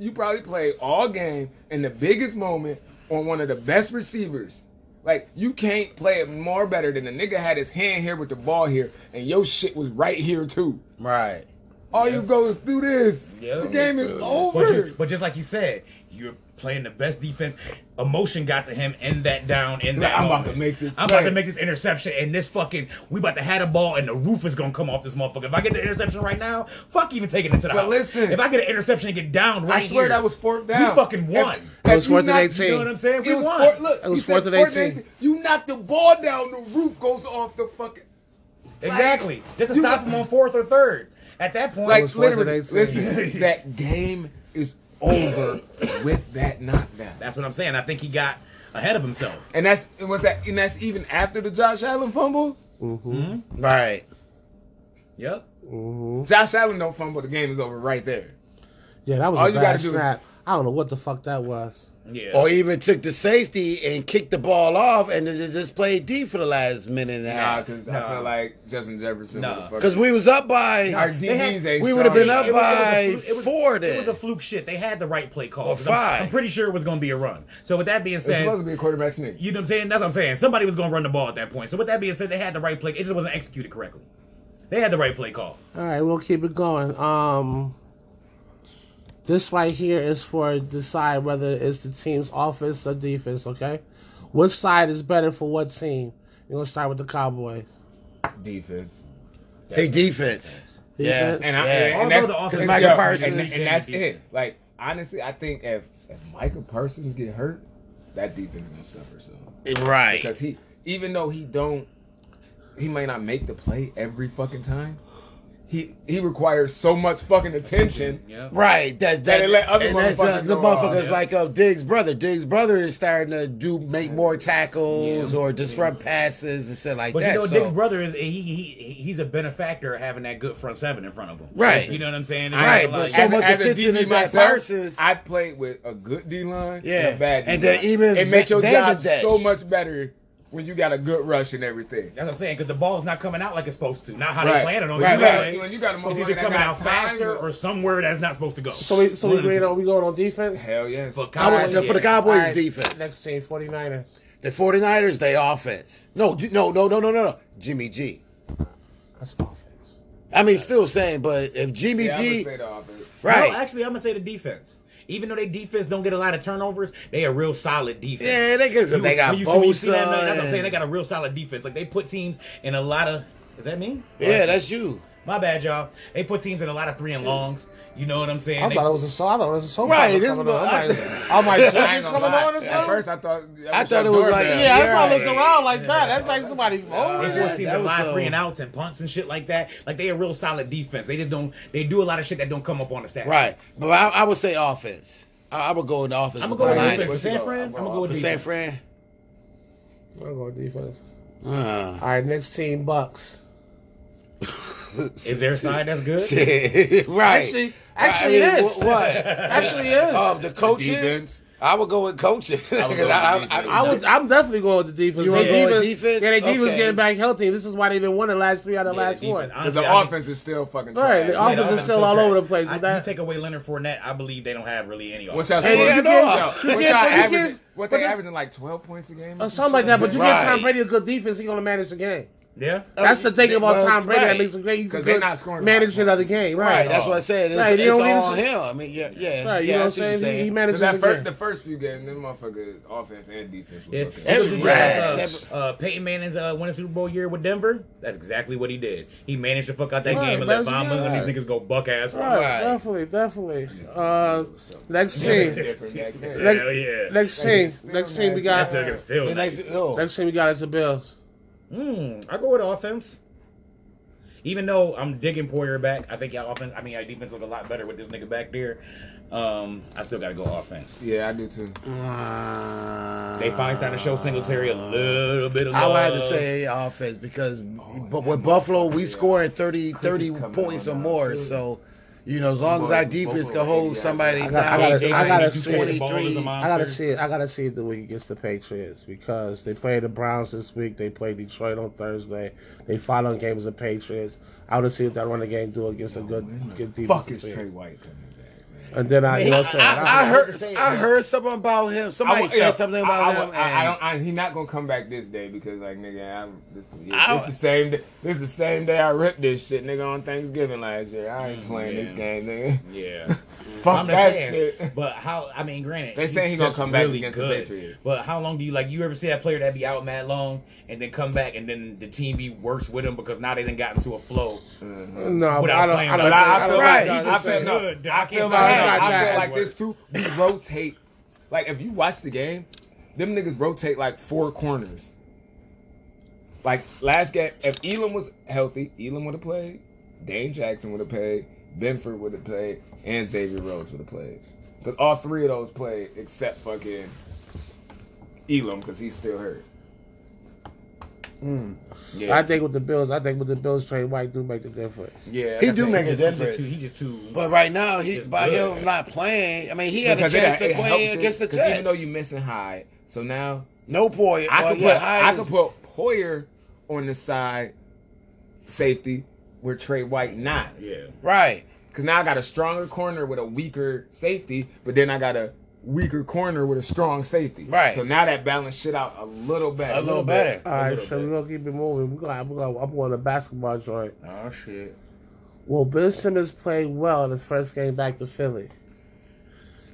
[SPEAKER 3] you probably play all game in the biggest moment on one of the best receivers. Like, you can't play it more better than the nigga had his hand here with the ball here, and your shit was right here, too.
[SPEAKER 4] right.
[SPEAKER 3] All you go is do this.
[SPEAKER 2] Yeah.
[SPEAKER 3] The game is over.
[SPEAKER 2] But, you, but just like you said, you're playing the best defense. Emotion got to him in that down in that.
[SPEAKER 3] I'm about
[SPEAKER 2] moment.
[SPEAKER 3] to make this
[SPEAKER 2] I'm about to
[SPEAKER 3] play.
[SPEAKER 2] make this interception, and this fucking we about to have the ball, and the roof is gonna come off this motherfucker. If I get the interception right now, fuck even taking it to the
[SPEAKER 3] But
[SPEAKER 2] house.
[SPEAKER 3] listen.
[SPEAKER 2] if I get an interception and get down right
[SPEAKER 3] I swear
[SPEAKER 2] here,
[SPEAKER 3] that was fourth down.
[SPEAKER 2] We fucking won.
[SPEAKER 1] It was
[SPEAKER 3] you
[SPEAKER 1] fourth and
[SPEAKER 3] knocked-
[SPEAKER 1] 18.
[SPEAKER 2] you know what I'm saying? We
[SPEAKER 3] It was
[SPEAKER 2] won.
[SPEAKER 3] fourth. Look,
[SPEAKER 1] It was
[SPEAKER 3] you said
[SPEAKER 1] fourth and 18.
[SPEAKER 3] You knock the ball down, the roof goes off the fucking.
[SPEAKER 2] exactly. Just to
[SPEAKER 3] You-
[SPEAKER 2] stop him on fourth or third. At that point,
[SPEAKER 3] Like
[SPEAKER 1] was fourth and
[SPEAKER 3] literally,
[SPEAKER 1] 18.
[SPEAKER 3] listen, that game is over with that knockdown,
[SPEAKER 2] that's what I'm saying. I think he got ahead of himself.
[SPEAKER 3] and that's and was that, and that's even after the Josh Allen fumble.
[SPEAKER 4] Right.
[SPEAKER 2] Yep.
[SPEAKER 3] Josh Allen don't fumble, the game is over right there.
[SPEAKER 1] Yeah, that was
[SPEAKER 3] All
[SPEAKER 1] a
[SPEAKER 3] you
[SPEAKER 1] bad
[SPEAKER 3] gotta do is-
[SPEAKER 1] snap. I don't know what the fuck that was.
[SPEAKER 2] Yeah.
[SPEAKER 1] Oh,
[SPEAKER 4] Or even took the safety and kicked the ball off and then just played D for the last minute and
[SPEAKER 3] Nah,
[SPEAKER 4] a half.
[SPEAKER 3] because
[SPEAKER 2] Nah.
[SPEAKER 3] I feel like Justin Jefferson.
[SPEAKER 2] Nah.
[SPEAKER 3] would've fucking-
[SPEAKER 4] Because we was up by.
[SPEAKER 3] our
[SPEAKER 2] They had-
[SPEAKER 3] DBs ain't
[SPEAKER 4] we would've
[SPEAKER 3] strong
[SPEAKER 4] been up
[SPEAKER 3] enough.
[SPEAKER 4] by-
[SPEAKER 2] It was- it was a fluke- it was-
[SPEAKER 4] four
[SPEAKER 2] It
[SPEAKER 4] then.
[SPEAKER 2] was a fluke shit. They had the right play call.
[SPEAKER 4] Or
[SPEAKER 2] 'Cause I'm-
[SPEAKER 4] five.
[SPEAKER 2] I'm, pretty sure it was going to be a run. So with that being
[SPEAKER 3] It's
[SPEAKER 2] said,
[SPEAKER 3] supposed to be a quarterback sneak.
[SPEAKER 2] you know what I'm saying? That's what I'm saying. Somebody was going to run the ball at that point. So with that being said, they had the right play. It just wasn't executed correctly. They had the right play call.
[SPEAKER 1] All right, we'll keep it going. Um, this right here is for decide whether it's the team's offense or defense. Okay, which side is better for what team? You're gonna start with the Cowboys.
[SPEAKER 3] Defense.
[SPEAKER 4] They defense.
[SPEAKER 1] Defense?
[SPEAKER 4] Yeah.
[SPEAKER 3] And I,
[SPEAKER 4] Yeah.
[SPEAKER 3] and, and
[SPEAKER 2] Although
[SPEAKER 3] that's,
[SPEAKER 2] the offense-
[SPEAKER 3] 'cause
[SPEAKER 4] Micah
[SPEAKER 3] yo,
[SPEAKER 4] Parsons-
[SPEAKER 3] and, and that's it. Like honestly, I think if if Micah Parsons get hurt, that defense gonna suffer so
[SPEAKER 4] Right.
[SPEAKER 3] because he even though he don't he may not make the play every fucking time. He he requires so much fucking attention.
[SPEAKER 2] Yeah.
[SPEAKER 4] Right, that that
[SPEAKER 3] they let other
[SPEAKER 4] and that's uh,
[SPEAKER 3] motherfuckers
[SPEAKER 4] the
[SPEAKER 3] go off,
[SPEAKER 4] motherfuckers
[SPEAKER 3] yeah.
[SPEAKER 4] like uh, Diggs' brother. Diggs' brother is starting to do make more tackles or disrupt passes and shit like
[SPEAKER 2] But
[SPEAKER 4] that.
[SPEAKER 2] you know,
[SPEAKER 4] so.
[SPEAKER 2] Dick's brother is he, he he- he's a benefactor of having that good front seven in front of him.
[SPEAKER 4] Right.
[SPEAKER 2] You know what I'm saying? It's like
[SPEAKER 4] Right,
[SPEAKER 2] a lot-
[SPEAKER 4] but so
[SPEAKER 3] As a-
[SPEAKER 4] much
[SPEAKER 3] as a
[SPEAKER 4] attention
[SPEAKER 3] DB
[SPEAKER 4] is at
[SPEAKER 3] myself,
[SPEAKER 4] Parsons.
[SPEAKER 3] I played with a good D line,
[SPEAKER 4] Yeah.
[SPEAKER 3] and a bad,
[SPEAKER 4] And
[SPEAKER 3] D-line.
[SPEAKER 4] then even
[SPEAKER 3] it makes your
[SPEAKER 4] Van-
[SPEAKER 3] job
[SPEAKER 4] Vanderdash.
[SPEAKER 3] so much better when you got a good rush and everything.
[SPEAKER 2] That's what I'm saying, because the ball's not coming out like it's supposed to. Not how they
[SPEAKER 3] Right.
[SPEAKER 2] planned it on.
[SPEAKER 4] Right,
[SPEAKER 2] You gotta-
[SPEAKER 3] right. When you got a
[SPEAKER 2] it's
[SPEAKER 3] motherfucker
[SPEAKER 2] either
[SPEAKER 3] that
[SPEAKER 2] coming
[SPEAKER 3] got
[SPEAKER 2] out
[SPEAKER 3] time,
[SPEAKER 2] faster
[SPEAKER 3] though.
[SPEAKER 2] or somewhere that's not supposed to go.
[SPEAKER 1] So we so
[SPEAKER 2] One
[SPEAKER 1] we
[SPEAKER 2] of the
[SPEAKER 1] agreed
[SPEAKER 2] two.
[SPEAKER 1] on we going on defense.
[SPEAKER 3] Hell yes.
[SPEAKER 2] But
[SPEAKER 4] I would-
[SPEAKER 2] Cowboys-
[SPEAKER 4] for the Cowboys
[SPEAKER 1] All right,
[SPEAKER 4] defense,
[SPEAKER 1] Next team, 49ers.
[SPEAKER 4] the 49ers, they offense. No, d- no, no, no, no, no, no. Jimmy G.
[SPEAKER 1] That's offense.
[SPEAKER 4] I mean, still saying, but if Jimmy
[SPEAKER 3] yeah, I would
[SPEAKER 4] G,
[SPEAKER 3] say the offense.
[SPEAKER 4] right?
[SPEAKER 2] No, actually, I'm gonna say the defense. Even though they defense don't get a lot of turnovers, they a real solid defense.
[SPEAKER 4] yeah, they got
[SPEAKER 2] You-
[SPEAKER 4] they got
[SPEAKER 2] when you see- when you see
[SPEAKER 4] Bosa.
[SPEAKER 2] that, that's what I'm
[SPEAKER 4] and-
[SPEAKER 2] saying. They got a real solid defense. Like they put teams in a lot of. Is that me?
[SPEAKER 4] yeah, that's you.
[SPEAKER 2] My bad, y'all. They put teams in a lot of three and longs. You know what I'm saying?
[SPEAKER 1] I
[SPEAKER 2] They-
[SPEAKER 1] thought it was a soul. I thought it was a soul.
[SPEAKER 4] Right,
[SPEAKER 1] popper
[SPEAKER 4] this
[SPEAKER 1] coming
[SPEAKER 4] boy-
[SPEAKER 1] on. I'm like,
[SPEAKER 4] I-
[SPEAKER 1] I'm like,
[SPEAKER 3] I
[SPEAKER 1] "Judge,
[SPEAKER 3] ain't
[SPEAKER 1] you
[SPEAKER 3] gonna
[SPEAKER 1] coming
[SPEAKER 3] lie.
[SPEAKER 1] on or
[SPEAKER 3] At
[SPEAKER 1] something?
[SPEAKER 3] first, I thought
[SPEAKER 4] I thought it was like-
[SPEAKER 1] Yeah, that's why I
[SPEAKER 4] Yeah.
[SPEAKER 1] looked around like that. That's like somebody oh,
[SPEAKER 2] They
[SPEAKER 1] voting.
[SPEAKER 2] force teams
[SPEAKER 4] that
[SPEAKER 2] to
[SPEAKER 4] was
[SPEAKER 2] line
[SPEAKER 4] so-
[SPEAKER 2] three and outs and punts and shit like that. Like they a real solid defense. They just don't. They do a lot of shit that don't come up on the stat.
[SPEAKER 4] Right, but I, I would say offense. I, I would go in the offense.
[SPEAKER 2] I'm gonna
[SPEAKER 4] with
[SPEAKER 2] go
[SPEAKER 4] the
[SPEAKER 2] with
[SPEAKER 3] Right.
[SPEAKER 2] defense.
[SPEAKER 4] Niners.
[SPEAKER 2] For
[SPEAKER 3] What's
[SPEAKER 2] San
[SPEAKER 3] he
[SPEAKER 2] Fran,
[SPEAKER 3] going?
[SPEAKER 2] I'm gonna go with
[SPEAKER 4] For
[SPEAKER 2] defense.
[SPEAKER 4] San Fran.
[SPEAKER 1] I'm going defense.
[SPEAKER 4] Uh,
[SPEAKER 1] All right, next team, Bucks.
[SPEAKER 2] Is there a side that's good?
[SPEAKER 4] Shit, right. Uh,
[SPEAKER 1] Actually- actually
[SPEAKER 4] I mean,
[SPEAKER 1] it is.
[SPEAKER 4] wh- What?
[SPEAKER 1] Actually, is.
[SPEAKER 4] Um, the coaching.
[SPEAKER 3] Defense.
[SPEAKER 4] I would go with coaching. 'Cause
[SPEAKER 2] would go with
[SPEAKER 4] I- I-
[SPEAKER 2] defense.
[SPEAKER 4] I don't
[SPEAKER 1] I
[SPEAKER 4] know.
[SPEAKER 1] would. I'm definitely going with the defense.
[SPEAKER 4] You
[SPEAKER 1] They
[SPEAKER 4] wanna go with
[SPEAKER 1] defense,
[SPEAKER 4] defense?
[SPEAKER 1] Yeah, they defense
[SPEAKER 4] Okay.
[SPEAKER 1] getting back healthy. This is why they didn't win the last three out of the
[SPEAKER 2] Yeah,
[SPEAKER 1] last
[SPEAKER 2] defense.
[SPEAKER 1] four.
[SPEAKER 3] Because the
[SPEAKER 2] Honestly, I think-
[SPEAKER 3] offense is still fucking
[SPEAKER 1] Right,
[SPEAKER 3] trash.
[SPEAKER 1] the
[SPEAKER 2] Yeah,
[SPEAKER 1] offense is
[SPEAKER 2] offense
[SPEAKER 1] still
[SPEAKER 2] so
[SPEAKER 1] all
[SPEAKER 2] trash.
[SPEAKER 1] over the place,
[SPEAKER 2] I-
[SPEAKER 1] but
[SPEAKER 2] you
[SPEAKER 1] that-
[SPEAKER 2] take away Leonard Fournette, I believe they don't have really any
[SPEAKER 3] What's
[SPEAKER 2] offense.
[SPEAKER 1] Hey,
[SPEAKER 3] that? score?
[SPEAKER 1] yeah,
[SPEAKER 3] Yo,
[SPEAKER 1] no,
[SPEAKER 3] What
[SPEAKER 1] you
[SPEAKER 3] y'all
[SPEAKER 1] get- but you
[SPEAKER 3] averaging?
[SPEAKER 1] get-
[SPEAKER 3] What
[SPEAKER 1] but
[SPEAKER 3] they
[SPEAKER 1] this-
[SPEAKER 3] averaging like twelve points a game?
[SPEAKER 1] Or something like that. But you
[SPEAKER 4] Right.
[SPEAKER 1] get Tom Brady a good defense, he's gonna manage the game.
[SPEAKER 2] Yeah.
[SPEAKER 1] That's the thing
[SPEAKER 4] Well,
[SPEAKER 1] about Tom Brady
[SPEAKER 4] right.
[SPEAKER 1] that makes him great. He's a
[SPEAKER 3] 'Cause they're
[SPEAKER 1] good
[SPEAKER 3] not scoring
[SPEAKER 1] manager
[SPEAKER 3] right.
[SPEAKER 1] of the game, right?
[SPEAKER 4] Right, that's what I said. It's,
[SPEAKER 1] Right, you
[SPEAKER 4] it's
[SPEAKER 1] don't need
[SPEAKER 4] all
[SPEAKER 1] to-
[SPEAKER 4] him. I mean, yeah, yeah,
[SPEAKER 1] Right, you
[SPEAKER 4] yeah,
[SPEAKER 1] know
[SPEAKER 4] I
[SPEAKER 1] what I'm
[SPEAKER 4] see what
[SPEAKER 1] saying?
[SPEAKER 4] you're
[SPEAKER 1] He, he
[SPEAKER 4] saying.
[SPEAKER 1] manages
[SPEAKER 3] Because
[SPEAKER 1] the
[SPEAKER 3] that first, the
[SPEAKER 1] game.
[SPEAKER 3] first few games, them motherfuckers offense and defense was
[SPEAKER 2] Yeah.
[SPEAKER 3] fucking
[SPEAKER 4] Every
[SPEAKER 2] Look
[SPEAKER 4] rag,
[SPEAKER 2] at,
[SPEAKER 4] every-
[SPEAKER 2] uh, uh, Peyton Manning's uh, winning Super Bowl year with Denver. That's exactly what he did. He managed to fuck out that
[SPEAKER 1] Right,
[SPEAKER 2] game and let
[SPEAKER 1] that's
[SPEAKER 2] Von
[SPEAKER 1] good.
[SPEAKER 2] Miller and these niggas go buck ass.
[SPEAKER 1] Right,
[SPEAKER 4] Right.
[SPEAKER 1] definitely, definitely. Uh, next team,
[SPEAKER 3] different back then.
[SPEAKER 1] Next-
[SPEAKER 2] Hell yeah.
[SPEAKER 1] next
[SPEAKER 3] Like,
[SPEAKER 1] team,
[SPEAKER 3] still
[SPEAKER 1] next team. We
[SPEAKER 2] That's
[SPEAKER 1] got
[SPEAKER 2] nigga still.
[SPEAKER 4] The next- oh.
[SPEAKER 1] next team. We got is the Bills.
[SPEAKER 2] Mm, I go with offense. Even though I'm digging Poyer back, I think y'all offense. I mean, our defense look a lot better with this nigga back there. Um, I still gotta go offense.
[SPEAKER 3] Yeah, I do too.
[SPEAKER 2] They finally starting to show Singletary a little bit of
[SPEAKER 4] I
[SPEAKER 2] love.
[SPEAKER 4] would have to say offense because but with Buffalo we scored 30, 30
[SPEAKER 3] coming
[SPEAKER 4] points or
[SPEAKER 3] on now,
[SPEAKER 4] more.
[SPEAKER 3] too.
[SPEAKER 4] So, you know, as long as our defense can hold somebody
[SPEAKER 1] I gotta- I gotta- I gotta see it.
[SPEAKER 2] The ball is a monster.
[SPEAKER 1] I gotta see it. I gotta see it the week against the Patriots because they play the Browns this week. They play Detroit on Thursday. They following game is the Patriots. I want to see what that running game do against a good good
[SPEAKER 3] Fuck is
[SPEAKER 1] defense.
[SPEAKER 3] Trey White coming back, man?
[SPEAKER 1] And then I, you know, what I'm saying?
[SPEAKER 4] I, I
[SPEAKER 2] I
[SPEAKER 4] heard
[SPEAKER 2] heard-
[SPEAKER 4] I heard something about him. Somebody
[SPEAKER 3] wa-
[SPEAKER 4] said
[SPEAKER 3] yeah,
[SPEAKER 4] something
[SPEAKER 3] I,
[SPEAKER 4] about
[SPEAKER 3] I,
[SPEAKER 4] him.
[SPEAKER 3] I, I
[SPEAKER 4] and-
[SPEAKER 3] don't. I, he not gonna come back this day because like nigga, I'm this, yeah,
[SPEAKER 4] I-
[SPEAKER 3] this the same. Day, this the same day I ripped this shit, nigga, on Thanksgiving last year. I ain't playing
[SPEAKER 2] yeah.
[SPEAKER 3] this game, nigga.
[SPEAKER 2] Yeah.
[SPEAKER 3] Fuck
[SPEAKER 2] I'm just
[SPEAKER 3] that
[SPEAKER 2] saying,
[SPEAKER 3] shit.
[SPEAKER 2] But how? I mean, granted,
[SPEAKER 3] They say he
[SPEAKER 2] he's
[SPEAKER 3] gonna
[SPEAKER 2] just
[SPEAKER 3] come back against the Patriots.
[SPEAKER 2] But how long do you like? You ever see that player that be out mad long and then come back and then the team be worse with him because now they done got into a flow.
[SPEAKER 3] Mm.
[SPEAKER 1] no,
[SPEAKER 2] Without
[SPEAKER 1] I don't.
[SPEAKER 2] playing
[SPEAKER 1] I don't.
[SPEAKER 3] But I, I feel like
[SPEAKER 4] Right, you
[SPEAKER 3] I
[SPEAKER 4] just
[SPEAKER 3] feel,
[SPEAKER 4] said
[SPEAKER 3] no,
[SPEAKER 2] good.
[SPEAKER 3] I
[SPEAKER 2] I
[SPEAKER 3] feel
[SPEAKER 2] can't
[SPEAKER 3] like
[SPEAKER 1] say it's not
[SPEAKER 3] I feel
[SPEAKER 1] bad.
[SPEAKER 3] like this too. We rotate. Like if you watch the game, them niggas rotate like four corners. Like last game, if Elam was healthy, Elam would have played. Dane Jackson would have played. Benford would have played, and Xavier Rhodes would have played. Cause all three of those played except fucking Elam, cause he's still hurt. Yeah,
[SPEAKER 1] I think with the Bills, I think with the Bills, Trey White do make the difference.
[SPEAKER 3] yeah,
[SPEAKER 4] He
[SPEAKER 3] that's
[SPEAKER 4] do
[SPEAKER 3] it.
[SPEAKER 4] make
[SPEAKER 2] He
[SPEAKER 4] a
[SPEAKER 2] just, he just
[SPEAKER 4] difference.
[SPEAKER 2] too. He just too.
[SPEAKER 4] But right now, he,
[SPEAKER 2] Just
[SPEAKER 4] by
[SPEAKER 2] good.
[SPEAKER 4] him not playing, I mean, he had a
[SPEAKER 3] Because it-
[SPEAKER 4] chance to
[SPEAKER 3] it
[SPEAKER 4] play
[SPEAKER 3] helps you,
[SPEAKER 4] against the
[SPEAKER 3] 'cause
[SPEAKER 4] Jets.
[SPEAKER 3] Even though you missing Hyde, so now
[SPEAKER 4] no Poyer.
[SPEAKER 3] I
[SPEAKER 4] or,
[SPEAKER 3] could
[SPEAKER 4] yeah,
[SPEAKER 3] put I
[SPEAKER 4] Hines-
[SPEAKER 3] could put Poyer on the side safety where Trey White not.
[SPEAKER 2] Yeah.
[SPEAKER 4] right.
[SPEAKER 3] Cause now I got a stronger corner with a weaker safety, but then I got a weaker corner with a strong safety.
[SPEAKER 4] Right.
[SPEAKER 3] So now that balanced shit out a little better.
[SPEAKER 4] A little better.
[SPEAKER 1] All right, so
[SPEAKER 2] bit.
[SPEAKER 1] we're gonna keep it moving. We're gonna, we're gonna, I'm going to basketball joint.
[SPEAKER 2] Oh shit.
[SPEAKER 1] Well, Ben Simmons played well in his first game back to Philly.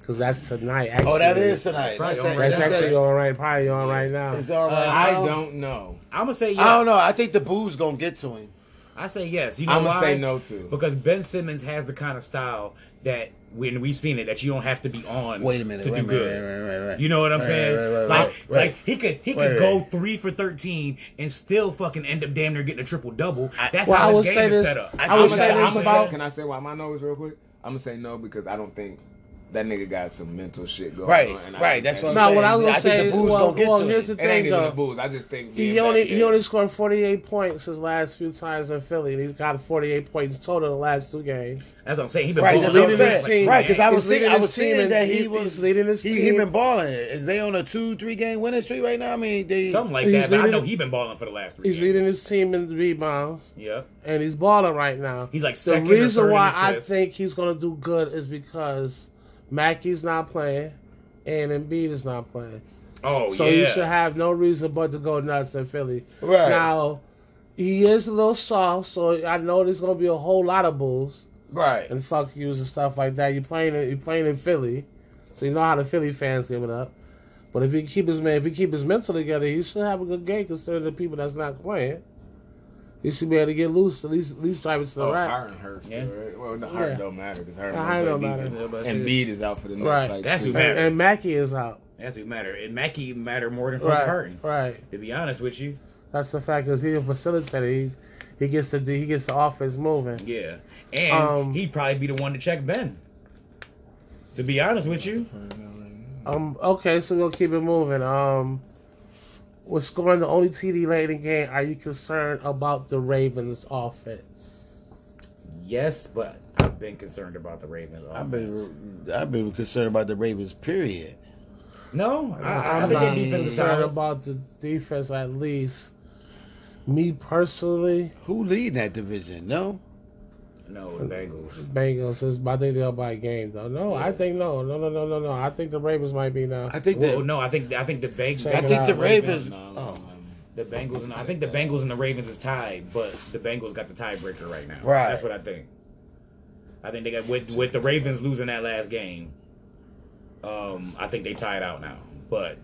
[SPEAKER 1] Because that's tonight. Actually.
[SPEAKER 4] Oh, that is tonight.
[SPEAKER 2] Right,
[SPEAKER 4] That's,
[SPEAKER 2] all right.
[SPEAKER 1] That's,
[SPEAKER 4] that's
[SPEAKER 1] actually
[SPEAKER 4] it.
[SPEAKER 1] on right. Probably on right now.
[SPEAKER 4] It's all right.
[SPEAKER 3] I
[SPEAKER 2] Um,
[SPEAKER 4] now.
[SPEAKER 3] don't know.
[SPEAKER 2] I'm gonna say yes.
[SPEAKER 4] I don't know. I think the boo's gonna get to him.
[SPEAKER 2] I say yes. You know
[SPEAKER 3] I'ma
[SPEAKER 2] why?
[SPEAKER 3] say no, too.
[SPEAKER 2] Because Ben Simmons has the kind of style that when we've seen it that you don't have to be on.
[SPEAKER 4] Wait a minute.
[SPEAKER 2] to
[SPEAKER 4] Wait
[SPEAKER 2] do
[SPEAKER 4] a minute.
[SPEAKER 2] good.
[SPEAKER 4] Right, right, right, right.
[SPEAKER 2] You know what I'm
[SPEAKER 4] Right,
[SPEAKER 2] saying?
[SPEAKER 4] right, right,
[SPEAKER 2] like,
[SPEAKER 4] right, right.
[SPEAKER 2] like he could he
[SPEAKER 4] Right,
[SPEAKER 2] could go
[SPEAKER 4] right.
[SPEAKER 2] three for thirteen and still fucking end up damn near getting a triple double. That's
[SPEAKER 1] well,
[SPEAKER 2] how
[SPEAKER 1] I
[SPEAKER 2] his
[SPEAKER 1] would
[SPEAKER 2] game
[SPEAKER 1] say
[SPEAKER 2] is
[SPEAKER 1] this-
[SPEAKER 2] set up.
[SPEAKER 1] I
[SPEAKER 2] I'ma
[SPEAKER 1] would
[SPEAKER 2] say-
[SPEAKER 1] say
[SPEAKER 2] I'ma
[SPEAKER 1] this
[SPEAKER 2] say-
[SPEAKER 1] about-
[SPEAKER 3] can I say why my nose real quick? I'm gonna say no because I don't think that nigga got some mental shit going
[SPEAKER 4] Right,
[SPEAKER 1] Oh,
[SPEAKER 3] on. and I
[SPEAKER 4] right,
[SPEAKER 3] think
[SPEAKER 4] that's
[SPEAKER 3] that
[SPEAKER 4] what I'm
[SPEAKER 1] No, what I was
[SPEAKER 4] I
[SPEAKER 1] gonna
[SPEAKER 4] think
[SPEAKER 1] say.
[SPEAKER 4] the Bulls
[SPEAKER 1] well,
[SPEAKER 4] gonna get
[SPEAKER 1] well,
[SPEAKER 4] to
[SPEAKER 1] here's
[SPEAKER 4] it.
[SPEAKER 1] the
[SPEAKER 3] It ain't
[SPEAKER 1] thing,
[SPEAKER 3] even the
[SPEAKER 1] though.
[SPEAKER 3] booze. I just think
[SPEAKER 1] He
[SPEAKER 3] being
[SPEAKER 1] only
[SPEAKER 3] back
[SPEAKER 1] he
[SPEAKER 3] there-
[SPEAKER 1] only scored 48 points his last few times in Philly, and he's got 48 points total the last two games.
[SPEAKER 2] That's what I'm saying. He been
[SPEAKER 4] Right,
[SPEAKER 2] balling
[SPEAKER 4] that's what
[SPEAKER 1] leading
[SPEAKER 2] out
[SPEAKER 4] I'm
[SPEAKER 1] his
[SPEAKER 2] like-
[SPEAKER 4] saying.
[SPEAKER 1] team.
[SPEAKER 4] Right, because I
[SPEAKER 1] He's
[SPEAKER 4] was seeing,
[SPEAKER 1] leading
[SPEAKER 4] I
[SPEAKER 1] his
[SPEAKER 4] was
[SPEAKER 1] team
[SPEAKER 4] seeing
[SPEAKER 1] and
[SPEAKER 4] that
[SPEAKER 1] he-
[SPEAKER 4] he
[SPEAKER 1] he's
[SPEAKER 4] was
[SPEAKER 1] leading his
[SPEAKER 4] he, He
[SPEAKER 1] team.
[SPEAKER 4] been balling. Is they on a two, three game winning streak right now? I mean, they
[SPEAKER 2] something like
[SPEAKER 1] He's
[SPEAKER 2] that. But I
[SPEAKER 1] leading
[SPEAKER 2] know
[SPEAKER 1] it-
[SPEAKER 2] he been balling for the last three.
[SPEAKER 1] He's
[SPEAKER 2] games.
[SPEAKER 1] leading his team in rebounds,
[SPEAKER 2] Yeah.
[SPEAKER 1] and he's balling right now.
[SPEAKER 2] He's like
[SPEAKER 1] the
[SPEAKER 2] second or third
[SPEAKER 1] reason
[SPEAKER 2] in
[SPEAKER 1] why I
[SPEAKER 2] assists.
[SPEAKER 1] think he's gonna do good is because Mackey's not playing, and Embiid is not playing.
[SPEAKER 2] Oh
[SPEAKER 1] So
[SPEAKER 2] yeah.
[SPEAKER 1] you should have no reason but to go nuts in Philly.
[SPEAKER 4] Right.
[SPEAKER 1] Now, he is a little soft, so I know there's gonna be a whole lot of bulls
[SPEAKER 4] right.
[SPEAKER 1] and fuck yous and stuff like that. You playing in- you playing in Philly, so you know how the Philly fans give it up. But if he keep his man, if he keep his mental together, he should have a good game considering the people that's not playing. He should be able to get loose at least at least drive it to the
[SPEAKER 3] Oh,
[SPEAKER 1] rack.
[SPEAKER 3] Harden hurts.
[SPEAKER 2] Yeah.
[SPEAKER 3] Yeah. Well, the Harden
[SPEAKER 1] Yeah.
[SPEAKER 3] don't matter because Harden,
[SPEAKER 1] The Harden
[SPEAKER 3] don't
[SPEAKER 1] don't
[SPEAKER 3] play
[SPEAKER 1] matter.
[SPEAKER 2] Yeah, but
[SPEAKER 3] defense.
[SPEAKER 2] shit.
[SPEAKER 3] And Bede is out for the next
[SPEAKER 1] Right.
[SPEAKER 3] like
[SPEAKER 2] That's
[SPEAKER 3] two.
[SPEAKER 2] who matters.
[SPEAKER 1] And, and Mackey is out.
[SPEAKER 2] That's who matter. And Mackey matter more than Frank
[SPEAKER 1] Right,
[SPEAKER 2] Harden.
[SPEAKER 1] right.
[SPEAKER 2] To be honest with you,
[SPEAKER 1] That's the fact because he's a facilitator. He he gets the he gets the offense moving.
[SPEAKER 2] yeah. And
[SPEAKER 1] Um,
[SPEAKER 2] he'd probably be the one to check Ben. To be honest with you,
[SPEAKER 1] Um. Okay, so we'll keep it moving. Um. With scoring the only TD late in the game, are you concerned about the Ravens' offense?
[SPEAKER 2] Yes, but I've been concerned about the Ravens.
[SPEAKER 4] I've
[SPEAKER 2] offense.
[SPEAKER 4] been I've been concerned about the Ravens. Period.
[SPEAKER 2] no. I,
[SPEAKER 1] I-
[SPEAKER 2] I
[SPEAKER 1] I'm
[SPEAKER 2] think
[SPEAKER 1] not
[SPEAKER 2] their defense is
[SPEAKER 1] concerned
[SPEAKER 2] solid.
[SPEAKER 1] about the defense at least. Me personally,
[SPEAKER 4] Who lead that division? No.
[SPEAKER 2] No, the Bengals.
[SPEAKER 1] Bengals is I think they'll buy a game though. No, I think no, no, no, no, no, no. I think the Ravens might be now.
[SPEAKER 4] I think
[SPEAKER 2] Well,
[SPEAKER 4] that
[SPEAKER 2] no, I think I think the Bengals.
[SPEAKER 1] I
[SPEAKER 4] I think the
[SPEAKER 1] Nah,
[SPEAKER 4] Ravens.
[SPEAKER 2] No, no,
[SPEAKER 4] Oh,
[SPEAKER 2] no. The Bengals and I think the Bengals and the Ravens is tied, but the Bengals got the tiebreaker right now.
[SPEAKER 4] Right.
[SPEAKER 2] That's what I think. I think they got with with the Ravens losing that last game. Um, I think they tied out now, but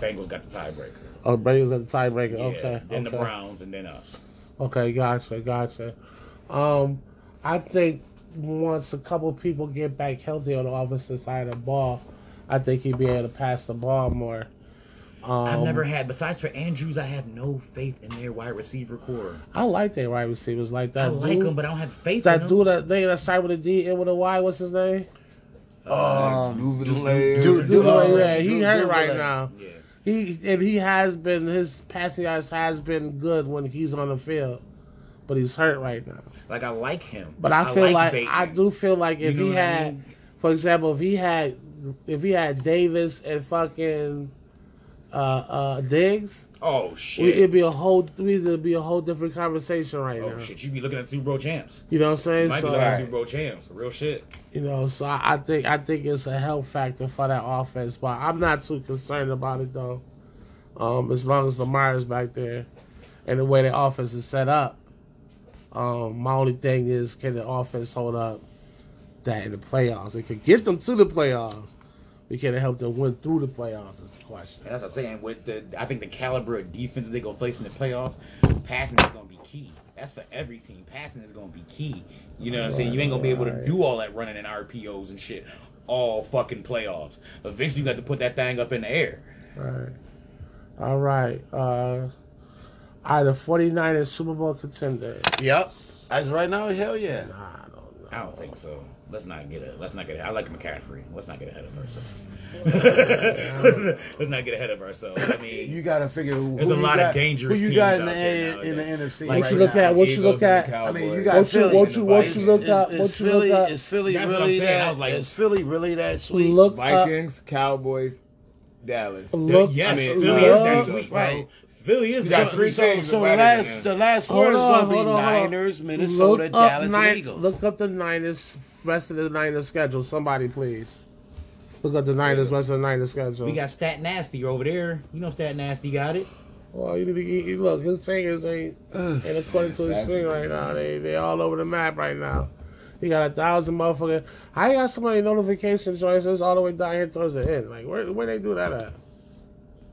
[SPEAKER 2] Bengals got the tiebreaker.
[SPEAKER 1] Oh, the Ravens got the tiebreaker.
[SPEAKER 2] Yeah.
[SPEAKER 1] okay,
[SPEAKER 2] Then
[SPEAKER 1] okay.
[SPEAKER 2] the Browns and then us.
[SPEAKER 1] Okay, gotcha, gotcha. Um, I think once a couple people get back healthy on the offensive side of the ball, I think he'd be able to pass the ball more. Um,
[SPEAKER 2] I've never had besides for Andrews, I have no faith in their wide receiver core.
[SPEAKER 1] I like their wide receivers like
[SPEAKER 2] I
[SPEAKER 1] that.
[SPEAKER 2] like
[SPEAKER 1] dude,
[SPEAKER 2] them, but I don't have faith in
[SPEAKER 1] that
[SPEAKER 2] them.
[SPEAKER 1] dude that they that started with a D and with a Y. What's his name?
[SPEAKER 4] um,
[SPEAKER 3] Duvalier.
[SPEAKER 4] Dude,
[SPEAKER 1] Dude,
[SPEAKER 4] uh,
[SPEAKER 1] yeah, he
[SPEAKER 4] Dude
[SPEAKER 1] hurt
[SPEAKER 4] Duvalier.
[SPEAKER 1] right now.
[SPEAKER 2] Yeah.
[SPEAKER 1] He and he has been his passing yards has been good when he's on the field, but he's hurt right now.
[SPEAKER 2] Like I like him,
[SPEAKER 1] But I feel like,
[SPEAKER 2] Bateman.
[SPEAKER 1] I do feel like if
[SPEAKER 2] You know
[SPEAKER 1] he
[SPEAKER 2] what I
[SPEAKER 1] had,
[SPEAKER 2] mean?
[SPEAKER 1] for example, if he had, if he had Davis and fucking uh, uh, Diggs,
[SPEAKER 2] Oh
[SPEAKER 1] we,
[SPEAKER 2] shit!
[SPEAKER 1] it'd be a whole, it'd be a whole different conversation right
[SPEAKER 2] oh
[SPEAKER 1] now.
[SPEAKER 2] shit! You be looking at Super Bowl champs.
[SPEAKER 1] You know what I'm saying?
[SPEAKER 2] Might be
[SPEAKER 1] So
[SPEAKER 2] looking at
[SPEAKER 4] Right.
[SPEAKER 2] Super Bowl champs. Real shit.
[SPEAKER 1] you know, so I I think I think it's a help factor for that offense, but I'm not too concerned about it though. Um, as long as Lamar is back there, and the way the offense is set up, um, my only thing is can the offense hold up that in the playoffs? It could get them to the playoffs. We can it help them win through the playoffs is the question.
[SPEAKER 2] And that's what I'm saying. With the, I think the caliber of defense they gonna place in the playoffs, passing is gonna be key. That's for every team. Passing is gonna be key. You know what I'm saying? You ain't gonna be able to do all that running and RPOs and shit all fucking playoffs. Eventually, you got to put that thing up in the air.
[SPEAKER 1] Right. All right. Uh, are the 49ers Super Bowl contender?
[SPEAKER 4] Yep. As right now, hell yeah.
[SPEAKER 1] I don't know.
[SPEAKER 2] I don't think so. Let's not get a. Let's not get. A, I like McCaffrey. Let's not get ahead of ourselves. let's not get ahead of ourselves. I mean,
[SPEAKER 4] You got to figure who,
[SPEAKER 2] There's
[SPEAKER 4] who
[SPEAKER 2] a
[SPEAKER 4] you
[SPEAKER 2] lot of
[SPEAKER 4] got,
[SPEAKER 2] dangerous
[SPEAKER 4] Who you
[SPEAKER 2] teams
[SPEAKER 4] got in
[SPEAKER 2] out
[SPEAKER 4] the,
[SPEAKER 2] there
[SPEAKER 4] A- in the
[SPEAKER 2] nowadays.
[SPEAKER 4] NFC
[SPEAKER 1] What
[SPEAKER 4] right
[SPEAKER 1] you
[SPEAKER 4] now?
[SPEAKER 1] look at? What you
[SPEAKER 3] Eagles
[SPEAKER 1] look at?
[SPEAKER 3] and
[SPEAKER 4] I mean, you
[SPEAKER 3] Cowboys.
[SPEAKER 4] got
[SPEAKER 1] What you-
[SPEAKER 4] Philly.
[SPEAKER 1] what you- what you look uh,
[SPEAKER 4] is,
[SPEAKER 1] at?
[SPEAKER 4] Is,
[SPEAKER 1] What you
[SPEAKER 4] Philly,
[SPEAKER 1] look at?
[SPEAKER 4] is Philly
[SPEAKER 2] That's what I'm
[SPEAKER 4] really
[SPEAKER 2] saying. I
[SPEAKER 4] that?
[SPEAKER 2] was like-
[SPEAKER 4] is Philly really that
[SPEAKER 1] We
[SPEAKER 4] sweet?
[SPEAKER 1] look up.
[SPEAKER 3] Vikings, Cowboys, Dallas.
[SPEAKER 2] The-
[SPEAKER 1] Look,
[SPEAKER 2] yes,
[SPEAKER 3] I mean,
[SPEAKER 2] Philly
[SPEAKER 3] love-
[SPEAKER 2] is that sweet, bro.
[SPEAKER 4] right.
[SPEAKER 2] Philly is
[SPEAKER 3] You
[SPEAKER 2] that
[SPEAKER 3] got
[SPEAKER 2] sweet.
[SPEAKER 3] three
[SPEAKER 4] So,
[SPEAKER 3] teams
[SPEAKER 4] so
[SPEAKER 3] better than
[SPEAKER 4] last
[SPEAKER 3] them.
[SPEAKER 4] the last
[SPEAKER 1] Hold
[SPEAKER 4] word is
[SPEAKER 1] on,
[SPEAKER 4] going to be
[SPEAKER 1] hold on, hold on.
[SPEAKER 4] Niners, Minnesota, Dallas,
[SPEAKER 1] Ni-
[SPEAKER 4] and Eagles.
[SPEAKER 1] Look up the Niners rest of the Niners schedule. Somebody please. Look up the Niners rest of the Niners schedule.
[SPEAKER 2] We got Stat Nasty over there. You know Stat Nasty got it.
[SPEAKER 1] well, Oh, you need to get, you- look, his fingers ain't ain't according to his screen right now. They they all over the map right now. He got a thousand motherfuckers. I got so many notification choices all the way down here towards the end. Like where where they do that at?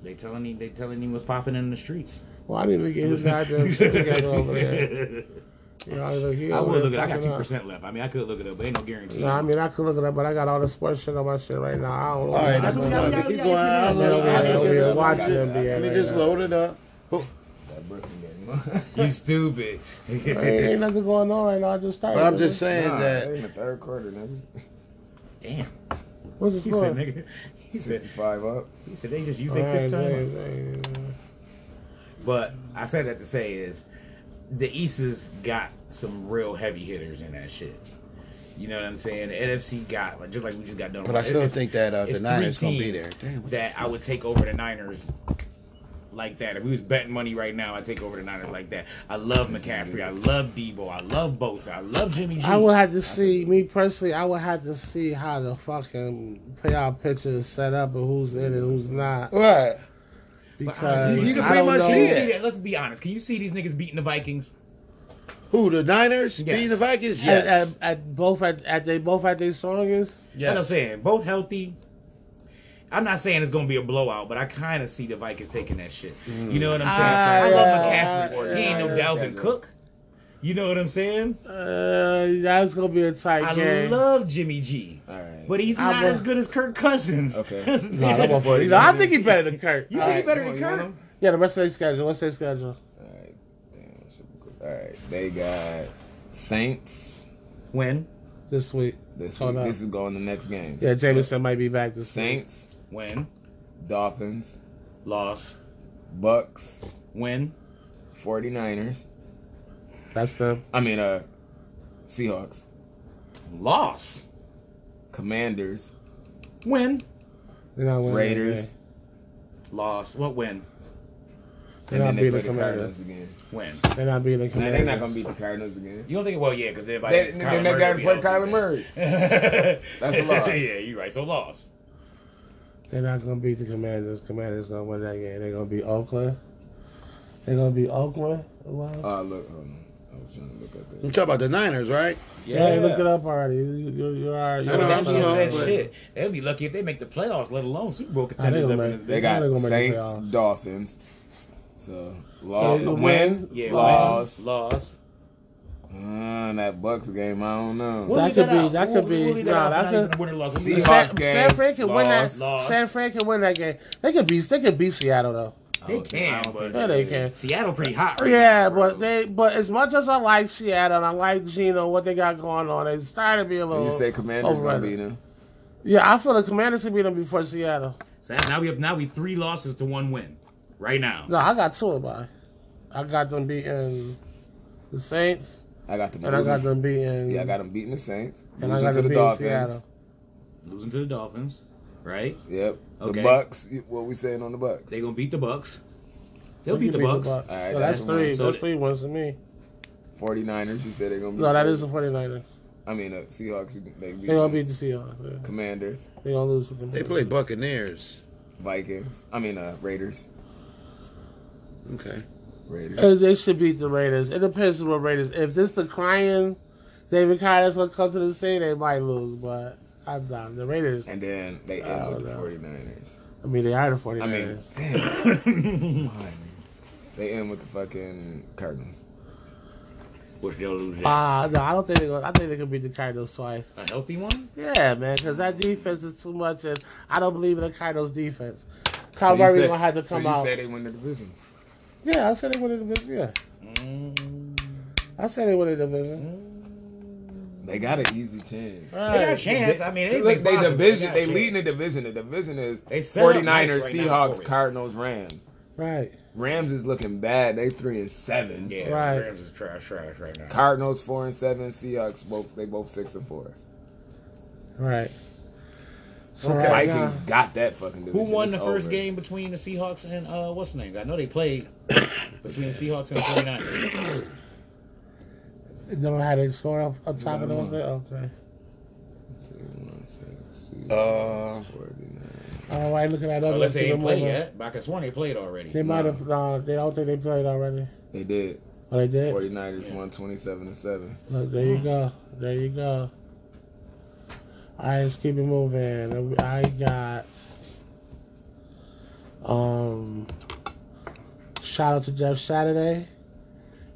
[SPEAKER 2] They telling him. They telling him what's popping in the streets.
[SPEAKER 1] Well, I need to get his goddamn shit together over there. You know, look, he
[SPEAKER 2] I
[SPEAKER 1] over
[SPEAKER 2] would
[SPEAKER 1] there
[SPEAKER 2] look it. I got
[SPEAKER 1] fucking
[SPEAKER 2] two
[SPEAKER 1] up.
[SPEAKER 2] percent left. I mean, I could look it up, but ain't no guarantee.
[SPEAKER 1] No, I mean I could look it up, but I got all the sports shit on my shit right now. I don't know.
[SPEAKER 4] All right,
[SPEAKER 1] I
[SPEAKER 4] that's
[SPEAKER 2] what
[SPEAKER 1] don't know.
[SPEAKER 2] we
[SPEAKER 4] going
[SPEAKER 2] got.
[SPEAKER 4] on. Keep going. I'll
[SPEAKER 1] Yeah,
[SPEAKER 4] look- I'll
[SPEAKER 1] yeah,
[SPEAKER 4] look
[SPEAKER 1] yeah,
[SPEAKER 4] it
[SPEAKER 1] yeah,
[SPEAKER 4] up.
[SPEAKER 1] watch
[SPEAKER 4] I got
[SPEAKER 1] them
[SPEAKER 4] it.
[SPEAKER 1] be
[SPEAKER 4] Let me
[SPEAKER 1] at
[SPEAKER 4] just
[SPEAKER 1] it.
[SPEAKER 4] load it up.
[SPEAKER 3] That Brooklyn game.
[SPEAKER 2] You stupid.
[SPEAKER 1] Ain't, ain't nothing going on right now. I just started.
[SPEAKER 4] But I'm just saying
[SPEAKER 3] Nah,
[SPEAKER 4] that.
[SPEAKER 3] they in the third quarter, nigga.
[SPEAKER 2] Damn.
[SPEAKER 1] What's the
[SPEAKER 2] He said,
[SPEAKER 1] score?
[SPEAKER 2] nigga. He said.
[SPEAKER 3] 65 up.
[SPEAKER 2] He said they just used
[SPEAKER 1] All
[SPEAKER 2] their
[SPEAKER 1] right,
[SPEAKER 2] fifth time.
[SPEAKER 1] yeah, yeah, yeah.
[SPEAKER 2] But I said that to say is the East has got some real heavy hitters in that shit. You know what I'm saying? The NFC got like just like we just got done.
[SPEAKER 4] But
[SPEAKER 2] with.
[SPEAKER 4] I still
[SPEAKER 2] It's-
[SPEAKER 4] think that, uh, the
[SPEAKER 2] it's three
[SPEAKER 4] Niners gonna be
[SPEAKER 2] teams
[SPEAKER 4] there. Damn, what
[SPEAKER 2] that I would take over the Niners like that. If we was betting money right now, I'd take over the Niners like that. I love McCaffrey. I love Debo. I love Bosa. I love Jimmy G.
[SPEAKER 1] I will have to see me personally. I will have to see how the fucking playoff picture is set up and who's in and who's not.
[SPEAKER 4] Right.
[SPEAKER 2] But
[SPEAKER 1] Because
[SPEAKER 2] honestly,
[SPEAKER 4] You can
[SPEAKER 1] I
[SPEAKER 4] pretty
[SPEAKER 1] don't
[SPEAKER 4] much
[SPEAKER 1] know.
[SPEAKER 2] can you
[SPEAKER 4] see
[SPEAKER 2] see
[SPEAKER 4] it.
[SPEAKER 2] that? Let's be honest. Can you see these niggas beating the Vikings?
[SPEAKER 4] Who the Niners
[SPEAKER 2] Yes.
[SPEAKER 4] beating the Vikings?
[SPEAKER 1] At,
[SPEAKER 4] Yes.
[SPEAKER 1] at, at both at, at they both at their strongest.
[SPEAKER 4] yes.
[SPEAKER 2] That's what I'm saying. Both healthy. I'm not saying it's gonna be a blowout, but I kind of see the Vikings taking that shit. You know what I'm saying?
[SPEAKER 1] Ah,
[SPEAKER 2] I
[SPEAKER 1] yeah,
[SPEAKER 2] love McCaffrey.
[SPEAKER 1] yeah,
[SPEAKER 2] he ain't no
[SPEAKER 3] Mm. Uh, yeah.
[SPEAKER 2] Dalvin Cook. You know what I'm saying?
[SPEAKER 1] Uh, that's gonna be a tight
[SPEAKER 2] I
[SPEAKER 1] game.
[SPEAKER 2] love Jimmy G,
[SPEAKER 3] All right.
[SPEAKER 2] but he's
[SPEAKER 1] I
[SPEAKER 2] not
[SPEAKER 1] will-
[SPEAKER 2] as good as Kirk Cousins.
[SPEAKER 3] Okay.
[SPEAKER 2] That's-
[SPEAKER 1] Nah, that motherfucker- you know, I think he's better than Kurt.
[SPEAKER 2] You
[SPEAKER 1] All
[SPEAKER 2] think
[SPEAKER 1] right.
[SPEAKER 2] he better
[SPEAKER 3] You want-
[SPEAKER 2] than
[SPEAKER 3] you want
[SPEAKER 2] Kurt?
[SPEAKER 3] him?
[SPEAKER 1] Yeah, the rest of their schedule. What's their schedule?
[SPEAKER 3] All right. Damn, this should be good. All right. They got Saints
[SPEAKER 2] When?
[SPEAKER 1] This week.
[SPEAKER 3] this
[SPEAKER 1] Hold
[SPEAKER 3] week.
[SPEAKER 1] up.
[SPEAKER 3] This is going the next game.
[SPEAKER 1] Yeah, Jameson might be back this week.
[SPEAKER 3] Saints,
[SPEAKER 2] When?
[SPEAKER 3] Dolphins,
[SPEAKER 2] Loss.
[SPEAKER 3] Bucks,
[SPEAKER 2] Win.
[SPEAKER 3] 49ers.
[SPEAKER 1] That's them.
[SPEAKER 3] I mean, uh, Seahawks,
[SPEAKER 2] Loss.
[SPEAKER 3] Commanders,
[SPEAKER 2] Win.
[SPEAKER 1] They're not winning.
[SPEAKER 3] Raiders,
[SPEAKER 2] Loss. What win?
[SPEAKER 1] They're
[SPEAKER 3] and
[SPEAKER 1] not
[SPEAKER 3] then they
[SPEAKER 1] beating
[SPEAKER 3] play
[SPEAKER 1] the
[SPEAKER 3] the
[SPEAKER 1] Commanders.
[SPEAKER 3] Cardinals again.
[SPEAKER 2] Win.
[SPEAKER 1] They're not beating the
[SPEAKER 3] Nah,
[SPEAKER 1] Commanders.
[SPEAKER 3] they're not gonna beat the Cardinals again.
[SPEAKER 2] You don't think? Well, yeah, because everybody.
[SPEAKER 3] They, they, they gotta play Kyler Murray.
[SPEAKER 2] That's
[SPEAKER 3] a loss.
[SPEAKER 2] yeah, you're right. So loss.
[SPEAKER 1] They're not gonna beat the Commanders. Commanders gonna win that game. They're gonna beat Oakland. They're gonna beat Oakland. Wow.
[SPEAKER 3] Oh, look, hold on. I was trying to look at
[SPEAKER 4] You
[SPEAKER 3] that.
[SPEAKER 4] talking about the Niners, right?
[SPEAKER 1] yeah, you looked it up already. You, you, you are.
[SPEAKER 4] No,
[SPEAKER 1] you're right.
[SPEAKER 4] no,
[SPEAKER 2] That
[SPEAKER 4] I'm
[SPEAKER 2] shit
[SPEAKER 4] slow,
[SPEAKER 2] said
[SPEAKER 4] but-
[SPEAKER 2] shit. They'll be lucky if they make the playoffs, let alone Super Bowl contenders
[SPEAKER 1] gonna
[SPEAKER 2] up in
[SPEAKER 1] make-
[SPEAKER 2] this
[SPEAKER 3] They
[SPEAKER 1] They're
[SPEAKER 2] bitch.
[SPEAKER 3] got
[SPEAKER 1] gonna make the
[SPEAKER 3] Saints,
[SPEAKER 1] playoffs.
[SPEAKER 3] Dolphins. So,
[SPEAKER 1] So
[SPEAKER 3] loss,
[SPEAKER 1] you
[SPEAKER 3] win.
[SPEAKER 2] Yeah,
[SPEAKER 3] Loss.
[SPEAKER 2] loss. Loss.
[SPEAKER 3] Uh, that Bucks game, I don't know.
[SPEAKER 1] What?
[SPEAKER 2] We'll
[SPEAKER 1] That
[SPEAKER 2] leave
[SPEAKER 1] could be-
[SPEAKER 2] out.
[SPEAKER 1] that
[SPEAKER 2] We'll-
[SPEAKER 1] could be-
[SPEAKER 2] we'll leave that
[SPEAKER 1] nah,
[SPEAKER 2] out.
[SPEAKER 1] that
[SPEAKER 2] Not even
[SPEAKER 1] could-
[SPEAKER 2] Win or loss.
[SPEAKER 3] See-
[SPEAKER 2] We'll leave
[SPEAKER 1] San,
[SPEAKER 3] Seahawks
[SPEAKER 1] San
[SPEAKER 3] game.
[SPEAKER 1] Fran can win that.
[SPEAKER 2] Lost.
[SPEAKER 1] San Fran can win that game. They could beat. They could beat Seattle though.
[SPEAKER 2] out. They can, but
[SPEAKER 1] Yeah, they can.
[SPEAKER 2] Seattle pretty hot. right
[SPEAKER 1] Yeah,
[SPEAKER 2] now,
[SPEAKER 1] but
[SPEAKER 2] bro.
[SPEAKER 1] they. But as much as I like Seattle and I like Gino, what they got going on, it's starting to be a little.
[SPEAKER 3] You say Commanders gonna
[SPEAKER 1] overrated.
[SPEAKER 3] beat them?
[SPEAKER 1] Yeah, I feel the Commanders could beat them before Seattle.
[SPEAKER 2] So now we have now we three losses to one win, right now.
[SPEAKER 1] No, I got two of mine. I got them beating the Saints,
[SPEAKER 3] I got them.
[SPEAKER 1] and I got
[SPEAKER 3] losing.
[SPEAKER 1] them beating.
[SPEAKER 3] Yeah, I got them beating the Saints.
[SPEAKER 1] And I
[SPEAKER 3] losing
[SPEAKER 1] got
[SPEAKER 3] to
[SPEAKER 1] them
[SPEAKER 3] the
[SPEAKER 1] beating
[SPEAKER 3] Dolphins.
[SPEAKER 1] Seattle.
[SPEAKER 2] Losing to the Dolphins, right?
[SPEAKER 3] Yep.
[SPEAKER 2] Okay.
[SPEAKER 3] The Bucks. What we saying on the Bucks?
[SPEAKER 2] They gonna beat the Bucks. They'll
[SPEAKER 1] You
[SPEAKER 2] beat the Bucks.
[SPEAKER 3] All right,
[SPEAKER 1] so that's
[SPEAKER 3] that's the one.
[SPEAKER 1] three.
[SPEAKER 2] So
[SPEAKER 1] that's
[SPEAKER 2] th-
[SPEAKER 1] three ones to me.
[SPEAKER 3] 49ers. You said they're gonna. Be
[SPEAKER 1] No, that is the 49ers.
[SPEAKER 3] I mean, uh, Seahawks. you- They beat.
[SPEAKER 1] They're going to beat the Seahawks. Yeah.
[SPEAKER 3] Commanders,
[SPEAKER 1] They're going to lose. to the
[SPEAKER 4] They play Buccaneers.
[SPEAKER 3] Vikings. I mean, uh, Raiders.
[SPEAKER 4] Okay.
[SPEAKER 3] Raiders.
[SPEAKER 1] And they should beat the Raiders. It depends on what Raiders. If this the crying David Carr that's going to come to the scene, they might lose, but I doubt it. The Raiders,
[SPEAKER 3] And then they end
[SPEAKER 1] Oh,
[SPEAKER 3] with the
[SPEAKER 1] no.
[SPEAKER 3] 49ers.
[SPEAKER 1] I mean, they are the 49ers.
[SPEAKER 3] I mean, damn. They end with the fucking Cardinals.
[SPEAKER 2] Which they'll lose. that.
[SPEAKER 1] Ah, no, I don't think they're going to. I think they can beat the Cardinals twice.
[SPEAKER 2] A healthy one?
[SPEAKER 1] Yeah, man, because that defense is too much, and I don't believe in the Cardinals defense.
[SPEAKER 3] So
[SPEAKER 1] Kyle
[SPEAKER 3] you
[SPEAKER 1] Murray's
[SPEAKER 3] said-
[SPEAKER 1] gonna have to come
[SPEAKER 3] so
[SPEAKER 1] out.
[SPEAKER 3] You said they win the division.
[SPEAKER 1] Yeah, I said they win the division. Yeah,
[SPEAKER 2] Mm.
[SPEAKER 1] I said they win the division.
[SPEAKER 3] They got an easy chance.
[SPEAKER 1] All
[SPEAKER 2] They got a
[SPEAKER 1] right.
[SPEAKER 2] chance. I mean,
[SPEAKER 3] Look,
[SPEAKER 2] anything's
[SPEAKER 3] they
[SPEAKER 2] possible.
[SPEAKER 3] division.
[SPEAKER 2] got a
[SPEAKER 3] They
[SPEAKER 2] chance.
[SPEAKER 3] leading the division. The division is
[SPEAKER 2] They set up
[SPEAKER 3] 49ers,
[SPEAKER 2] nice right now for
[SPEAKER 3] Seahawks,
[SPEAKER 2] it.
[SPEAKER 3] Cardinals, Rams.
[SPEAKER 1] right.
[SPEAKER 3] Rams is looking bad. They three and seven.
[SPEAKER 2] Yeah,
[SPEAKER 1] Right.
[SPEAKER 2] Rams is trash, trash right now.
[SPEAKER 3] Cardinals four and seven. Seahawks both they both six and four.
[SPEAKER 1] Right. So
[SPEAKER 4] Okay.
[SPEAKER 1] right now-
[SPEAKER 3] Vikings got that fucking
[SPEAKER 2] Who
[SPEAKER 3] division.
[SPEAKER 2] won
[SPEAKER 3] It's
[SPEAKER 2] the first
[SPEAKER 3] over.
[SPEAKER 2] game between the Seahawks and uh, what's the name? I know they played between the Seahawks and the 49ers.
[SPEAKER 1] They don't know how they score off, on top of those. Okay.
[SPEAKER 3] Two, one, six, six,
[SPEAKER 2] Uh,
[SPEAKER 3] 49.
[SPEAKER 1] I don't know why you're looking at other
[SPEAKER 2] Unless they
[SPEAKER 1] people
[SPEAKER 2] ain't played
[SPEAKER 1] moving.
[SPEAKER 2] yet. But I could swear they played already.
[SPEAKER 1] They might have. No, they don't think they played already.
[SPEAKER 3] They did.
[SPEAKER 1] Oh, they did.
[SPEAKER 3] 49ers won twenty seven to seven.
[SPEAKER 1] Look, there you go. There you go. All right, let's keep it moving. I got. Um. Shout out to Jeff Saturday.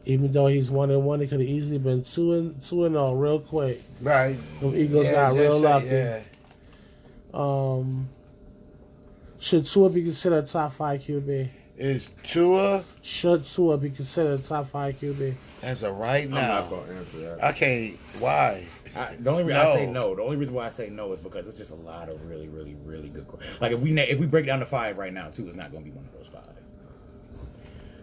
[SPEAKER 1] Even though he's one and one, he could have easily been two and two and all real quick.
[SPEAKER 4] Right.
[SPEAKER 1] The Eagles got real lucky. Um. Should Tua be considered a top five QB?
[SPEAKER 4] Is Tua
[SPEAKER 1] Should Tua be considered a top five QB?
[SPEAKER 4] as of right
[SPEAKER 3] I'm not
[SPEAKER 4] now?
[SPEAKER 3] gonna answer that.
[SPEAKER 4] I can't. Why?
[SPEAKER 2] I, the only reason I say
[SPEAKER 4] No.
[SPEAKER 2] no. The only reason why I say no is because it's just a lot of really, really, really good. qu- Like if we na- if we break down to five right now, two is not going to be one of those five.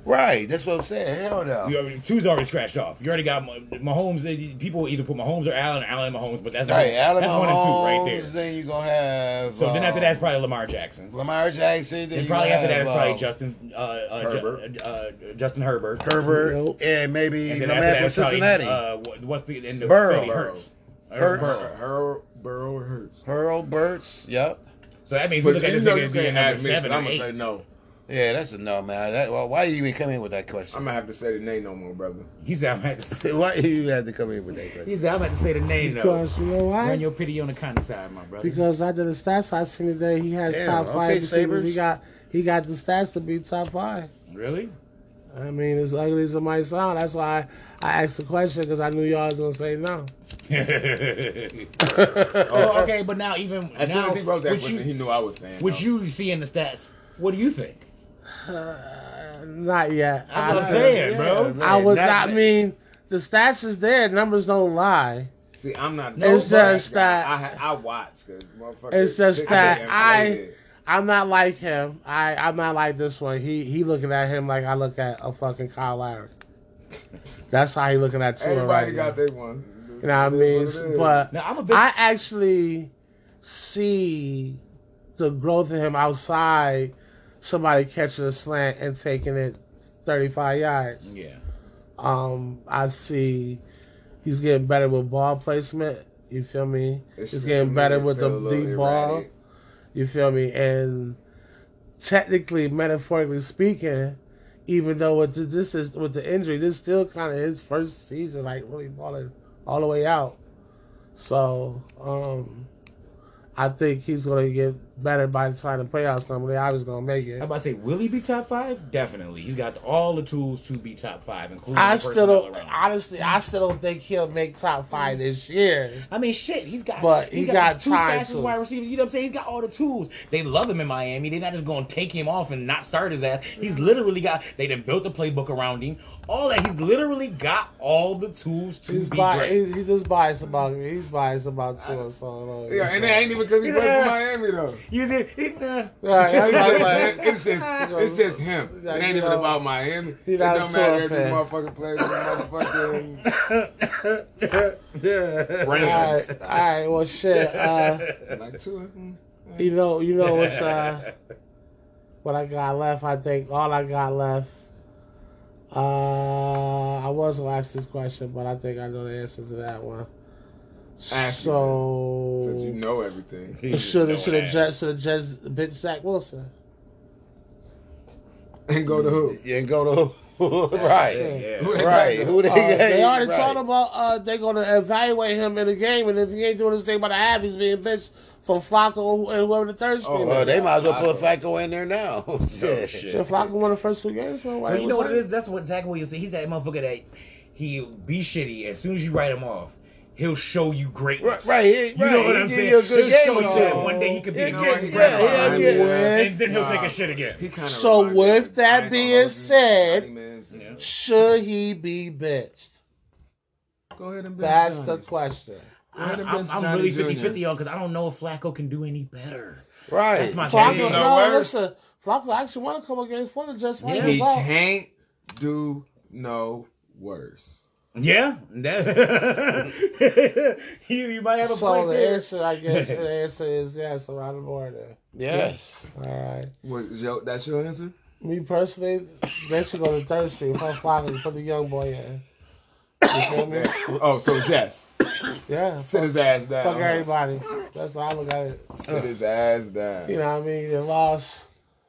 [SPEAKER 4] Right. That's what I'm saying. Hell no.
[SPEAKER 2] You already, two's already scratched off. You already got Mah- Mahomes. eh, People either put Mahomes or Allen, or Allen and Mahomes, but that's
[SPEAKER 4] Right, Allen
[SPEAKER 2] that's
[SPEAKER 4] Mahomes,
[SPEAKER 2] one and two right there.
[SPEAKER 4] Then you're gonna have.
[SPEAKER 2] So then after
[SPEAKER 4] um,
[SPEAKER 2] that's probably Lamar Jackson.
[SPEAKER 4] Lamar Jackson. Then
[SPEAKER 2] And
[SPEAKER 4] you
[SPEAKER 2] probably
[SPEAKER 4] have,
[SPEAKER 2] after that is probably
[SPEAKER 4] um,
[SPEAKER 2] Justin uh, uh, Ju-
[SPEAKER 3] Herbert.
[SPEAKER 2] uh, Justin Herbert.
[SPEAKER 4] Herbert,
[SPEAKER 1] Nope.
[SPEAKER 4] and maybe
[SPEAKER 2] And
[SPEAKER 4] the
[SPEAKER 2] then
[SPEAKER 4] man
[SPEAKER 2] after that
[SPEAKER 4] from
[SPEAKER 2] is probably
[SPEAKER 4] Cincinnati,
[SPEAKER 2] uh, wha- what's the and the
[SPEAKER 4] Burrow.
[SPEAKER 2] Philly Hurts.
[SPEAKER 4] Hurts.
[SPEAKER 2] Burrow.
[SPEAKER 3] Burrow, Burrow hurts.
[SPEAKER 4] Hurl Burts. Yep.
[SPEAKER 2] So that means we
[SPEAKER 3] But
[SPEAKER 2] look at
[SPEAKER 3] you
[SPEAKER 2] this
[SPEAKER 3] know
[SPEAKER 2] nigga
[SPEAKER 3] you
[SPEAKER 2] as being
[SPEAKER 3] can't
[SPEAKER 2] number
[SPEAKER 3] ask me. I'm
[SPEAKER 2] seven or
[SPEAKER 3] gonna
[SPEAKER 2] eight.
[SPEAKER 3] say no.
[SPEAKER 4] Yeah, that's a no, man. That, well, why you even come in with that question?
[SPEAKER 3] I'm gonna have to say the name no more, brother.
[SPEAKER 2] He's out. I'm about to say-
[SPEAKER 4] why you had to come in with that question?
[SPEAKER 2] He's out. I'm about to say the name though.
[SPEAKER 1] Because you know why?
[SPEAKER 2] Run your pity on the kind side, my brother.
[SPEAKER 1] Because I did the stats I seen today. He has
[SPEAKER 4] Damn,
[SPEAKER 1] top
[SPEAKER 4] okay,
[SPEAKER 1] five receivers.
[SPEAKER 4] Sabres.
[SPEAKER 1] He got he got the stats to be top five.
[SPEAKER 2] really,
[SPEAKER 1] I mean, as ugly as it might sound, that's why I asked the question because I knew y'all was gonna say no.
[SPEAKER 2] oh, okay, but now even
[SPEAKER 3] As soon
[SPEAKER 2] now,
[SPEAKER 3] as he wrote that
[SPEAKER 2] what
[SPEAKER 3] question,
[SPEAKER 2] you,
[SPEAKER 3] he knew I was saying.
[SPEAKER 2] what
[SPEAKER 3] no.
[SPEAKER 2] you see in the stats, what do you think?
[SPEAKER 1] Uh, Not yet.
[SPEAKER 2] That's what I'm
[SPEAKER 1] I-
[SPEAKER 2] saying, bro.
[SPEAKER 4] man,
[SPEAKER 1] I was.
[SPEAKER 4] not-
[SPEAKER 1] I mean, the stats is there. Numbers don't lie.
[SPEAKER 3] See, I'm not.
[SPEAKER 1] It's
[SPEAKER 3] I'm not
[SPEAKER 1] just
[SPEAKER 3] that
[SPEAKER 1] that-
[SPEAKER 3] guy. I, I watch because motherfucker.
[SPEAKER 1] It's just
[SPEAKER 3] shit
[SPEAKER 1] that
[SPEAKER 3] getting
[SPEAKER 1] I-
[SPEAKER 3] inflated.
[SPEAKER 1] I'm not like him. I I'm not like this one. He he looking at him like I look at a fucking Kyle Larry. That's how he looking at Tua
[SPEAKER 3] Everybody
[SPEAKER 1] right now.
[SPEAKER 3] got their one.
[SPEAKER 1] You know what I mean? But
[SPEAKER 2] Now, I'm a big-
[SPEAKER 1] I actually see the growth in him outside somebody catching a slant and taking it 35 yards.
[SPEAKER 2] Yeah.
[SPEAKER 1] Um, I see he's getting better with ball placement. You feel me? he's getting better with the deep ball. You feel me? And technically, metaphorically speaking, even though with the, this is with the injury, this is still kind of his first season, like really balling all the way out. So, um, I think he's gonna get better by the time the playoffs come. They obviously gonna make
[SPEAKER 2] I'm
[SPEAKER 1] it.
[SPEAKER 2] about to say, will he be top five? Definitely. He's got all the tools to be top five, including
[SPEAKER 1] I
[SPEAKER 2] the
[SPEAKER 1] still
[SPEAKER 2] personnel
[SPEAKER 1] don't.
[SPEAKER 2] around. him.
[SPEAKER 1] Honestly, I still don't think he'll make top five this year.
[SPEAKER 2] I mean, shit, he's got.
[SPEAKER 1] But he got
[SPEAKER 2] the two
[SPEAKER 1] time
[SPEAKER 2] fastest
[SPEAKER 1] to.
[SPEAKER 2] wide receivers. You know what I'm saying? He's got all the tools. They love him in Miami. They're not just gonna take him off and not start his ass. He's literally got. They done built the playbook around him. All that. He's literally got all the tools to
[SPEAKER 1] He's
[SPEAKER 2] be
[SPEAKER 1] bi-
[SPEAKER 2] great.
[SPEAKER 1] he, he's just biased about me. He's biased about Tua. So uh,
[SPEAKER 3] Yeah, and it ain't even because he played
[SPEAKER 2] Yeah.
[SPEAKER 3] for Miami though.
[SPEAKER 2] You did. He, nah.
[SPEAKER 1] Right, that's
[SPEAKER 3] It's just,
[SPEAKER 1] like-
[SPEAKER 3] it's just, it's just him. It
[SPEAKER 1] Like,
[SPEAKER 3] ain't
[SPEAKER 1] you
[SPEAKER 3] even
[SPEAKER 1] know,
[SPEAKER 3] about Miami.
[SPEAKER 1] he
[SPEAKER 3] It
[SPEAKER 1] not
[SPEAKER 3] don't
[SPEAKER 1] a
[SPEAKER 3] matter
[SPEAKER 1] Suns
[SPEAKER 3] if you
[SPEAKER 1] fan.
[SPEAKER 3] motherfucker plays with motherfucking
[SPEAKER 1] All
[SPEAKER 3] Rams.
[SPEAKER 1] right, all right. Well, shit. Uh,
[SPEAKER 3] Like two. of them.
[SPEAKER 1] you know, you know what's uh, what I got left. I think all I got left. Uh, I was gonna ask this question, but I think I know the answer to that one.
[SPEAKER 3] Ask me, Since you
[SPEAKER 1] so,
[SPEAKER 3] know everything.
[SPEAKER 1] should the
[SPEAKER 2] He's
[SPEAKER 1] should the
[SPEAKER 2] no
[SPEAKER 1] Jets should the Jets bench Zach Wilson?
[SPEAKER 3] And go to who?
[SPEAKER 4] You ain't go to right,
[SPEAKER 2] Yeah.
[SPEAKER 3] Who they got
[SPEAKER 4] right.
[SPEAKER 3] though?
[SPEAKER 4] Who they,
[SPEAKER 1] Uh, they already
[SPEAKER 4] right.
[SPEAKER 1] talking about uh, they're going to evaluate him in the game, and if he ain't doing his thing by the half, he's being benched for Flacco and whoever the third string.
[SPEAKER 4] Well,
[SPEAKER 1] is.
[SPEAKER 4] Oh, they might as well put Flacco in there now. Shit.
[SPEAKER 2] shit.
[SPEAKER 1] Shit, Flacco won the first two games, man. Why
[SPEAKER 2] But
[SPEAKER 1] they
[SPEAKER 2] you know
[SPEAKER 1] was
[SPEAKER 2] what it
[SPEAKER 1] hurt?
[SPEAKER 2] is? That's what Zach Williams said. He's that motherfucker that he'll be shitty. As soon as you write him off, he'll show you
[SPEAKER 4] Right,
[SPEAKER 2] greatness.
[SPEAKER 4] right. He,
[SPEAKER 2] You
[SPEAKER 4] right.
[SPEAKER 2] know what
[SPEAKER 4] he
[SPEAKER 2] I'm
[SPEAKER 4] give
[SPEAKER 2] saying?
[SPEAKER 4] You a good
[SPEAKER 2] he'll
[SPEAKER 4] game
[SPEAKER 2] show
[SPEAKER 4] or
[SPEAKER 2] you that
[SPEAKER 4] two.
[SPEAKER 2] one day he could be
[SPEAKER 4] Yeah,
[SPEAKER 2] the
[SPEAKER 4] yeah,
[SPEAKER 2] greatest
[SPEAKER 4] yeah,
[SPEAKER 2] grandpa.
[SPEAKER 4] yeah,
[SPEAKER 2] And
[SPEAKER 4] yeah.
[SPEAKER 2] then- And then he'll
[SPEAKER 3] Nah.
[SPEAKER 2] take a shit again.
[SPEAKER 3] He kind of
[SPEAKER 1] So with that being said- Should he be benched?
[SPEAKER 3] go ahead and
[SPEAKER 1] That's the question.
[SPEAKER 2] I,
[SPEAKER 3] Go ahead and
[SPEAKER 2] am
[SPEAKER 3] bench Johnny
[SPEAKER 2] really
[SPEAKER 3] Jr..
[SPEAKER 2] 50 50 on because I don't know if Flacco can do any better.
[SPEAKER 4] Right.
[SPEAKER 2] That's my
[SPEAKER 1] Flacco,
[SPEAKER 2] thing.
[SPEAKER 3] no
[SPEAKER 1] no,
[SPEAKER 3] worse.
[SPEAKER 1] listen. Flacco actually won a couple games for the Jets. while
[SPEAKER 2] Yeah.
[SPEAKER 1] he
[SPEAKER 3] He
[SPEAKER 1] was out.
[SPEAKER 3] can't do no worse.
[SPEAKER 2] Yeah. That- you, you might have a
[SPEAKER 1] So
[SPEAKER 2] point
[SPEAKER 1] the
[SPEAKER 2] there.
[SPEAKER 1] answer, I guess, the answer is yes around the board. There.
[SPEAKER 4] Yes.
[SPEAKER 1] All right.
[SPEAKER 3] What, is your, that's your answer?
[SPEAKER 1] Me personally, they should go to third street. If I'm Flacco, you put the young boy in. You feel me?
[SPEAKER 3] Oh, so it's yes.
[SPEAKER 1] Yeah.
[SPEAKER 3] Sit his ass down.
[SPEAKER 1] Fuck everybody. That's how I look at it.
[SPEAKER 3] Sit his ass down.
[SPEAKER 1] You know what I mean? They lost.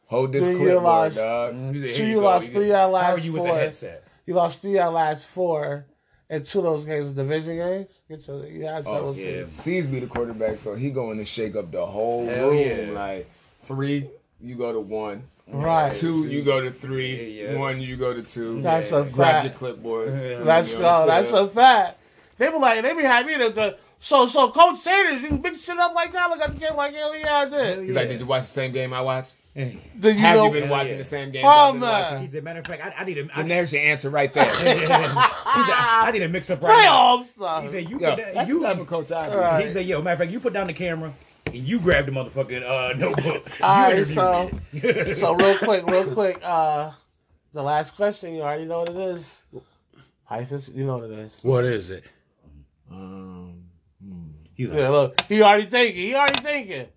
[SPEAKER 3] Hold this
[SPEAKER 1] Do you
[SPEAKER 3] clipboard,
[SPEAKER 1] realize-
[SPEAKER 3] dog.
[SPEAKER 2] Mm,
[SPEAKER 1] Two, you lost three out of
[SPEAKER 2] How are
[SPEAKER 1] last
[SPEAKER 2] you with the
[SPEAKER 1] four.
[SPEAKER 2] headset?
[SPEAKER 1] You lost three out of last four, and two of those games were division games. Get your yeah, that was
[SPEAKER 2] Oh, yeah.
[SPEAKER 3] Sees be the quarterback, so he going to shake up the whole
[SPEAKER 2] Hell
[SPEAKER 3] room.
[SPEAKER 2] yeah.
[SPEAKER 3] Like three, you go to one.
[SPEAKER 1] right.
[SPEAKER 3] Two, you go to three.
[SPEAKER 2] Yeah, yeah.
[SPEAKER 3] One, you go to two.
[SPEAKER 1] That's a
[SPEAKER 3] Grab your
[SPEAKER 1] fact.
[SPEAKER 3] clipboard.
[SPEAKER 1] That's no, that's a fact. They be like, they be happy that the so so Coach Sanders, you bitch shit up like that. Look at the game like hell yeah, I did.
[SPEAKER 3] He's like, did you watch the same game I watched?
[SPEAKER 1] Then you
[SPEAKER 3] Have
[SPEAKER 1] know,
[SPEAKER 3] you been
[SPEAKER 2] Hell
[SPEAKER 3] watching
[SPEAKER 2] yeah.
[SPEAKER 3] the same game?
[SPEAKER 1] Oh,
[SPEAKER 3] I've been
[SPEAKER 1] man.
[SPEAKER 3] watching?
[SPEAKER 2] He said, matter of fact, I, I need a. I,
[SPEAKER 3] And there's your answer right there.
[SPEAKER 2] he said,
[SPEAKER 1] ah,
[SPEAKER 2] I need a mix up right now.
[SPEAKER 1] playoffs.
[SPEAKER 2] He said, you
[SPEAKER 3] Yo,
[SPEAKER 2] put that,
[SPEAKER 3] that's
[SPEAKER 2] you
[SPEAKER 3] the type of coach I am.
[SPEAKER 1] Right.
[SPEAKER 2] He said, "Yo, matter of fact, you put down the camera and you grab the motherfucking uh, notebook. You
[SPEAKER 1] All right,
[SPEAKER 2] interviewed
[SPEAKER 1] so
[SPEAKER 2] me.
[SPEAKER 1] so real quick, real quick. Uh, the last question, you already know what it is. Hyphus, you know what it is.
[SPEAKER 4] What is it?
[SPEAKER 3] Um,
[SPEAKER 2] He's like,
[SPEAKER 1] Yeah, look, he already thinking. He already thinking.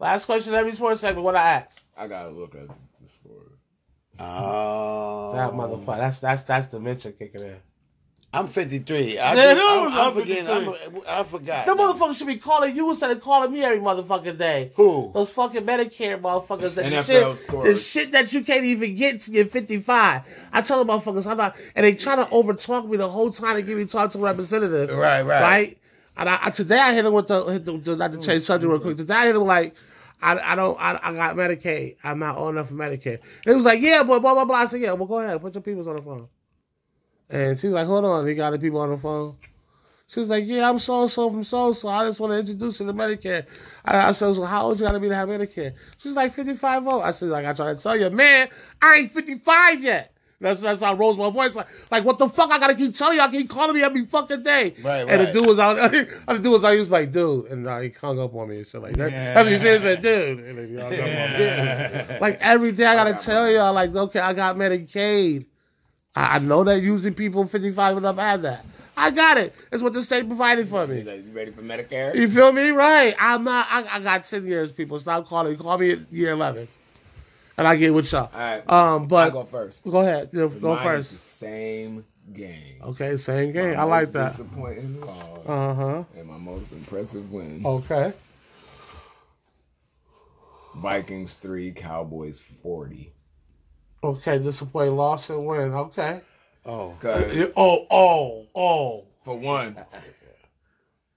[SPEAKER 1] Last question of every sports segment. What I ask?
[SPEAKER 3] I gotta look at this for
[SPEAKER 4] Oh.
[SPEAKER 1] That motherfucker. That's that's that's dementia kicking in.
[SPEAKER 4] I'm 53. I
[SPEAKER 1] Yeah,
[SPEAKER 4] just,
[SPEAKER 1] that
[SPEAKER 4] I'm,
[SPEAKER 1] was
[SPEAKER 4] I'm
[SPEAKER 1] like
[SPEAKER 4] forgetting. I'm, I forgot.
[SPEAKER 1] That
[SPEAKER 4] now.
[SPEAKER 1] motherfucker should be calling you instead of calling me every motherfucking day.
[SPEAKER 4] Who?
[SPEAKER 1] Those fucking Medicare motherfuckers that the
[SPEAKER 3] NFL
[SPEAKER 1] shit, the
[SPEAKER 3] scores.
[SPEAKER 1] shit that you can't even get to get 55. I tell them motherfuckers, I'm not, and they try to overtalk me the whole time to give me talk to a representative.
[SPEAKER 4] Right, right.
[SPEAKER 1] Right? And I, I, today I hit him with the, hit the, the- not to change subject real quick. Today I hit him like, I, I don't, I, I got Medicaid. I'm not on enough for Medicaid. And he was like, yeah, but blah, blah, blah. I said, yeah, well, go ahead. Put your peoples on the phone. And she's like, hold on. He got the people on the phone. She was like, "Yeah, I'm so and so from so and so. I just want to introduce you to Medicare." I, I said, "So how old you gotta be to oh." have Medicare?" She's like, "55 old." I said, "Like I tried to tell you, man, I ain't 55 yet." That's that's how I rose my voice. Like, like what the fuck? I gotta keep telling y'all. Keep calling me every fucking day.
[SPEAKER 4] Right,
[SPEAKER 1] And the
[SPEAKER 4] right.
[SPEAKER 1] dude was out. and the dude was out. He was like, dude, and uh, he hung up on me and shit like that. That's what he said. He said, dude, and then he hung up on me. Like every day, I gotta tell y'all. Like, okay, I got Medicaid. I, I know that usually people 55 and up have that. I got it. It's what the state provided for me.
[SPEAKER 3] Like, you ready for Medicare?
[SPEAKER 1] You feel me? Right. I'm not. I, I got ten years, people. Stop calling. Call me at year eleven, and I get with y'all.
[SPEAKER 3] All right.
[SPEAKER 1] Um,
[SPEAKER 3] I
[SPEAKER 1] but
[SPEAKER 3] go
[SPEAKER 1] go,
[SPEAKER 3] first.
[SPEAKER 1] ahead. You know, go
[SPEAKER 3] Mine is the
[SPEAKER 1] first.
[SPEAKER 3] same game.
[SPEAKER 1] Okay, same game.
[SPEAKER 3] My
[SPEAKER 1] I like
[SPEAKER 3] most
[SPEAKER 1] that.
[SPEAKER 3] Disappointing loss
[SPEAKER 1] Uh huh.
[SPEAKER 3] and my most impressive win.
[SPEAKER 1] Okay.
[SPEAKER 3] Vikings three, Cowboys forty.
[SPEAKER 1] Okay. Disappointing loss and win. Okay.
[SPEAKER 3] Oh,
[SPEAKER 1] Yeah, Oh, oh, oh.
[SPEAKER 3] for one,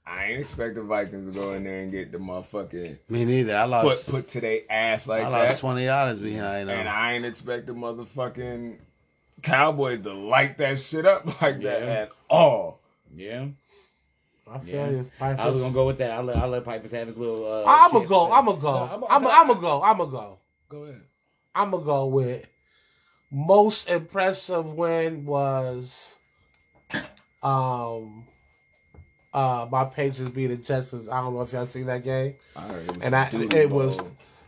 [SPEAKER 3] I ain't expect the Vikings to go in there and get the motherfucking
[SPEAKER 4] Me neither. I
[SPEAKER 3] put
[SPEAKER 4] lost.
[SPEAKER 3] put to their ass like
[SPEAKER 4] I
[SPEAKER 3] that.
[SPEAKER 4] lost twenty dollars behind.
[SPEAKER 3] And
[SPEAKER 4] um,
[SPEAKER 3] I ain't expect the motherfucking Cowboys to light that shit up like that
[SPEAKER 2] Yeah.
[SPEAKER 3] at all.
[SPEAKER 2] Yeah.
[SPEAKER 1] I feel
[SPEAKER 2] Yeah.
[SPEAKER 1] you. I,
[SPEAKER 2] I was gonna go with that. I let I let Pipers have his little. Uh,
[SPEAKER 1] I'm gonna
[SPEAKER 2] chance
[SPEAKER 1] go.
[SPEAKER 2] for
[SPEAKER 1] I'm
[SPEAKER 2] that.
[SPEAKER 1] gonna
[SPEAKER 2] No,
[SPEAKER 1] go.
[SPEAKER 2] a-
[SPEAKER 1] I'm I'm gonna go. I'm gonna go.
[SPEAKER 3] Go ahead.
[SPEAKER 1] I'm gonna go with most impressive win was um uh my Patriots beat the Texans. I don't know if y'all seen that game, and I it was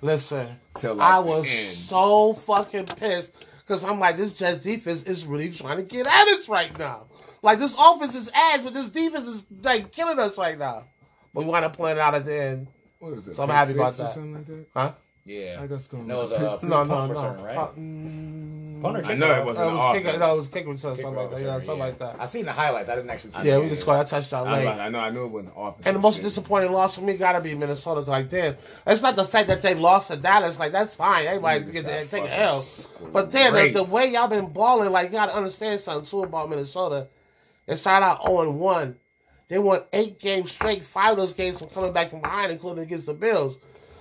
[SPEAKER 1] listen.
[SPEAKER 3] Till like
[SPEAKER 1] I
[SPEAKER 3] the
[SPEAKER 1] was
[SPEAKER 3] end.
[SPEAKER 1] so fucking pissed because I'm like this Jets defense is really trying to get at us right now. Like this offense is ass, but this defense is like killing us right now. But we wind up playing it out at the end,
[SPEAKER 3] What is it,
[SPEAKER 1] So I'm happy
[SPEAKER 3] pick
[SPEAKER 1] about
[SPEAKER 3] six or
[SPEAKER 1] that.
[SPEAKER 3] Something like that.
[SPEAKER 1] huh?
[SPEAKER 2] Yeah.
[SPEAKER 3] I just gonna-
[SPEAKER 2] No, it was a uh,
[SPEAKER 1] No, no,
[SPEAKER 2] punt
[SPEAKER 1] no.
[SPEAKER 2] return, right?
[SPEAKER 1] Uh, mm,
[SPEAKER 2] Punter
[SPEAKER 3] I know it wasn't
[SPEAKER 1] Uh,
[SPEAKER 3] an
[SPEAKER 1] it was kick,
[SPEAKER 3] offense.
[SPEAKER 1] no, it was kick return, something
[SPEAKER 2] Kick
[SPEAKER 1] like that. Yeah,
[SPEAKER 2] return,
[SPEAKER 1] something
[SPEAKER 2] yeah.
[SPEAKER 1] like
[SPEAKER 2] I
[SPEAKER 1] that.
[SPEAKER 2] seen the highlights. I didn't actually see.
[SPEAKER 1] Yeah,
[SPEAKER 2] the
[SPEAKER 1] we
[SPEAKER 2] game.
[SPEAKER 1] just scored a touchdown
[SPEAKER 3] I,
[SPEAKER 1] late.
[SPEAKER 3] I know, I knew it wasn't offense.
[SPEAKER 1] And the most disappointing loss for me gotta be Minnesota. 'cause, Like, damn, it's not the fact that they lost to Dallas. Like, that's fine. Everybody
[SPEAKER 3] Niggas
[SPEAKER 1] get
[SPEAKER 3] got
[SPEAKER 1] to take a
[SPEAKER 3] fucking
[SPEAKER 1] L. But damn, the,
[SPEAKER 3] scraped.
[SPEAKER 1] the way y'all been balling, like, you gotta understand something too about Minnesota. They started out 0 1. They won eight games straight, five of those games from coming back from behind, including against the Bills.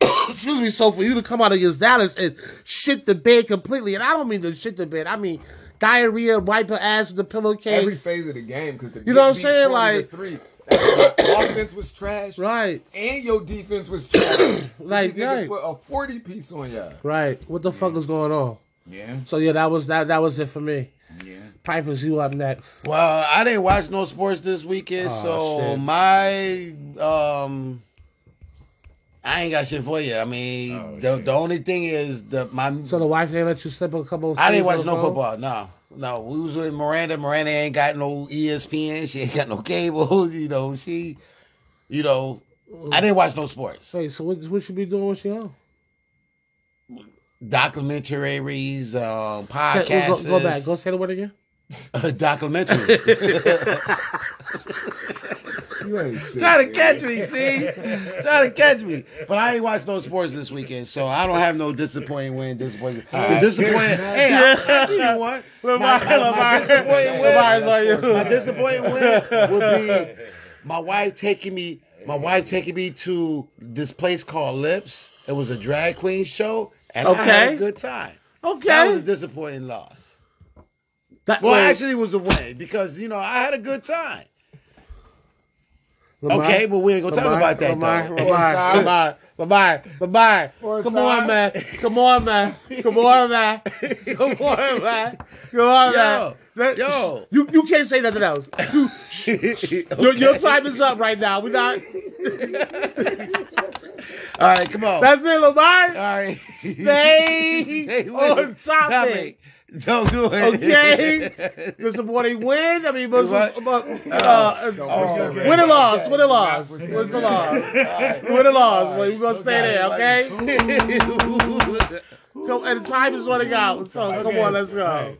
[SPEAKER 1] Excuse me. So for you to come out against Dallas and shit the bed completely, and I don't mean to shit the bed. I mean diarrhea, wipe her ass with the pillowcase.
[SPEAKER 3] every phase of the game because the
[SPEAKER 1] You know what I'm
[SPEAKER 3] Big beat
[SPEAKER 1] saying?
[SPEAKER 3] 20 to
[SPEAKER 1] Like-
[SPEAKER 3] three. That- your offense was trash,
[SPEAKER 1] Right.
[SPEAKER 3] And your defense was trash.
[SPEAKER 1] Like,
[SPEAKER 3] These niggas
[SPEAKER 1] right.
[SPEAKER 3] put a forty piece on y'all.
[SPEAKER 1] Right. What the fuck is going on?
[SPEAKER 2] Yeah.
[SPEAKER 1] So yeah, that was that. That was it for me.
[SPEAKER 2] Yeah.
[SPEAKER 1] Pipers, you up next?
[SPEAKER 4] Well, I didn't watch no sports this weekend, so
[SPEAKER 1] shit.
[SPEAKER 4] my um, I ain't got shit for you. I mean,
[SPEAKER 2] Oh,
[SPEAKER 4] the,
[SPEAKER 2] shit.
[SPEAKER 4] the only thing is the my
[SPEAKER 1] So the wife didn't let you slip a couple. Of
[SPEAKER 4] I didn't
[SPEAKER 1] things on
[SPEAKER 4] watch
[SPEAKER 1] the
[SPEAKER 4] no
[SPEAKER 1] phone?
[SPEAKER 4] football. No, no. We was with Miranda. Miranda ain't got no E ESPN. She ain't got no cables. You know, she, you know, I didn't watch no sports.
[SPEAKER 1] Wait, so what? What you be doing with your own?
[SPEAKER 4] Documentaries, um,
[SPEAKER 1] Say- oh, go,
[SPEAKER 4] podcasts.
[SPEAKER 1] go back. Go say the word again.
[SPEAKER 4] documentaries.
[SPEAKER 3] You ain't shit.
[SPEAKER 4] Try to catch me, see? Try to catch me. But I ain't watched no sports this weekend, so I don't have no disappointing win. Disappointing. The disappointing. Hey, I, I do you want. My, my- my disappointing win. My disappointing win would be my wife taking me. My wife taking me to this place called Lips. It was a drag queen show, and I had
[SPEAKER 1] Okay.
[SPEAKER 4] a good time.
[SPEAKER 1] Okay.
[SPEAKER 4] That was a disappointing loss.
[SPEAKER 1] That-
[SPEAKER 4] Well,
[SPEAKER 1] wait,
[SPEAKER 4] actually, it was a win because you know I had a good time.
[SPEAKER 1] Lamar?
[SPEAKER 4] okay, but we ain't gonna talk
[SPEAKER 1] Lamar,
[SPEAKER 4] about that,
[SPEAKER 1] Lamar,
[SPEAKER 4] though.
[SPEAKER 1] Lamar, Lamar, Lamar, Lamar.
[SPEAKER 3] Fourth
[SPEAKER 1] Come on,
[SPEAKER 3] time.
[SPEAKER 1] man. Come on, man. Come on, man. Come on, man. Come on, man.
[SPEAKER 4] Yo, yo.
[SPEAKER 1] You you can't say nothing else. You- your, your time is up right now. We not.
[SPEAKER 4] All right, come on.
[SPEAKER 1] That's it, Lamar.
[SPEAKER 4] All right.
[SPEAKER 1] Stay
[SPEAKER 4] Hey, wait,
[SPEAKER 1] on topic.
[SPEAKER 4] Don't do it.
[SPEAKER 1] Okay. Disappointing win. I mean, most
[SPEAKER 4] What?
[SPEAKER 1] of, uh, uh,
[SPEAKER 3] Oh,
[SPEAKER 1] win or loss. Win or loss. Win or loss. Win or loss. We're gonna stay there. Okay. Come, and the time is running out. So come on, let's go.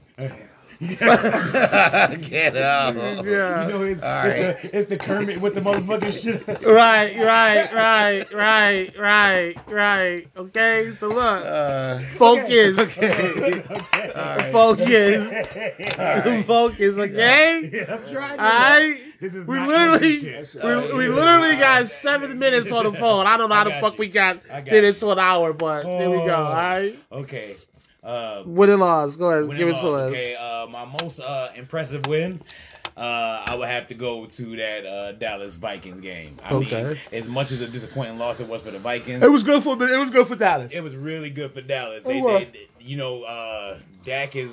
[SPEAKER 4] Get out.
[SPEAKER 2] You
[SPEAKER 1] Yeah.
[SPEAKER 2] know, it's, it's, the, it's the Kermit with the motherfucking shit.
[SPEAKER 1] Right. Right. Right. Right. Right. Right. Okay. So look.
[SPEAKER 4] Uh,
[SPEAKER 1] Focus. Focus. Focus. Okay.
[SPEAKER 2] I'm trying to.
[SPEAKER 1] I
[SPEAKER 2] This is
[SPEAKER 1] we
[SPEAKER 2] not
[SPEAKER 1] literally
[SPEAKER 2] easy shit.
[SPEAKER 1] we, we literally got seven minutes on the phone. I don't know how the
[SPEAKER 2] got
[SPEAKER 1] fuck
[SPEAKER 2] you.
[SPEAKER 1] we got,
[SPEAKER 2] I got
[SPEAKER 1] did it
[SPEAKER 2] you.
[SPEAKER 1] to an hour, but there we go.
[SPEAKER 2] Oh.
[SPEAKER 1] All right,
[SPEAKER 2] Okay. Uh,
[SPEAKER 1] win and loss. Go ahead,
[SPEAKER 2] win
[SPEAKER 1] give it
[SPEAKER 2] and
[SPEAKER 1] to
[SPEAKER 2] loss.
[SPEAKER 1] us.
[SPEAKER 2] Okay, uh, my most uh, impressive win, uh, I would have to go to that uh, Dallas Vikings game. I mean,
[SPEAKER 1] Okay.
[SPEAKER 2] as much as a disappointing loss it was for the Vikings,
[SPEAKER 1] It was good for it was good for Dallas.
[SPEAKER 2] it was really good for Dallas. They,
[SPEAKER 1] was.
[SPEAKER 2] they, you know, uh, Dak is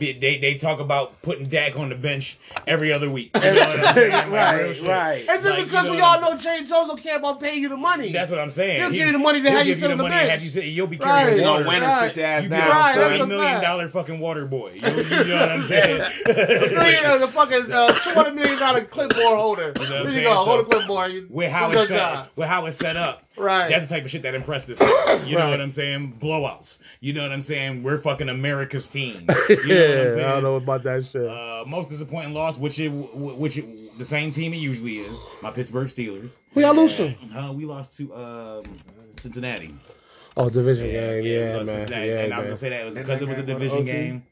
[SPEAKER 2] They, they they talk about putting Dak on the bench every other week. You know what I'm saying? Like, real
[SPEAKER 4] right,
[SPEAKER 2] shit.
[SPEAKER 4] right.
[SPEAKER 1] It's just
[SPEAKER 2] Like, you
[SPEAKER 1] because
[SPEAKER 2] know
[SPEAKER 1] we
[SPEAKER 2] what
[SPEAKER 1] all
[SPEAKER 2] I'm
[SPEAKER 1] know James Jones don't care about paying you the money.
[SPEAKER 2] That's what I'm saying.
[SPEAKER 1] He'll give you the money to have you
[SPEAKER 2] give
[SPEAKER 1] sit on the
[SPEAKER 2] money and
[SPEAKER 1] bench.
[SPEAKER 2] have you sit. You'll be
[SPEAKER 1] Right.
[SPEAKER 2] carrying
[SPEAKER 1] They
[SPEAKER 3] Don't
[SPEAKER 2] water.
[SPEAKER 1] Right.
[SPEAKER 3] win
[SPEAKER 1] Right.
[SPEAKER 3] or sit your ass
[SPEAKER 2] You be
[SPEAKER 3] down.
[SPEAKER 1] Right,
[SPEAKER 2] right,
[SPEAKER 1] that's a
[SPEAKER 2] a million
[SPEAKER 1] fact.
[SPEAKER 2] million dollar fucking water boy. You, you know what I'm saying?
[SPEAKER 1] Million, uh, the fucking uh, two hundred million dollar clipboard holder.
[SPEAKER 2] You know what I'm
[SPEAKER 1] Here you
[SPEAKER 2] saying?
[SPEAKER 1] go, hold a
[SPEAKER 2] So,
[SPEAKER 1] clipboard. You,
[SPEAKER 2] with how
[SPEAKER 1] you good
[SPEAKER 2] it's
[SPEAKER 1] job.
[SPEAKER 2] set, with how it's set up.
[SPEAKER 1] Right.
[SPEAKER 2] That's the type of shit that impressed us. You know
[SPEAKER 1] Right.
[SPEAKER 2] what I'm saying? Blowouts. You know what I'm saying? We're fucking America's team. You know what I'm saying?
[SPEAKER 1] about that shit.
[SPEAKER 2] Uh, most disappointing loss, which it, which it, the same team it usually is, my Pittsburgh Steelers.
[SPEAKER 1] we all lose some.
[SPEAKER 2] Uh, we lost to um, Cincinnati.
[SPEAKER 1] Oh, division game.
[SPEAKER 2] we
[SPEAKER 1] Yeah,
[SPEAKER 2] lost to
[SPEAKER 1] man. Yeah,
[SPEAKER 2] Cincinnati. and I was
[SPEAKER 1] man.
[SPEAKER 2] gonna say that it was because
[SPEAKER 3] that
[SPEAKER 2] it was a
[SPEAKER 3] game go to
[SPEAKER 2] division
[SPEAKER 3] OT?
[SPEAKER 2] game.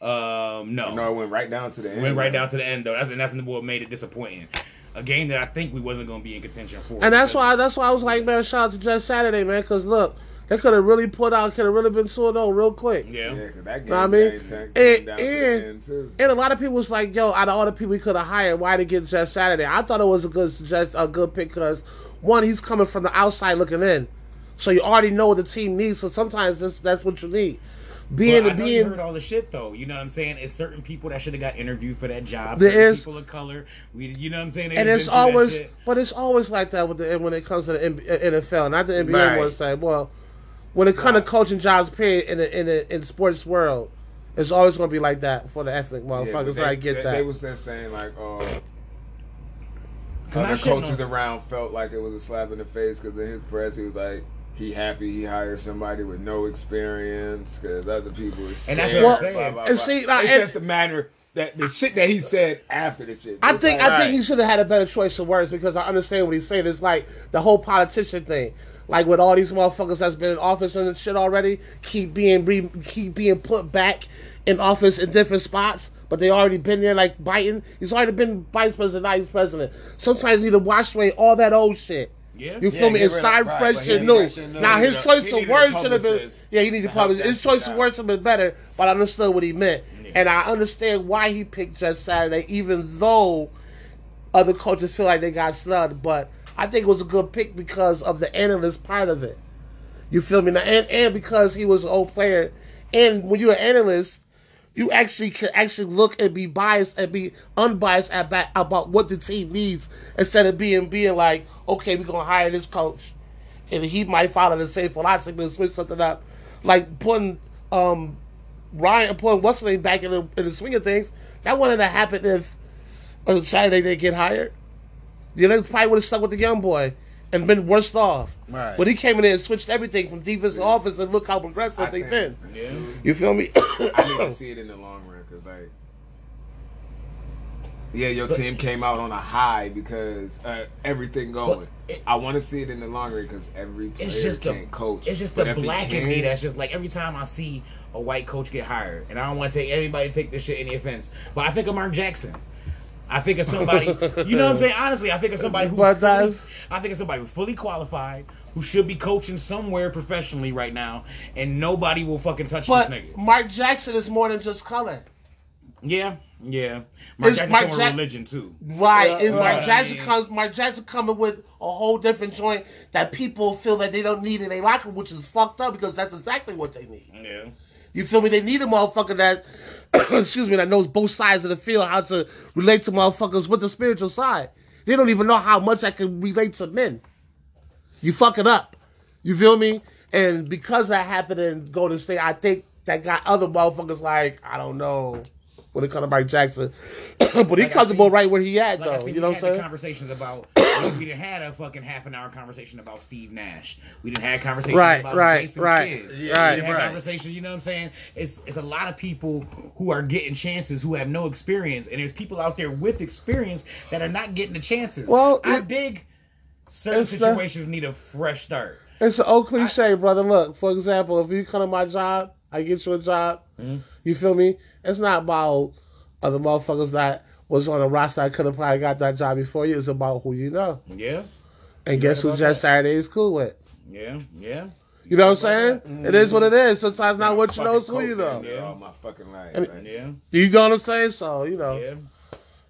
[SPEAKER 2] Um, no,
[SPEAKER 3] No, it went right down to the end.
[SPEAKER 2] went right down to the end though. That's, and that's what made it disappointing. A game that I think we wasn't gonna be in contention for.
[SPEAKER 1] And that's
[SPEAKER 2] because-
[SPEAKER 1] why that's why I was like, man, shout out to Judge Saturday, man, because look, they could have really put out, could have really been 2 0 real quick.
[SPEAKER 2] Yeah.
[SPEAKER 3] Yeah, 'cause that game
[SPEAKER 1] Know what I mean?
[SPEAKER 3] got intact,
[SPEAKER 1] And-
[SPEAKER 3] came down to the
[SPEAKER 1] and-
[SPEAKER 3] end, too.
[SPEAKER 1] And a lot of people was like, yo, out of all the people we could have hired, why they get Judge Saturday? I thought it was a good suggest, a good pick because one, he's coming from the outside looking in, so you already know what the team needs. So sometimes that's that's what you need. Being
[SPEAKER 2] But I know you
[SPEAKER 1] being
[SPEAKER 2] heard all the shit though. You know what I'm saying? It's certain people that should have got interviewed for that job.
[SPEAKER 1] There
[SPEAKER 2] certain
[SPEAKER 1] is-
[SPEAKER 2] people of color. We, you know what I'm saying? They
[SPEAKER 1] and
[SPEAKER 2] done
[SPEAKER 1] it's
[SPEAKER 2] been through that
[SPEAKER 1] always,
[SPEAKER 2] shit.
[SPEAKER 1] but it's always like that with the when it comes to the uh, NBA, NFL, not the NBA
[SPEAKER 4] Right.
[SPEAKER 1] one side. Well, when it comes to coaching jobs, period, in the in the in sports world, it's always going to be like that for the ethnic
[SPEAKER 3] Yeah, but
[SPEAKER 1] motherfuckers.
[SPEAKER 3] they-
[SPEAKER 1] I get
[SPEAKER 3] they,
[SPEAKER 1] that.
[SPEAKER 3] They was just saying like, uh,
[SPEAKER 2] Can I
[SPEAKER 3] other
[SPEAKER 2] shit
[SPEAKER 3] coaches
[SPEAKER 2] on-
[SPEAKER 3] around felt like it was a slap in the face because in his press he was like, he happy he hired somebody with no experience because other people was scared.
[SPEAKER 2] And that's
[SPEAKER 1] what I'm
[SPEAKER 2] saying.
[SPEAKER 3] blah, blah,
[SPEAKER 1] And
[SPEAKER 3] blah.
[SPEAKER 1] see, now,
[SPEAKER 3] it's
[SPEAKER 1] and-
[SPEAKER 3] just the manner that the shit that he said after the shit.
[SPEAKER 1] I
[SPEAKER 3] It's
[SPEAKER 1] think
[SPEAKER 3] like,
[SPEAKER 1] I
[SPEAKER 4] Right.
[SPEAKER 1] think he should have had a better choice of words because I understand what he's saying. It's like the whole politician thing. Like with all these motherfuckers that's been in office and shit already, keep being re- keep being put back in office in different spots, but they already been there. Like Biden, he's already been vice president, now he's president. Sometimes you need to wash away all that old shit.
[SPEAKER 2] Yeah.
[SPEAKER 1] you feel
[SPEAKER 4] Yeah,
[SPEAKER 1] me?
[SPEAKER 4] get
[SPEAKER 1] And
[SPEAKER 4] rid of-
[SPEAKER 1] start
[SPEAKER 4] right,
[SPEAKER 1] fresh
[SPEAKER 4] but he
[SPEAKER 1] and
[SPEAKER 4] need
[SPEAKER 1] new.
[SPEAKER 4] fresh and new.
[SPEAKER 1] Now
[SPEAKER 4] He
[SPEAKER 1] his
[SPEAKER 4] need a-
[SPEAKER 1] choice
[SPEAKER 3] he
[SPEAKER 1] of
[SPEAKER 3] need a
[SPEAKER 1] words should have been
[SPEAKER 3] publicist
[SPEAKER 1] yeah, he needed to
[SPEAKER 3] help
[SPEAKER 1] publish.
[SPEAKER 3] that
[SPEAKER 1] His
[SPEAKER 3] shit
[SPEAKER 1] choice of
[SPEAKER 3] out.
[SPEAKER 1] words should have been better, but I understood what he meant, and I understand why he picked Judge Saturday, even though other coaches feel like they got snubbed, but I think it was a good pick because of the analyst part of it. You feel me? Now, and and because he was an old player, and when you're an analyst, you actually can actually look and be biased and be unbiased at ba- about what the team needs instead of being being like, okay, we're gonna hire this coach, and he might follow the same philosophy and switch something up, like putting um Ryan putting what's his name back in the in the swing of things. That wouldn't have happened if on Saturday they get hired. The Lakers probably would have stuck with the young boy and been worse off.
[SPEAKER 4] Right.
[SPEAKER 1] But he came in there and switched everything from defense to offense, and look how progressive
[SPEAKER 3] I
[SPEAKER 1] they've been.
[SPEAKER 3] think-
[SPEAKER 1] You feel me?
[SPEAKER 3] I need to see it in the long run because like, yeah, your team came out on a high because uh, everything going.
[SPEAKER 2] it-
[SPEAKER 3] I want to see it in the long run because every player
[SPEAKER 2] It's just the
[SPEAKER 3] can't coach.
[SPEAKER 2] It's just
[SPEAKER 3] But
[SPEAKER 2] the
[SPEAKER 3] if he
[SPEAKER 2] black in
[SPEAKER 3] can-
[SPEAKER 2] me that's just like every time I see a white coach get hired, and I don't want to take anybody to take this shit any offense, but I think of Mark Jackson. I think of somebody, you know what I'm saying? Honestly, I think of somebody who's
[SPEAKER 1] But
[SPEAKER 2] fully,
[SPEAKER 1] that's-
[SPEAKER 2] I think of somebody who's fully qualified, who should be coaching somewhere professionally right now, and nobody will fucking touch
[SPEAKER 1] but
[SPEAKER 2] this nigga.
[SPEAKER 1] Mark Jackson is more than just color.
[SPEAKER 2] Yeah, yeah. Mark
[SPEAKER 1] It's
[SPEAKER 2] Jackson
[SPEAKER 1] Mark
[SPEAKER 2] come
[SPEAKER 1] Jack-
[SPEAKER 2] with religion too.
[SPEAKER 1] Right. It's
[SPEAKER 2] right.
[SPEAKER 1] Mark Jackson
[SPEAKER 2] Yeah.
[SPEAKER 1] comes Mark Jackson coming with a whole different joint that people feel that they don't need in their locker room, which is fucked up because that's exactly what they need.
[SPEAKER 2] Yeah.
[SPEAKER 1] You feel me? They need a motherfucker that, excuse me, that knows both sides of the field, how to relate to motherfuckers with the spiritual side. They don't even know how much I can relate to men. You fuck it up. You feel me? And because that happened in Golden State, I think that got other motherfuckers like, I don't know, when it comes to Mike Jackson. but he
[SPEAKER 2] I
[SPEAKER 1] comfortable
[SPEAKER 2] seen-
[SPEAKER 1] right where he at,
[SPEAKER 2] Like I
[SPEAKER 1] though.
[SPEAKER 2] said,
[SPEAKER 1] You know what I'm
[SPEAKER 2] we had
[SPEAKER 1] saying?
[SPEAKER 2] the conversations about like, we didn't had a fucking half an hour conversation about Steve Nash. We didn't have conversations
[SPEAKER 1] Right,
[SPEAKER 2] about
[SPEAKER 1] right,
[SPEAKER 2] Jason
[SPEAKER 1] right,
[SPEAKER 2] Kidd. we
[SPEAKER 1] right,
[SPEAKER 2] didn't have
[SPEAKER 4] right.
[SPEAKER 2] conversations. You know what I'm saying? It's it's a lot of people who are getting chances who have no experience, and there's people out there with experience that are not getting the chances.
[SPEAKER 1] Well,
[SPEAKER 2] I
[SPEAKER 1] it-
[SPEAKER 2] dig certain
[SPEAKER 1] it's the-
[SPEAKER 2] situations need a fresh start.
[SPEAKER 1] It's an old cliche, brother. Look, for example, if you come to my job, I get you a job.
[SPEAKER 2] Mm-hmm.
[SPEAKER 1] You feel me? It's not about other motherfuckers that was on a roster that could have probably got that job before you. It's about who you know.
[SPEAKER 2] Yeah,
[SPEAKER 1] And guess who
[SPEAKER 2] about
[SPEAKER 1] Jeff Saturday is cool with?
[SPEAKER 2] yeah, yeah.
[SPEAKER 1] You know what I'm saying? It is what it is. Sometimes not what you know is who
[SPEAKER 3] Fucking
[SPEAKER 1] you
[SPEAKER 3] coach
[SPEAKER 1] know.
[SPEAKER 3] been
[SPEAKER 2] uh,
[SPEAKER 3] there All my fucking life.
[SPEAKER 1] mean-
[SPEAKER 3] like-
[SPEAKER 2] Yeah,
[SPEAKER 1] You know what I'm saying? So, you know,
[SPEAKER 2] yeah.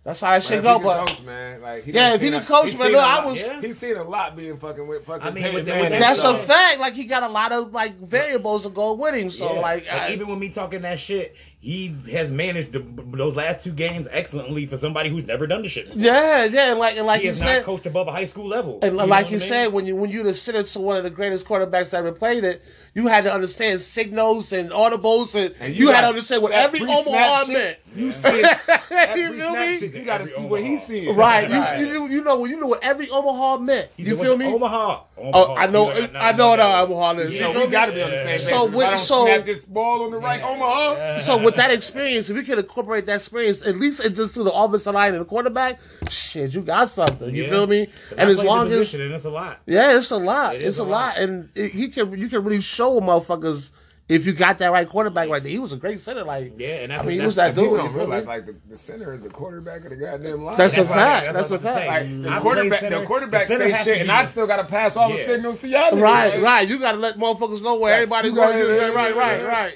[SPEAKER 1] that's how that
[SPEAKER 3] Like,
[SPEAKER 1] shit
[SPEAKER 3] if
[SPEAKER 1] go.
[SPEAKER 3] he
[SPEAKER 1] But
[SPEAKER 3] the coach, man. Like, he
[SPEAKER 1] Yeah,
[SPEAKER 3] done
[SPEAKER 1] if he
[SPEAKER 3] seen
[SPEAKER 1] the
[SPEAKER 3] a-
[SPEAKER 1] coach,
[SPEAKER 3] he
[SPEAKER 1] man,
[SPEAKER 3] seen
[SPEAKER 1] look,
[SPEAKER 3] a
[SPEAKER 1] I
[SPEAKER 3] lot-
[SPEAKER 1] was-
[SPEAKER 2] Yeah.
[SPEAKER 3] He's seen a lot being fucking with fucking.
[SPEAKER 2] I mean,
[SPEAKER 3] Peyton
[SPEAKER 2] with that-
[SPEAKER 3] Manning,
[SPEAKER 2] with that-
[SPEAKER 1] that's
[SPEAKER 3] so-
[SPEAKER 1] a fact. Like, he got a lot of, like, variables to go with him. So,
[SPEAKER 2] Yeah.
[SPEAKER 1] like, I,
[SPEAKER 2] even with me talking that shit, He has managed the, those last two games excellently for somebody who's never done the shit.
[SPEAKER 1] Yeah, yeah, and like and like
[SPEAKER 2] He
[SPEAKER 1] you
[SPEAKER 2] has not
[SPEAKER 1] said,
[SPEAKER 2] coached above a high school level.
[SPEAKER 1] and
[SPEAKER 2] know
[SPEAKER 1] like
[SPEAKER 2] what
[SPEAKER 1] you
[SPEAKER 2] I mean?
[SPEAKER 1] said, when you when you consider to one of the greatest quarterbacks that ever played it, you had to understand signals and audibles, and,
[SPEAKER 3] And
[SPEAKER 1] you,
[SPEAKER 3] you
[SPEAKER 1] had to
[SPEAKER 3] got
[SPEAKER 1] understand what
[SPEAKER 3] that
[SPEAKER 1] every
[SPEAKER 3] pre-snap
[SPEAKER 1] Omaha
[SPEAKER 3] shit.
[SPEAKER 1] meant.
[SPEAKER 3] You see, that
[SPEAKER 1] You
[SPEAKER 3] pre-snap
[SPEAKER 1] feel me?
[SPEAKER 3] shit, you gotta
[SPEAKER 2] Every
[SPEAKER 3] see what he's
[SPEAKER 2] Omaha.
[SPEAKER 3] seeing.
[SPEAKER 1] Right, you-
[SPEAKER 2] Right.
[SPEAKER 1] You, you know you know what every Omaha meant.
[SPEAKER 2] He
[SPEAKER 1] you
[SPEAKER 2] said,
[SPEAKER 1] feel
[SPEAKER 2] "What's
[SPEAKER 1] me?
[SPEAKER 2] Omaha.
[SPEAKER 1] Oh, I know,
[SPEAKER 2] Omaha. He's like, nah,
[SPEAKER 1] I
[SPEAKER 2] nah,
[SPEAKER 1] know
[SPEAKER 2] nah,
[SPEAKER 1] what
[SPEAKER 2] nah.
[SPEAKER 1] Omaha is.
[SPEAKER 2] Yeah,
[SPEAKER 3] So
[SPEAKER 1] You
[SPEAKER 3] we
[SPEAKER 1] feel me?
[SPEAKER 3] gotta be on the same page.
[SPEAKER 1] So
[SPEAKER 3] So,
[SPEAKER 1] with-
[SPEAKER 3] I don't
[SPEAKER 1] so-
[SPEAKER 3] snap this ball on the right Omaha.
[SPEAKER 1] So with that experience, if we could incorporate that experience, at least it just to the offensive line and the quarterback, shit, you got something. You
[SPEAKER 2] Yeah.
[SPEAKER 1] feel me?
[SPEAKER 2] But I
[SPEAKER 1] And as
[SPEAKER 2] played the
[SPEAKER 1] long as
[SPEAKER 2] position, and it's a lot.
[SPEAKER 1] yeah, it's a lot.
[SPEAKER 2] It
[SPEAKER 1] it's
[SPEAKER 2] is
[SPEAKER 1] a
[SPEAKER 2] a
[SPEAKER 1] lot,
[SPEAKER 2] lot.
[SPEAKER 1] and it, he can you can really show motherfuckers if you got that right quarterback right there. He was a great center, like
[SPEAKER 2] Yeah, and that's
[SPEAKER 1] I mean, he
[SPEAKER 2] that's
[SPEAKER 1] was that dude.
[SPEAKER 3] People
[SPEAKER 1] you
[SPEAKER 3] don't
[SPEAKER 1] feel
[SPEAKER 3] realize
[SPEAKER 1] me?
[SPEAKER 3] like the, the center is the quarterback of the goddamn line.
[SPEAKER 1] That's a
[SPEAKER 2] what I-
[SPEAKER 1] fact.
[SPEAKER 2] what I
[SPEAKER 1] That's
[SPEAKER 2] was
[SPEAKER 1] a
[SPEAKER 2] about
[SPEAKER 1] fact.
[SPEAKER 2] to say.
[SPEAKER 3] Like,
[SPEAKER 2] Mm. I
[SPEAKER 3] the
[SPEAKER 2] play
[SPEAKER 3] quarterback,
[SPEAKER 2] center.
[SPEAKER 3] the quarterback
[SPEAKER 2] center
[SPEAKER 3] say
[SPEAKER 2] has to
[SPEAKER 3] shit,
[SPEAKER 2] be
[SPEAKER 3] and
[SPEAKER 2] the-
[SPEAKER 3] I still gotta pass all the
[SPEAKER 2] Yeah.
[SPEAKER 3] signals to y'all. niggas,
[SPEAKER 1] Right,
[SPEAKER 3] like,
[SPEAKER 1] right. You gotta let motherfuckers know where
[SPEAKER 3] Right.
[SPEAKER 1] everybody's
[SPEAKER 3] You
[SPEAKER 1] going.
[SPEAKER 3] gotta-
[SPEAKER 1] Right, right, right,
[SPEAKER 3] yeah.
[SPEAKER 1] right.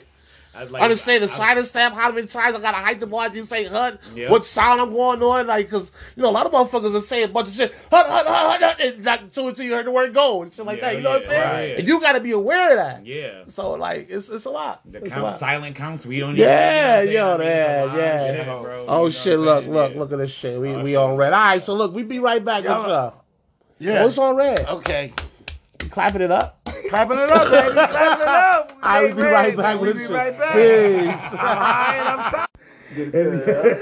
[SPEAKER 2] I was like,
[SPEAKER 1] Understand the
[SPEAKER 2] I-
[SPEAKER 1] signing staff, how many times I gotta hike the bar, you say hut,
[SPEAKER 2] Yeah.
[SPEAKER 1] what sound I'm going on, like, cause, you know, a lot of motherfuckers are saying a bunch of shit, hut, hut, hut, hut, hut, and not until, until you heard the word go, and shit like
[SPEAKER 2] Yeah,
[SPEAKER 1] that, you know what I'm
[SPEAKER 2] yeah,
[SPEAKER 1] saying?
[SPEAKER 2] right.
[SPEAKER 1] And you gotta be aware of that.
[SPEAKER 2] Yeah.
[SPEAKER 1] So, like, it's it's a lot.
[SPEAKER 2] The
[SPEAKER 1] It's a
[SPEAKER 2] count,
[SPEAKER 1] lot.
[SPEAKER 2] silent counts. We don't.
[SPEAKER 1] Yeah,
[SPEAKER 2] even, you know what I'm saying?
[SPEAKER 1] yo,
[SPEAKER 2] I mean,
[SPEAKER 1] yeah,
[SPEAKER 2] it's a lot of
[SPEAKER 1] yeah.
[SPEAKER 2] shit, bro, you know
[SPEAKER 1] Oh
[SPEAKER 2] what
[SPEAKER 1] shit,
[SPEAKER 2] I'm
[SPEAKER 1] look,
[SPEAKER 2] saying?
[SPEAKER 1] look,
[SPEAKER 2] Yeah.
[SPEAKER 1] look at this shit. We,
[SPEAKER 2] Oh,
[SPEAKER 1] we
[SPEAKER 2] shit.
[SPEAKER 1] on red. All right, so look, we be right back with
[SPEAKER 4] Y'all-
[SPEAKER 1] y'all.
[SPEAKER 4] Yeah.
[SPEAKER 1] What's on red?
[SPEAKER 4] Okay.
[SPEAKER 1] Clapping it up?
[SPEAKER 4] Clapping it up, baby. Clapping it up.
[SPEAKER 1] I will be right
[SPEAKER 4] Raise.
[SPEAKER 1] back
[SPEAKER 4] We
[SPEAKER 1] with
[SPEAKER 4] be
[SPEAKER 1] you.
[SPEAKER 4] right back.
[SPEAKER 1] Peace.
[SPEAKER 4] I'm high and I'm tired.